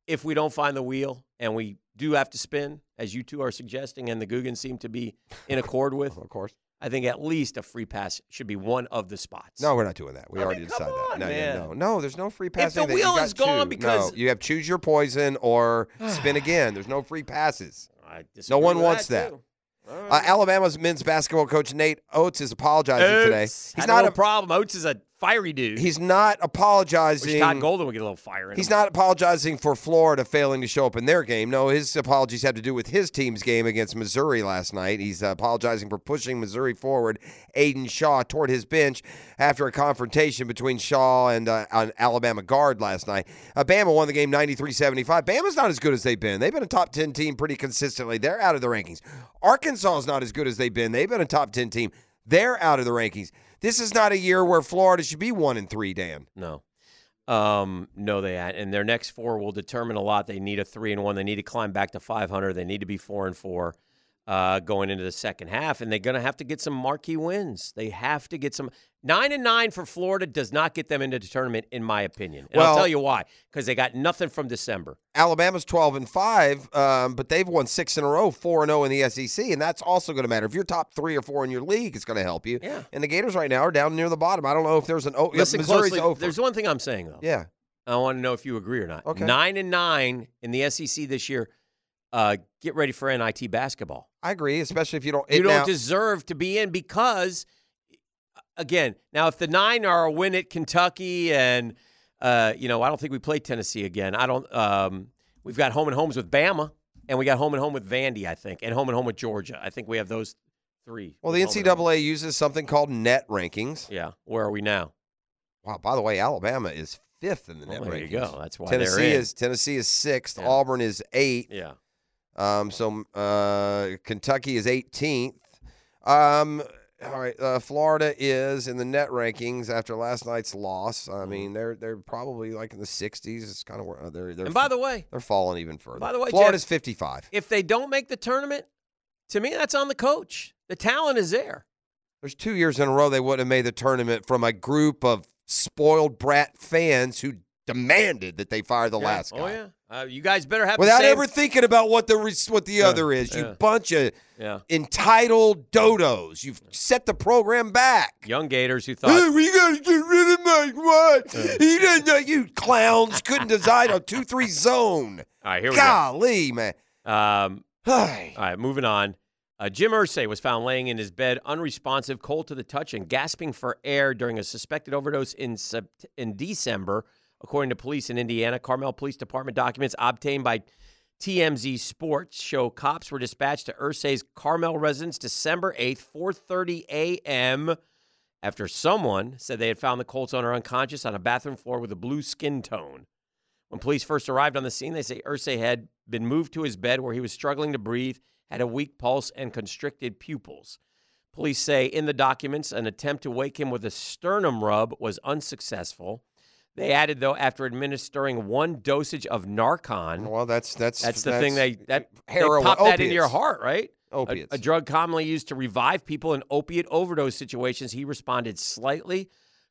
Speaker 9: if we don't find the wheel and we do have to spin, as you two are suggesting, and the Googans seem to be in accord with,
Speaker 6: Of course.
Speaker 9: I think at least a free pass should be one of the spots.
Speaker 6: No, we're not doing that.
Speaker 9: I
Speaker 6: We
Speaker 9: mean,
Speaker 6: already
Speaker 9: come
Speaker 6: decided that.
Speaker 9: on,
Speaker 6: No, yeah,
Speaker 9: man.
Speaker 6: no, no. There's no free pass.
Speaker 9: the
Speaker 6: anything. You
Speaker 9: wheel
Speaker 6: got
Speaker 9: is gone
Speaker 6: two.
Speaker 9: because-
Speaker 6: no, you have choose your poison or spin again. There's no free passes.
Speaker 9: I disagree
Speaker 6: No one
Speaker 9: with
Speaker 6: wants that.
Speaker 9: too.
Speaker 6: Uh, Alabama's men's basketball coach Nate Oates is apologizing today.
Speaker 9: Oates
Speaker 6: He's
Speaker 9: had a
Speaker 6: not.
Speaker 9: little problem. Oates is a fiery dude.
Speaker 6: he's not apologizing.
Speaker 9: Wish Todd Golden would get a little fire in
Speaker 6: He's
Speaker 9: him.
Speaker 6: not apologizing for Florida failing to show up in their game. No, his apologies had to do with his team's game against Missouri last night. He's uh, apologizing for pushing Missouri forward, Aiden Shaw, toward his bench after a confrontation between Shaw and uh, an Alabama guard last night. Uh, Bama won the game 93 75. Bama's not as good as they've been. They've been a top 10 team pretty consistently. They're out of the rankings. Arkansas is not as good as they've been. They've been a top 10 team. They're out of the rankings. This is not a year where Florida should be one and three, Dan.
Speaker 9: No. Um, no, they had, and their next four will determine a lot. They need a three and one. They need to climb back to five hundred. They need to be four and four uh, going into the second half, and they're going to have to get some marquee wins. They have to get some nine and nine for Florida does not get them into the tournament, in my opinion. And I'll
Speaker 6: Well-
Speaker 9: tell you why because they got nothing from December.
Speaker 6: Alabama's 12 and 5, um, but they've won six in a row, four and 0 in the SEC, and that's also going to matter. If you're top three or four in your league, it's going to help you.
Speaker 9: Yeah.
Speaker 6: And the Gators right now are down near the bottom. I don't know if there's an oh,
Speaker 9: Listen
Speaker 6: Missouri's
Speaker 9: closely.
Speaker 6: over.
Speaker 9: There's one thing I'm saying though.
Speaker 6: yeah.
Speaker 9: I want to know if you agree or not.
Speaker 6: Okay.
Speaker 9: E Nine and nine in the SEC this year. Uh, get ready for NIT basketball.
Speaker 6: I agree, especially if you don't.
Speaker 9: You
Speaker 6: it
Speaker 9: don't
Speaker 6: now-
Speaker 9: deserve to be in because, again, now if the nine are a win at Kentucky and, uh, you know, I don't think we play Tennessee again. I don't. Um, we've got home and homes with Bama, and we got home and home with Vandy, I think, and home and home with Georgia. I think we have those three.
Speaker 6: Well, the NCAA uses something called net rankings.
Speaker 9: Yeah. Where are we now?
Speaker 6: Wow. By the way, Alabama is fifth in the net
Speaker 9: Well, there you
Speaker 6: rankings.
Speaker 9: go. That's why they're
Speaker 6: Tennessee
Speaker 9: in.
Speaker 6: is Tennessee is sixth. Auburn is eighth.
Speaker 9: Yeah.
Speaker 6: Um. So uh, Kentucky is 18th. Um. All right. Uh, Florida is in the net rankings after last night's loss. I
Speaker 9: Mm-hmm.
Speaker 6: mean, they're they're probably like in the 60s. It's kind of where uh, they're, they're.
Speaker 9: And by the way-
Speaker 6: they're falling even further.
Speaker 9: By the way,
Speaker 6: Florida's
Speaker 9: Jeff-
Speaker 6: 55.
Speaker 9: If they don't make the tournament, to me, that's on the coach. The talent is there.
Speaker 6: There's two years in a row they wouldn't have made the tournament from a group of spoiled brat fans who demanded that they fire the
Speaker 9: Yeah.
Speaker 6: last guy.
Speaker 9: Oh yeah. Uh, you guys better have the
Speaker 6: Without
Speaker 9: same-
Speaker 6: ever thinking about what the res- what the other is, you
Speaker 9: yeah.
Speaker 6: bunch of
Speaker 9: Yeah.
Speaker 6: entitled dodos. You've set the program back.
Speaker 9: young Gators who
Speaker 6: Hey,
Speaker 9: thought.
Speaker 6: we gotta get rid of Mike White. He doesn't know you clowns couldn't design a two-three zone.
Speaker 9: All right, here we go.
Speaker 6: Golly, man.
Speaker 9: Um,
Speaker 6: all
Speaker 9: right, moving on. Uh, Jim Ursay was found laying in his bed, unresponsive, cold to the touch, and gasping for air during a suspected overdose in sept- in December, according to police in Indiana. Carmel Police Department documents obtained by TMZ Sports show cops were dispatched to Ursay's Carmel residence December eighth, 4:30 a.m. After someone said they had found the Colts owner unconscious on a bathroom floor with a blue skin tone. When police first arrived on the scene, they say Ursay had been moved to his bed where he was struggling to breathe, had a weak pulse, and constricted pupils. Police say in the documents, an attempt to wake him with a sternum rub was unsuccessful. They added, though, after administering one dosage of Narcan.
Speaker 6: Well, that's that's
Speaker 9: that's the
Speaker 6: that's
Speaker 9: thing they that
Speaker 6: heroin-
Speaker 9: they pop that into your
Speaker 6: opiates.
Speaker 9: heart, right? A-
Speaker 6: Opiates.
Speaker 9: a drug commonly used to revive people in opiate overdose situations. He responded slightly.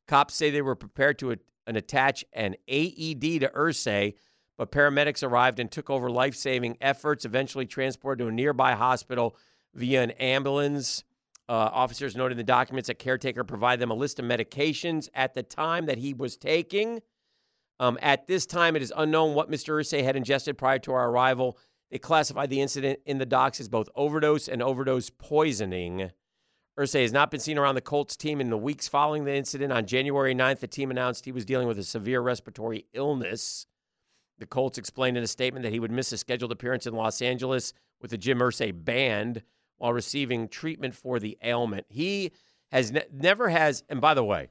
Speaker 9: Cops say they were prepared to a- an attach an AED to Ursay, but paramedics arrived and took over life saving efforts, eventually transported to a nearby hospital via an ambulance. Uh, officers noted in the documents that caretaker provided them a list of medications at the time that he was taking. Um, at this time, it is unknown what Mr. Ursay had ingested prior to our arrival. They classified the incident in the docs as both overdose and overdose poisoning. Ursay has not been seen around the Colts team in the weeks following the incident. On January 9th, the team announced he was dealing with a severe respiratory illness. The Colts explained in a statement that he would miss a scheduled appearance in Los Angeles with the Jim Irsay band while receiving treatment for the ailment. He has ne- never has, and by the way,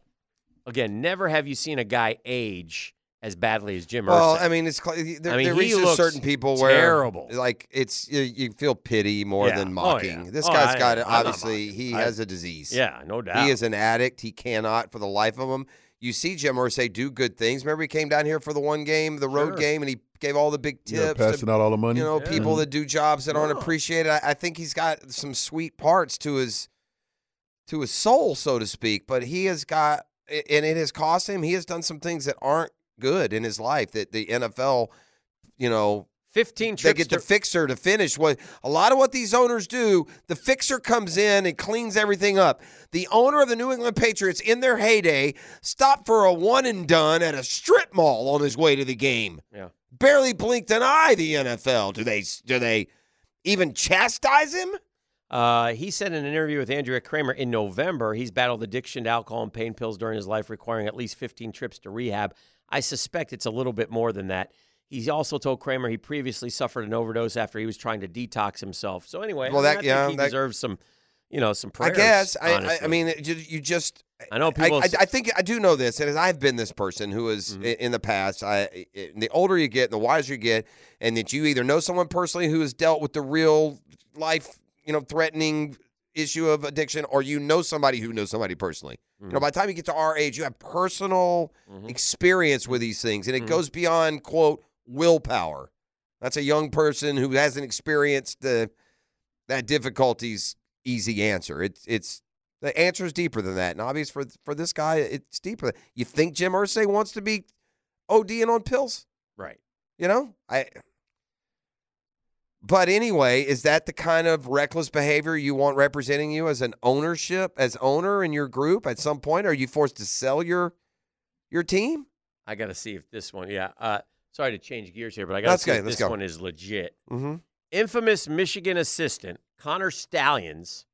Speaker 9: again, never have you seen a guy age as badly as Jim
Speaker 6: Well,
Speaker 9: Irsay.
Speaker 6: I mean, it's cl- there,
Speaker 9: I mean,
Speaker 6: there
Speaker 9: he
Speaker 6: reaches
Speaker 9: looks
Speaker 6: certain people where
Speaker 9: terrible.
Speaker 6: Like it's you, you feel pity more
Speaker 9: Yeah.
Speaker 6: than
Speaker 9: Oh,
Speaker 6: mocking.
Speaker 9: yeah.
Speaker 6: This
Speaker 9: Oh,
Speaker 6: guy's
Speaker 9: I-
Speaker 6: got it.
Speaker 9: I'm not
Speaker 6: Obviously,
Speaker 9: mocking.
Speaker 6: he
Speaker 9: I-
Speaker 6: has a disease.
Speaker 9: Yeah, no doubt.
Speaker 6: He is an addict. He cannot, for the life of him. You see Jim Irsay do good things. Remember, he came down here for the one game, the road
Speaker 5: Sure.
Speaker 6: game, and he gave all the big
Speaker 5: Yeah,
Speaker 6: tips. to,
Speaker 5: passing out all the money.
Speaker 6: You know,
Speaker 5: Yeah.
Speaker 6: people that do jobs that aren't
Speaker 5: Yeah.
Speaker 6: appreciated. I, I think he's got some sweet parts to his to his soul, so to speak. But he has got, and it has cost him. He has done some things that aren't good in his life. That the NFL, you know,
Speaker 9: fifteen.
Speaker 6: They get the fixer to finish. What a lot of what these owners do, the fixer comes in and cleans everything up. The owner of the New England Patriots, in their heyday, stopped for a one and done at a strip mall on his way to the game.
Speaker 9: Yeah.
Speaker 6: Barely blinked an eye. The NFL. Do they? Do they? Even chastise him?
Speaker 9: Uh, he said in an interview with Andrea Kramer in November, he's battled addiction to alcohol and pain pills during his life, requiring at least 15 trips to rehab. I suspect it's a little bit more than that. He also told Kramer he previously suffered an overdose after he was trying to detox himself. So anyway, I
Speaker 6: Well,
Speaker 9: mean,
Speaker 6: that-
Speaker 9: I think
Speaker 6: yeah,
Speaker 9: he
Speaker 6: that-
Speaker 9: deserves some, you know, some
Speaker 6: I
Speaker 9: prayers.
Speaker 6: guess. I, I, I
Speaker 9: honestly.
Speaker 6: mean, it, ju- you just.
Speaker 9: I know people
Speaker 6: I,
Speaker 9: have s- Mm-hmm.
Speaker 6: I think I do know this, and I've been this person who is i- in the past. I, i- the older you get, and the wiser you get, and that you either know someone personally who has dealt with the real life, you know, threatening issue of addiction, or you know somebody who knows somebody personally. You
Speaker 9: Mm-hmm.
Speaker 6: know,
Speaker 19: Mhm.
Speaker 6: by the time you get to our age, you have personal experience with these things, and it
Speaker 9: Mm-hmm.
Speaker 6: goes beyond quote willpower. That's a young person who hasn't experienced the that difficulty's easy answer. It's it's the answer is deeper than that, and obvious for for this guy, it's deeper. You think Jim Irsay wants to be ODing on pills,
Speaker 9: right?
Speaker 6: You know, I. But anyway, is that the kind of reckless behavior you want representing you as an ownership, as owner in your group? At some point, are you forced to sell your your team?
Speaker 9: I got to see if this one, yeah. Uh, sorry to change gears here, but I got to
Speaker 6: That's
Speaker 9: see
Speaker 6: okay,
Speaker 9: if
Speaker 6: let's
Speaker 9: this
Speaker 6: go.
Speaker 9: one is legit.
Speaker 6: Mm-hmm.
Speaker 9: Infamous Michigan assistant Connor Stallions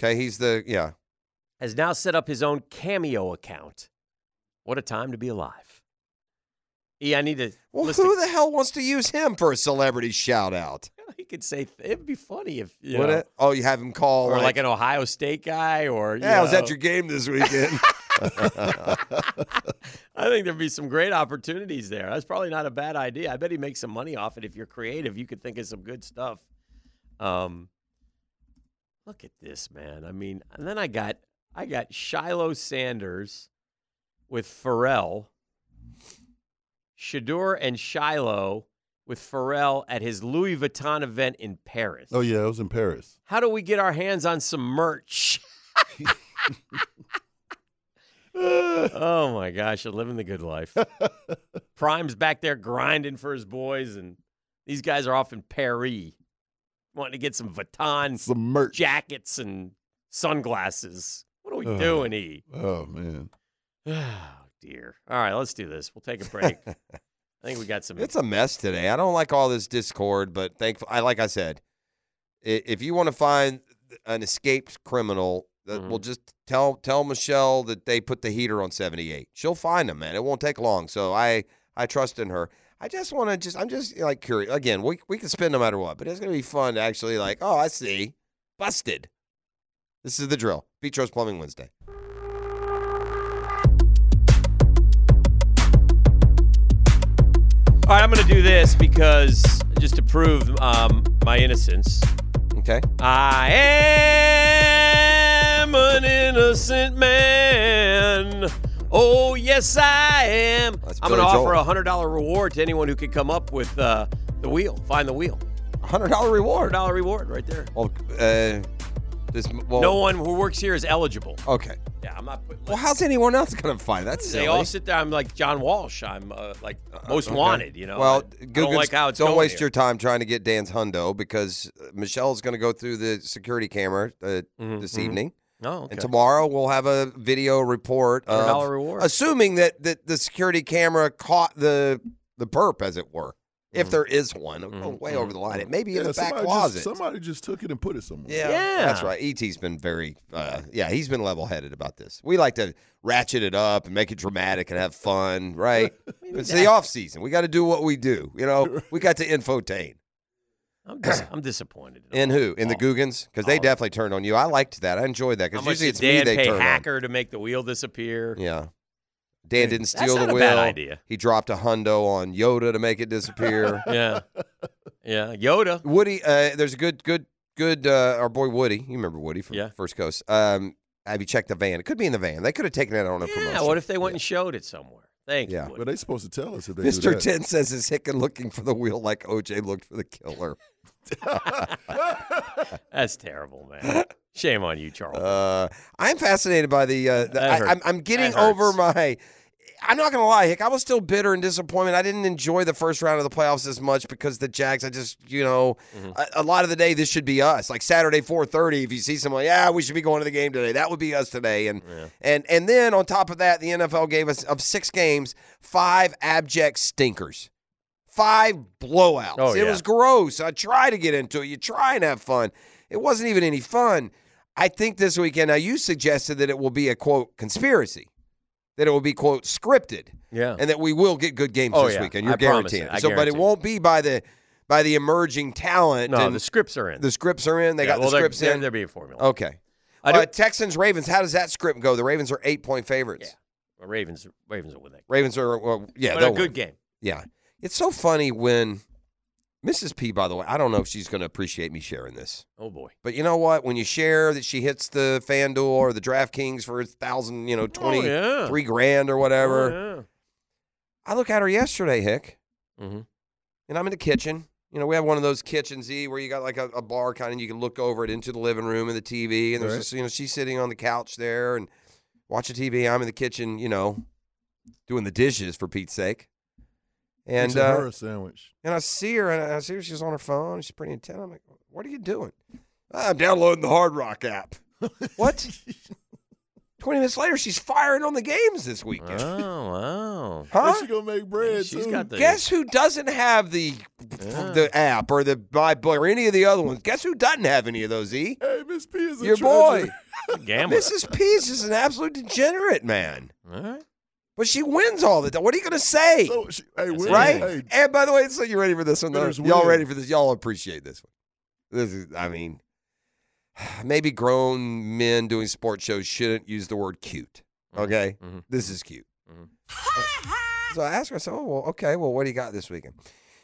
Speaker 6: Okay, he's the yeah.
Speaker 9: has now set up his own Cameo account. What a time to be alive. E, I need to.
Speaker 6: Well, who the hell wants to use him for a celebrity shout out?
Speaker 9: He could say it'd be funny if you
Speaker 6: Would
Speaker 9: know,
Speaker 6: it? Oh, you have him call
Speaker 9: or like an Ohio State guy, or you
Speaker 6: Yeah, I was
Speaker 9: know.
Speaker 6: at your game this weekend.
Speaker 9: I think there'd be some great opportunities there. That's probably not a bad idea. I bet he makes some money off it. If you're creative, you could think of some good stuff. Um, look at this, man. I mean, and then I got I got Shiloh Sanders with Pharrell, Shadur and Shiloh with Pharrell at his Louis Vuitton event in Paris.
Speaker 5: Oh yeah, it was in Paris.
Speaker 9: How do we get our hands on some merch? oh my gosh, you're living the good life. Prime's back there grinding for his boys, and these guys are off in Paris wanting to get some Vuitton
Speaker 5: some merch.
Speaker 9: jackets and sunglasses. What are we
Speaker 5: Ugh.
Speaker 9: doing, E?
Speaker 5: Oh man.
Speaker 9: Oh dear. All right, let's do this. We'll take a break. I think we got some
Speaker 6: It's a mess today. I don't like all this discord, but thankful. I like I said, i- if you want to find an escaped criminal, that
Speaker 9: Mm-hmm.
Speaker 6: will just tell tell Michelle that they put the heater on seventy eight. She'll find him, man. It won't take long. So I I trust in her. I just want to just I'm just like curious. Again, we we can spin no matter what, but it's gonna be fun to actually like. Oh, I see, busted. This is the drill. Petros Plumbing Wednesday.
Speaker 9: All right, I'm going to do this because just to prove um, my innocence.
Speaker 6: Okay.
Speaker 9: I am an innocent man. Oh yes, I am. I'm going to
Speaker 6: Billy
Speaker 9: offer
Speaker 6: Joel.
Speaker 9: a hundred dollar reward to anyone who can come up with uh, the wheel. Find the wheel.
Speaker 6: Hundred dollar reward.
Speaker 9: Hundred dollar reward right there.
Speaker 6: Well, uh, this well,
Speaker 9: no one who works here is eligible.
Speaker 6: Okay.
Speaker 9: Yeah, I'm not. putting-
Speaker 6: Well, how's anyone else gonna find that? Oh,
Speaker 9: They all sit there. I'm like John Walsh. I'm uh, like most
Speaker 6: Okay.
Speaker 9: wanted. You know.
Speaker 6: Well,
Speaker 9: I, I don't
Speaker 6: Guggen's-
Speaker 9: like how it's
Speaker 6: don't
Speaker 9: going
Speaker 6: waste
Speaker 9: here.
Speaker 6: your time trying to get Dan's hundo because uh, Michelle's going to go through the security camera uh, this
Speaker 9: mhm.
Speaker 6: evening.
Speaker 9: Oh, okay.
Speaker 6: And tomorrow we'll have a video report of
Speaker 9: $100 reward.
Speaker 6: assuming that, that the security camera caught the the perp, as it were, if
Speaker 9: Mm-hmm.
Speaker 6: there is one. We're going way over the line. It may be in
Speaker 5: Mm-hmm. Yeah,
Speaker 6: the back
Speaker 5: somebody
Speaker 6: closet.
Speaker 5: Just, somebody just took it and put it somewhere.
Speaker 6: That's right. ET's been very, uh, yeah, he's been level headed about this. We like to ratchet it up and make it dramatic and have fun, right? it's the off season. We got to do what we do. You know, we got to infotain.
Speaker 9: I'm, dis- I'm disappointed.
Speaker 6: In who? In the Googans? Because they definitely turned on you. I liked that. I enjoyed that
Speaker 9: How
Speaker 6: because
Speaker 9: much
Speaker 6: usually
Speaker 9: did
Speaker 6: it's me
Speaker 9: Dan
Speaker 6: they
Speaker 9: pay
Speaker 6: turn on.
Speaker 9: Hacker to make the wheel disappear?
Speaker 6: Yeah. Dan didn't
Speaker 9: That's
Speaker 6: steal
Speaker 9: not
Speaker 6: the
Speaker 9: a
Speaker 6: wheel.
Speaker 9: bad idea.
Speaker 6: He dropped a hundo on Yoda to make it disappear.
Speaker 9: yeah. Yeah. Yoda.
Speaker 6: Woody, uh, there's a good, good, good. Uh, our boy Woody, you remember Woody from First Coast. Um, have you checked the van? It could be in the van. They could have taken it on a promotion.
Speaker 9: Yeah. What if they went and showed it somewhere? Thank
Speaker 6: Yeah.
Speaker 9: you.
Speaker 5: But they supposed to tell us if they do
Speaker 6: Mr.
Speaker 5: that.
Speaker 6: Ten says is Hicken looking for the wheel like OJ looked for the killer.
Speaker 9: That's terrible, man. Shame on you, Charles.
Speaker 6: Uh, I'm fascinated by the. Uh, the
Speaker 9: That
Speaker 6: I,
Speaker 9: hurt.
Speaker 6: I'm, I'm getting
Speaker 9: That hurts.
Speaker 6: over my. I'm not gonna lie, Hick. I was still bitter and disappointed. I didn't enjoy the first round of the playoffs as much because the Jags. I just, you know,
Speaker 9: Mm-hmm.
Speaker 6: a, a lot of the day this should be us. Like Saturday 4:30, if you see someone, yeah, we should be going to the game today. That would be us today. And and and then on top of that, the NFL gave us of six games, five abject stinkers five blowouts.
Speaker 9: Oh,
Speaker 6: It
Speaker 9: yeah.
Speaker 6: was gross. I try to get into it. You try and have fun. It wasn't even any fun. I think this weekend, now you suggested that it will be a quote conspiracy, that it will be quote scripted,
Speaker 9: Yeah.
Speaker 6: and that we will get good games
Speaker 9: Oh,
Speaker 6: this
Speaker 9: yeah.
Speaker 6: weekend. You're
Speaker 9: I promise
Speaker 6: guaranteeing
Speaker 9: it. I
Speaker 6: So, but
Speaker 9: guarantee
Speaker 6: it won't be by the by the emerging talent.
Speaker 9: no,
Speaker 6: and
Speaker 9: the scripts are in.
Speaker 6: the scripts are in. They
Speaker 9: Yeah,
Speaker 6: got
Speaker 9: well,
Speaker 6: the
Speaker 9: they're-
Speaker 6: scripts
Speaker 9: they're-
Speaker 6: in.
Speaker 9: they're being formulated.
Speaker 6: Okay.
Speaker 9: I do-
Speaker 6: Uh, Texans Ravens. How does that script go? The Ravens are eight point favorites.
Speaker 9: Well, Ravens. Ravens will win that.
Speaker 6: Ravens are, well, yeah,
Speaker 9: But a
Speaker 6: they'll
Speaker 9: good
Speaker 6: win.
Speaker 9: game.
Speaker 6: Yeah. It's so funny when Mrs. P, by the way, I don't know if she's going to appreciate me sharing this.
Speaker 9: Oh boy.
Speaker 6: But you know what? When you share that she hits the FanDuel or the DraftKings for a thousand, you know, twenty three
Speaker 9: Oh, yeah.
Speaker 6: grand or whatever.
Speaker 9: Oh, yeah.
Speaker 6: I look at her yesterday, Hick,
Speaker 9: Mhm.
Speaker 6: and I'm in the kitchen. You know, we have one of those kitchens, E, where you got like a, a bar kind of, you can look over it into the living room and the TV. And there's
Speaker 5: Right.
Speaker 6: just, you know, she's sitting on the couch there and watching TV. I'm in the kitchen, you know, doing the dishes for Pete's sake. And
Speaker 5: Fixing
Speaker 6: uh,
Speaker 5: her a sandwich.
Speaker 6: and I see her, and I see her. She's on her phone. And she's pretty intent. I'm like, "What are you doing?" "Ah, I'm downloading the Hard Rock app. what? 20 minutes later, she's firing on the games this weekend.
Speaker 9: Oh, wow.
Speaker 6: Huh?
Speaker 5: She gonna make bread
Speaker 9: She's
Speaker 5: too.
Speaker 9: got the-
Speaker 6: Guess who doesn't have the the app or the my boy or any of the other ones? Guess who doesn't have any of those? E
Speaker 5: Hey, Miss P is a
Speaker 6: your boy.
Speaker 5: treasure.
Speaker 9: Gambler.
Speaker 6: Mrs. P is just an absolute degenerate, man.
Speaker 9: All right.
Speaker 6: But she wins all the time. What are you gonna say?
Speaker 5: So she, hey,
Speaker 9: That's
Speaker 5: Will,
Speaker 6: right?
Speaker 5: hey,
Speaker 6: And by the way, so you ready for this one? Though?
Speaker 5: Spinners
Speaker 6: Y'all
Speaker 5: win.
Speaker 6: ready for this? Y'all appreciate this one. This is, I mean, maybe grown men doing sports shows shouldn't use the word cute.
Speaker 9: Mm-hmm.
Speaker 6: Okay, this is cute. So I asked her, I said, "Oh, well, okay. Well, what do you got this weekend?"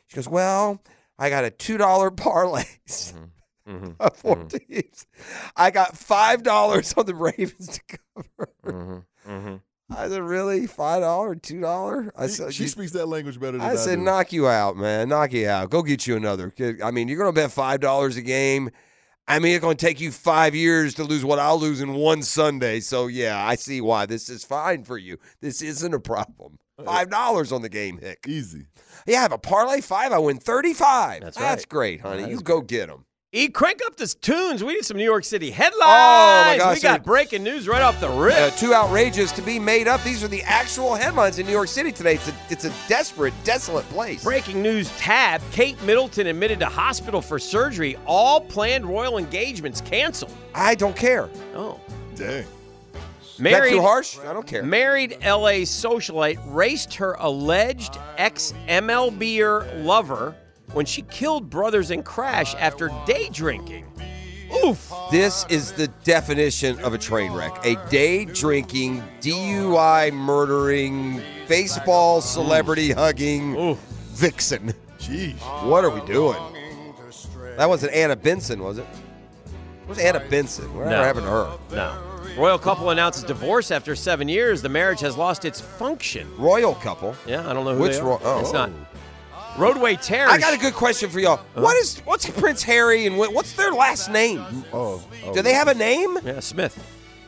Speaker 6: She goes, "Well, I got a two dollar parlay."
Speaker 9: Mm-hmm.
Speaker 6: of 4 teams. I got five dollars on the Ravens to cover.
Speaker 9: Mm-hmm.
Speaker 6: I said, "Really? Five dollar? Two dollar?" I
Speaker 5: she-
Speaker 6: said,
Speaker 5: she
Speaker 6: "You-
Speaker 5: speaks that language better than I,
Speaker 6: I said,
Speaker 5: do.
Speaker 6: knock you out, man. Knock you out. Go get you another. kid. I mean, you're going to bet $5 a game. I mean, it's going to take you five years to lose what I'll lose in one Sunday. So, yeah, I see why. This is fine for you. This isn't a problem. $5 on the game, Hick.
Speaker 5: Easy.
Speaker 6: Yeah, I have a parlay five. I win 35
Speaker 9: That's right.
Speaker 6: great, honey.
Speaker 9: That
Speaker 6: you
Speaker 9: is
Speaker 6: go get 'em. get them.
Speaker 9: E, crank up the tunes. We need some New York City headlines.
Speaker 6: Oh, gosh,
Speaker 9: we got
Speaker 6: dude.
Speaker 9: breaking news right off the rip.
Speaker 6: Uh, too outrageous to be made up. These are the actual headlines in New York City today. It's a, it's a desperate, desolate place.
Speaker 9: Breaking news tab Kate Middleton admitted to hospital for surgery. All planned royal engagements canceled.
Speaker 6: I don't care.
Speaker 9: Oh.
Speaker 5: Dang.
Speaker 6: Married,
Speaker 9: Married,
Speaker 6: that too harsh? I don't care.
Speaker 9: married LA socialite raced her alleged ex MLBer er lover when she killed brothers in crash after day drinking. Oof.
Speaker 6: This is the definition of a train wreck. A day drinking, DUI murdering, baseball celebrity hugging vixen.
Speaker 5: Jeez.
Speaker 6: What are we doing? That wasn't Anna Benson, was it? It was Anna Benson. Whatever
Speaker 9: No.
Speaker 6: happened to her?
Speaker 9: No. Royal couple announces divorce after seven years. The marriage has lost its function.
Speaker 6: Royal couple.
Speaker 9: Yeah, I don't know who
Speaker 6: Which
Speaker 9: they are.
Speaker 6: ro- oh.
Speaker 9: It's not. Roadway Terrace.
Speaker 6: I got a good question for y'all. What is what's Prince Harry and what- what's their last name?
Speaker 5: Oh, oh,
Speaker 6: Do they have a name?
Speaker 9: Yeah, Smith.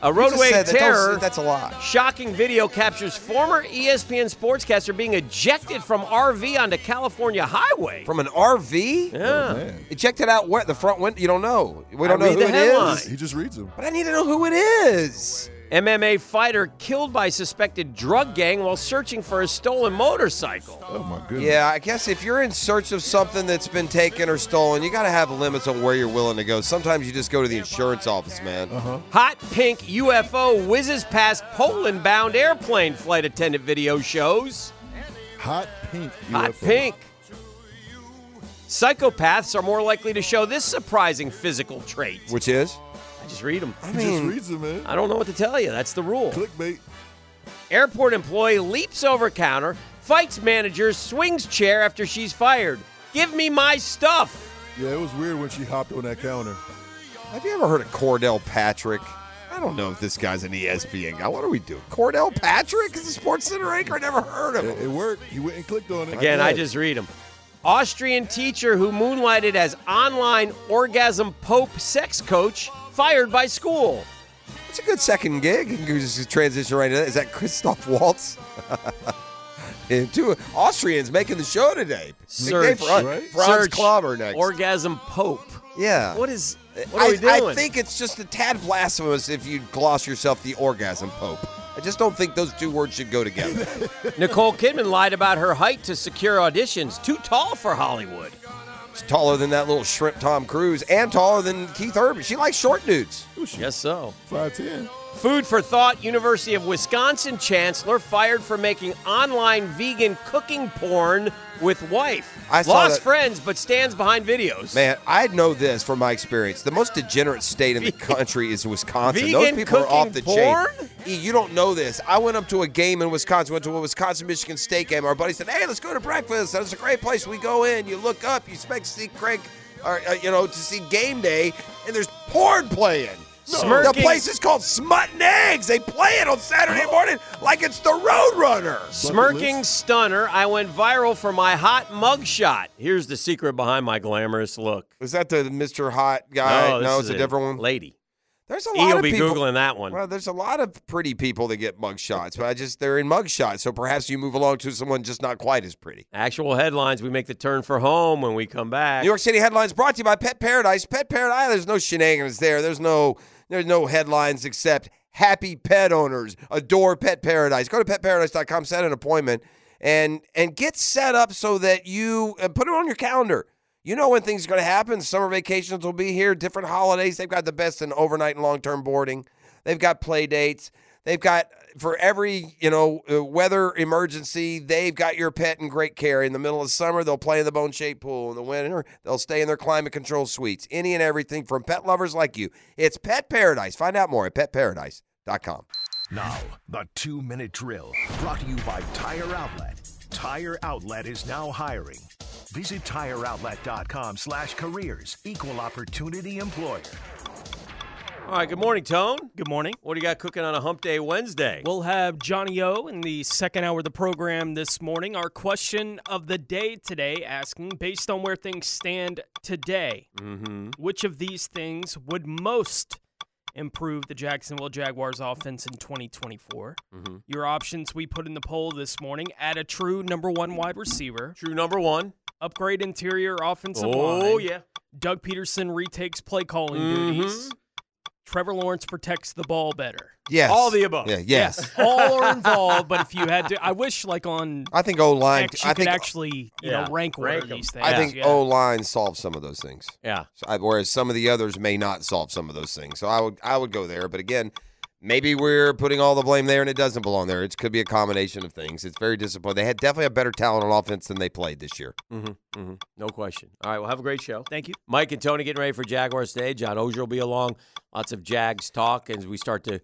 Speaker 9: A
Speaker 6: You just
Speaker 9: roadway
Speaker 6: said that. Don't
Speaker 9: terror.
Speaker 6: say- That's a lie.
Speaker 9: Shocking video captures former E ESPN sportscaster being ejected from RV onto California highway.
Speaker 6: From an RV?
Speaker 9: Yeah.
Speaker 5: Oh,
Speaker 9: Oh,
Speaker 5: man.
Speaker 6: You checked it out where the front window. You don't know. We don't
Speaker 9: I
Speaker 6: know
Speaker 9: read
Speaker 6: who
Speaker 9: the
Speaker 6: it is.
Speaker 9: headline.
Speaker 5: He just reads them.
Speaker 6: But I need to know who it is.
Speaker 9: MMA fighter killed by suspected drug gang while searching for a stolen motorcycle.
Speaker 5: Oh my goodness.
Speaker 6: Yeah, I guess if you're in search of something that's been taken or stolen, you got to have limits on where you're willing to go. Sometimes you just go to the insurance office, man.
Speaker 5: Uh-huh.
Speaker 9: Hot pink UFO whizzes past Poland bound airplane flight attendant video shows.
Speaker 5: Hot pink.
Speaker 9: Hot
Speaker 5: UFO.
Speaker 9: pink. Psychopaths are more likely to show this surprising physical trait.
Speaker 6: Which is?
Speaker 9: I just read them.
Speaker 6: I
Speaker 5: He just
Speaker 6: mean,
Speaker 5: reads them, man.
Speaker 9: I don't know what to tell you. That's the rule.
Speaker 5: Clickbait.
Speaker 9: Airport employee leaps over counter, fights manager, swings chair after she's fired. Give me my stuff.
Speaker 5: Yeah, it was weird when she hopped on that counter.
Speaker 6: have you ever heard of Cordell Patrick? I don't know if this guy's an E ESPN guy. What are we doing? Cordell Patrick is a Sports Center anchor. I never heard of
Speaker 5: It,
Speaker 6: him.
Speaker 5: it worked. He went and clicked on it.
Speaker 9: Again, I
Speaker 5: did.
Speaker 9: just read them. Austrian teacher who moonlighted as online orgasm pope sex coach fired by school.
Speaker 6: It's a good second gig. You can just transition right into that. Is that Christoph Waltz? and two Austrians making the show today. Big day
Speaker 9: Search,
Speaker 6: for us.
Speaker 5: right?
Speaker 6: Franz
Speaker 9: Search
Speaker 6: Klauber next.
Speaker 9: Orgasm pope.
Speaker 6: yeah.
Speaker 9: What is? What are we
Speaker 6: I,
Speaker 9: doing?
Speaker 6: I think it's just a tad blasphemous if you gloss yourself the orgasm pope. I just don't think those two words should go together.
Speaker 9: Nicole Kidman lied about her height to secure auditions. Too tall for Hollywood.
Speaker 6: She's taller than that little shrimp Tom Cruise and taller than Keith Urban. She likes short dudes.
Speaker 9: Yes, so.
Speaker 5: Five ten.
Speaker 9: Food for thought University of Wisconsin chancellor fired for making online vegan cooking porn with wife.
Speaker 6: I saw
Speaker 9: Lost
Speaker 6: that.
Speaker 9: friends but stands behind videos.
Speaker 6: Man, I know this from my experience. The most degenerate state in the country is Wisconsin. Those
Speaker 9: Vegan
Speaker 6: people are off the
Speaker 9: cooking
Speaker 6: chain.
Speaker 9: porn?
Speaker 6: E, you don't know this. I went up to a game in Wisconsin, went to a Wisconsin Michigan State game. Our buddy said, "Hey, let's go to breakfast. That's a great place." We go in. You look up. You expect to see Craig, or uh, you know, to see game day, and there's porn playing. The
Speaker 9: Smirking-
Speaker 6: place is called Smut and Eggs. They play it on Saturday morning like it's the Roadrunner.
Speaker 9: Smirking stunner, I went viral for my hot mugshot. Here's the secret behind my glamorous look.
Speaker 6: Is that the Mr. Hot guy?
Speaker 9: this
Speaker 6: no,
Speaker 9: is
Speaker 6: it's a different one.
Speaker 9: Lady.
Speaker 6: There's a lot
Speaker 9: You'll
Speaker 6: of
Speaker 9: be
Speaker 6: people.
Speaker 9: Googling that one.
Speaker 6: Well, there's a lot of pretty people that get mug shots, but I just they're in mug shots. So perhaps you move along to someone just not quite as pretty.
Speaker 9: Actual headlines. We make the turn for home when we come back.
Speaker 6: New York City headlines brought to you by Pet Paradise. Pet Paradise. There's no shenanigans there. There's no there's no headlines except happy pet owners adore pet paradise go to petparadise.com set an appointment and and get set up so that you uh, put it on your calendar you know when things are going to happen summer vacations will be here different holidays they've got the best in overnight and long-term boarding they've got play dates they've got for every you know uh, weather emergency they've got your pet in great care in the middle of summer they'll play in the bone shaped pool in the winter they'll stay in their climate control suites any and everything from pet lovers like you it's pet paradise find out more at petparadise.com
Speaker 3: Now, the two minute drill brought to you by Tire Outlet. Tire Outlet is now hiring. Visit tireoutlet.com slash careers, equal opportunity employer.
Speaker 9: All right, good morning, Tone.
Speaker 20: Good morning.
Speaker 9: What do you got cooking on a hump day Wednesday?
Speaker 20: We'll have Johnny O in the second hour of the program this morning. Our question of the day today asking based on where things stand today,
Speaker 9: Mm-hmm.
Speaker 20: which of these things would most improve the Jacksonville Jaguars offense in 2024?
Speaker 9: Mhm.
Speaker 20: Your options we put in the poll this morning add a true number one wide receiver.
Speaker 9: True number one.
Speaker 20: Upgrade interior offensive
Speaker 9: Oh,
Speaker 20: line.
Speaker 9: yeah.
Speaker 20: Doug Peterson retakes play calling
Speaker 9: Mhm.
Speaker 20: duties. Trevor Lawrence protects the ball better.
Speaker 6: yes
Speaker 9: All the above.
Speaker 6: yeah yes
Speaker 20: All are involved, but if you had to, I wish like on
Speaker 6: i think o-line
Speaker 20: X, you
Speaker 6: i
Speaker 20: could
Speaker 6: think
Speaker 20: actually you
Speaker 9: Yeah.
Speaker 20: know rank order
Speaker 9: Rank 'em.
Speaker 20: these things.
Speaker 6: I think
Speaker 20: yeah.
Speaker 6: O line solves some of those things.
Speaker 9: Yeah.
Speaker 6: So I, whereas some of the others may not solve some of those things. So I would I would go there, but again, maybe we're putting all the blame there and it doesn't belong there. It could be a combination of things. It's very disappointing. They had definitely have better talent on offense than they played this year.
Speaker 9: Mm-hmm. Mm-hmm. No question. All right. Well, have a great show.
Speaker 20: Thank you.
Speaker 9: Mike and Tony getting ready for Jaguars today. John Ozier will be along. Lots of Jags talk as we start to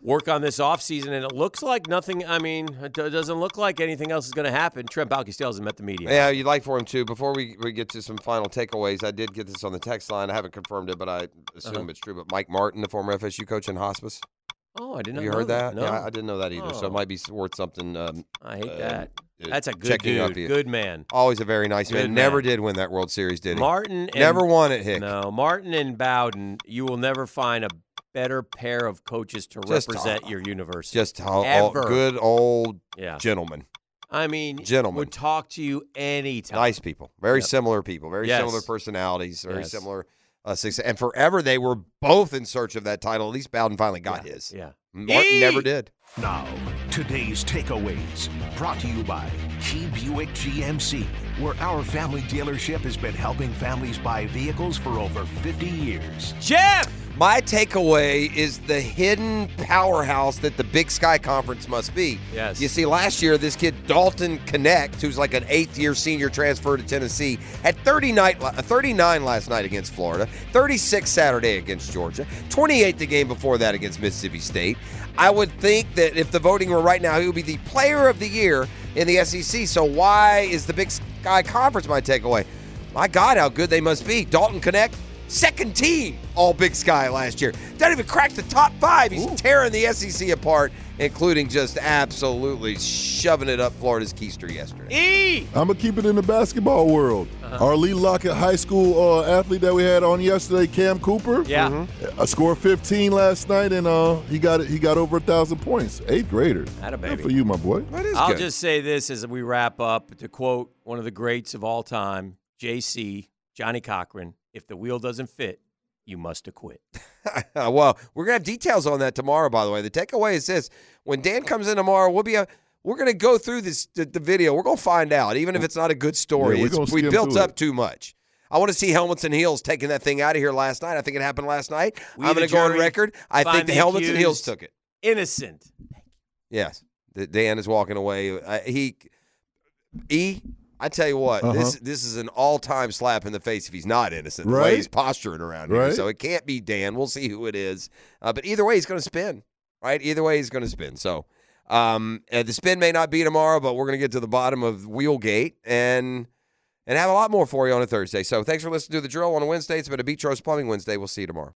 Speaker 9: work on this offseason. And it looks like nothing, I mean, it do- doesn't look like anything else is going to happen. Trent Baalke still hasn't met the media.
Speaker 6: Yeah, you'd like for him to. Before we, we get to some final takeaways, I did get this on the text line. I haven't confirmed it, but I assume
Speaker 9: Uh-huh.
Speaker 6: it's true. But Mike Martin, the former FSU coach in hospice.
Speaker 9: Oh, I did
Speaker 6: Have
Speaker 9: not
Speaker 6: you
Speaker 9: know
Speaker 6: heard that?
Speaker 9: that.
Speaker 6: Yeah,
Speaker 9: No.
Speaker 6: I, I didn't know that either. So
Speaker 9: Oh.
Speaker 6: it might be worth something. Um,
Speaker 9: I hate
Speaker 6: uh,
Speaker 9: that.
Speaker 6: uh,
Speaker 9: That's a good
Speaker 6: checking up
Speaker 9: dude.
Speaker 6: you.
Speaker 9: Good man.
Speaker 6: Always a very nice man.
Speaker 9: Good
Speaker 6: Never
Speaker 9: man.
Speaker 6: did win that World Series, did he?
Speaker 9: Martin and,
Speaker 6: never won it. Hick.
Speaker 9: No, Martin and Bowden. You will never find a better pair of coaches to
Speaker 6: Just
Speaker 9: represent
Speaker 6: all-
Speaker 9: your university.
Speaker 6: Just how all,
Speaker 9: Ever.
Speaker 6: good old
Speaker 9: Yeah.
Speaker 6: gentleman.
Speaker 9: I mean,
Speaker 6: Gentlemen.
Speaker 9: would talk to you anytime.
Speaker 6: Nice people. Very
Speaker 9: Yep.
Speaker 6: similar people. Very
Speaker 9: Yes.
Speaker 6: similar personalities. Very
Speaker 9: Yes.
Speaker 6: similar uh, success. And forever they were both in search of that title. At least Bowden finally got his.
Speaker 9: Yeah.
Speaker 6: Martin never did.
Speaker 3: Now, today's takeaways brought to you by Key Buick GMC, where our family dealership has been helping families buy vehicles for over 50 years.
Speaker 9: Jeff!
Speaker 6: My takeaway is the hidden powerhouse that the Big Sky Conference must be.
Speaker 9: Yes.
Speaker 6: You see, last year, this kid Dalton Connect, who's like an eighth year senior transfer to Tennessee, had 30 night, uh, 39 last night against Florida, 36 Saturday against Georgia, 28 the game before that against Mississippi State. I would think that if the voting were right now, he would be the player of the year in the SEC. So, why is the Big Sky Conference my takeaway? My God, how good they must be. Dalton Connect, second team All Big Sky last year. Doesn't even crack the top five. He's tearing the SEC apart, including just absolutely shoving it up Florida's keister yesterday.
Speaker 9: E!
Speaker 5: I'm gonna keep it in the basketball world.
Speaker 9: Uh-huh.
Speaker 5: Our Lee Lockett High School uh, athlete that we had on yesterday, Cam Cooper.
Speaker 9: Yeah.
Speaker 6: Mm-hmm.
Speaker 5: uh, scored 15 last night, and uh, he got it. He got over a thousand points. Eighth grader.
Speaker 9: Atta
Speaker 5: Good
Speaker 9: baby.
Speaker 5: for you, my boy.
Speaker 9: I'll just say this as we wrap up to quote one of the greats of all time, JC, Johnny Cochran, if the wheel doesn't fit, you must acquit.
Speaker 6: Uh, well, we're gonna have details on that tomorrow. By the way, the takeaway is this: when Dan comes in tomorrow, we'll be a we're going to go through this the, the video. We're going to find out, even if it's not a good story.
Speaker 5: Yeah, we're
Speaker 6: It's-
Speaker 5: gonna
Speaker 6: we
Speaker 5: skim
Speaker 6: built
Speaker 5: through
Speaker 6: up
Speaker 5: it.
Speaker 6: too much. I want to see helmets and heels taking that thing out of here last night. I think it happened last night.
Speaker 9: We,
Speaker 6: I'm
Speaker 9: the
Speaker 6: going to go on
Speaker 9: jury,
Speaker 6: record. I
Speaker 9: find
Speaker 6: think the
Speaker 9: the
Speaker 6: helmets and heels
Speaker 9: accused.
Speaker 6: took it.
Speaker 9: Innocent.
Speaker 6: Yes, that Dan is walking away. I, he, E, I tell you what, this
Speaker 5: Uh-huh.
Speaker 6: this is an all time slap in the face if he's not innocent. The way
Speaker 5: Right?
Speaker 6: he's posturing around here,
Speaker 5: Right?
Speaker 6: so it can't be Dan. We'll see who it is. Uh, but either way, he's going to spin. Right, either way, he's going to spin. So. Um, and the spin may not be tomorrow, but we're going to get to the bottom of Wheelgate and and have a lot more for you on a Thursday. So thanks for listening to the drill on a Wednesday. It's been a Beatrice Plumbing Wednesday. We'll see you tomorrow.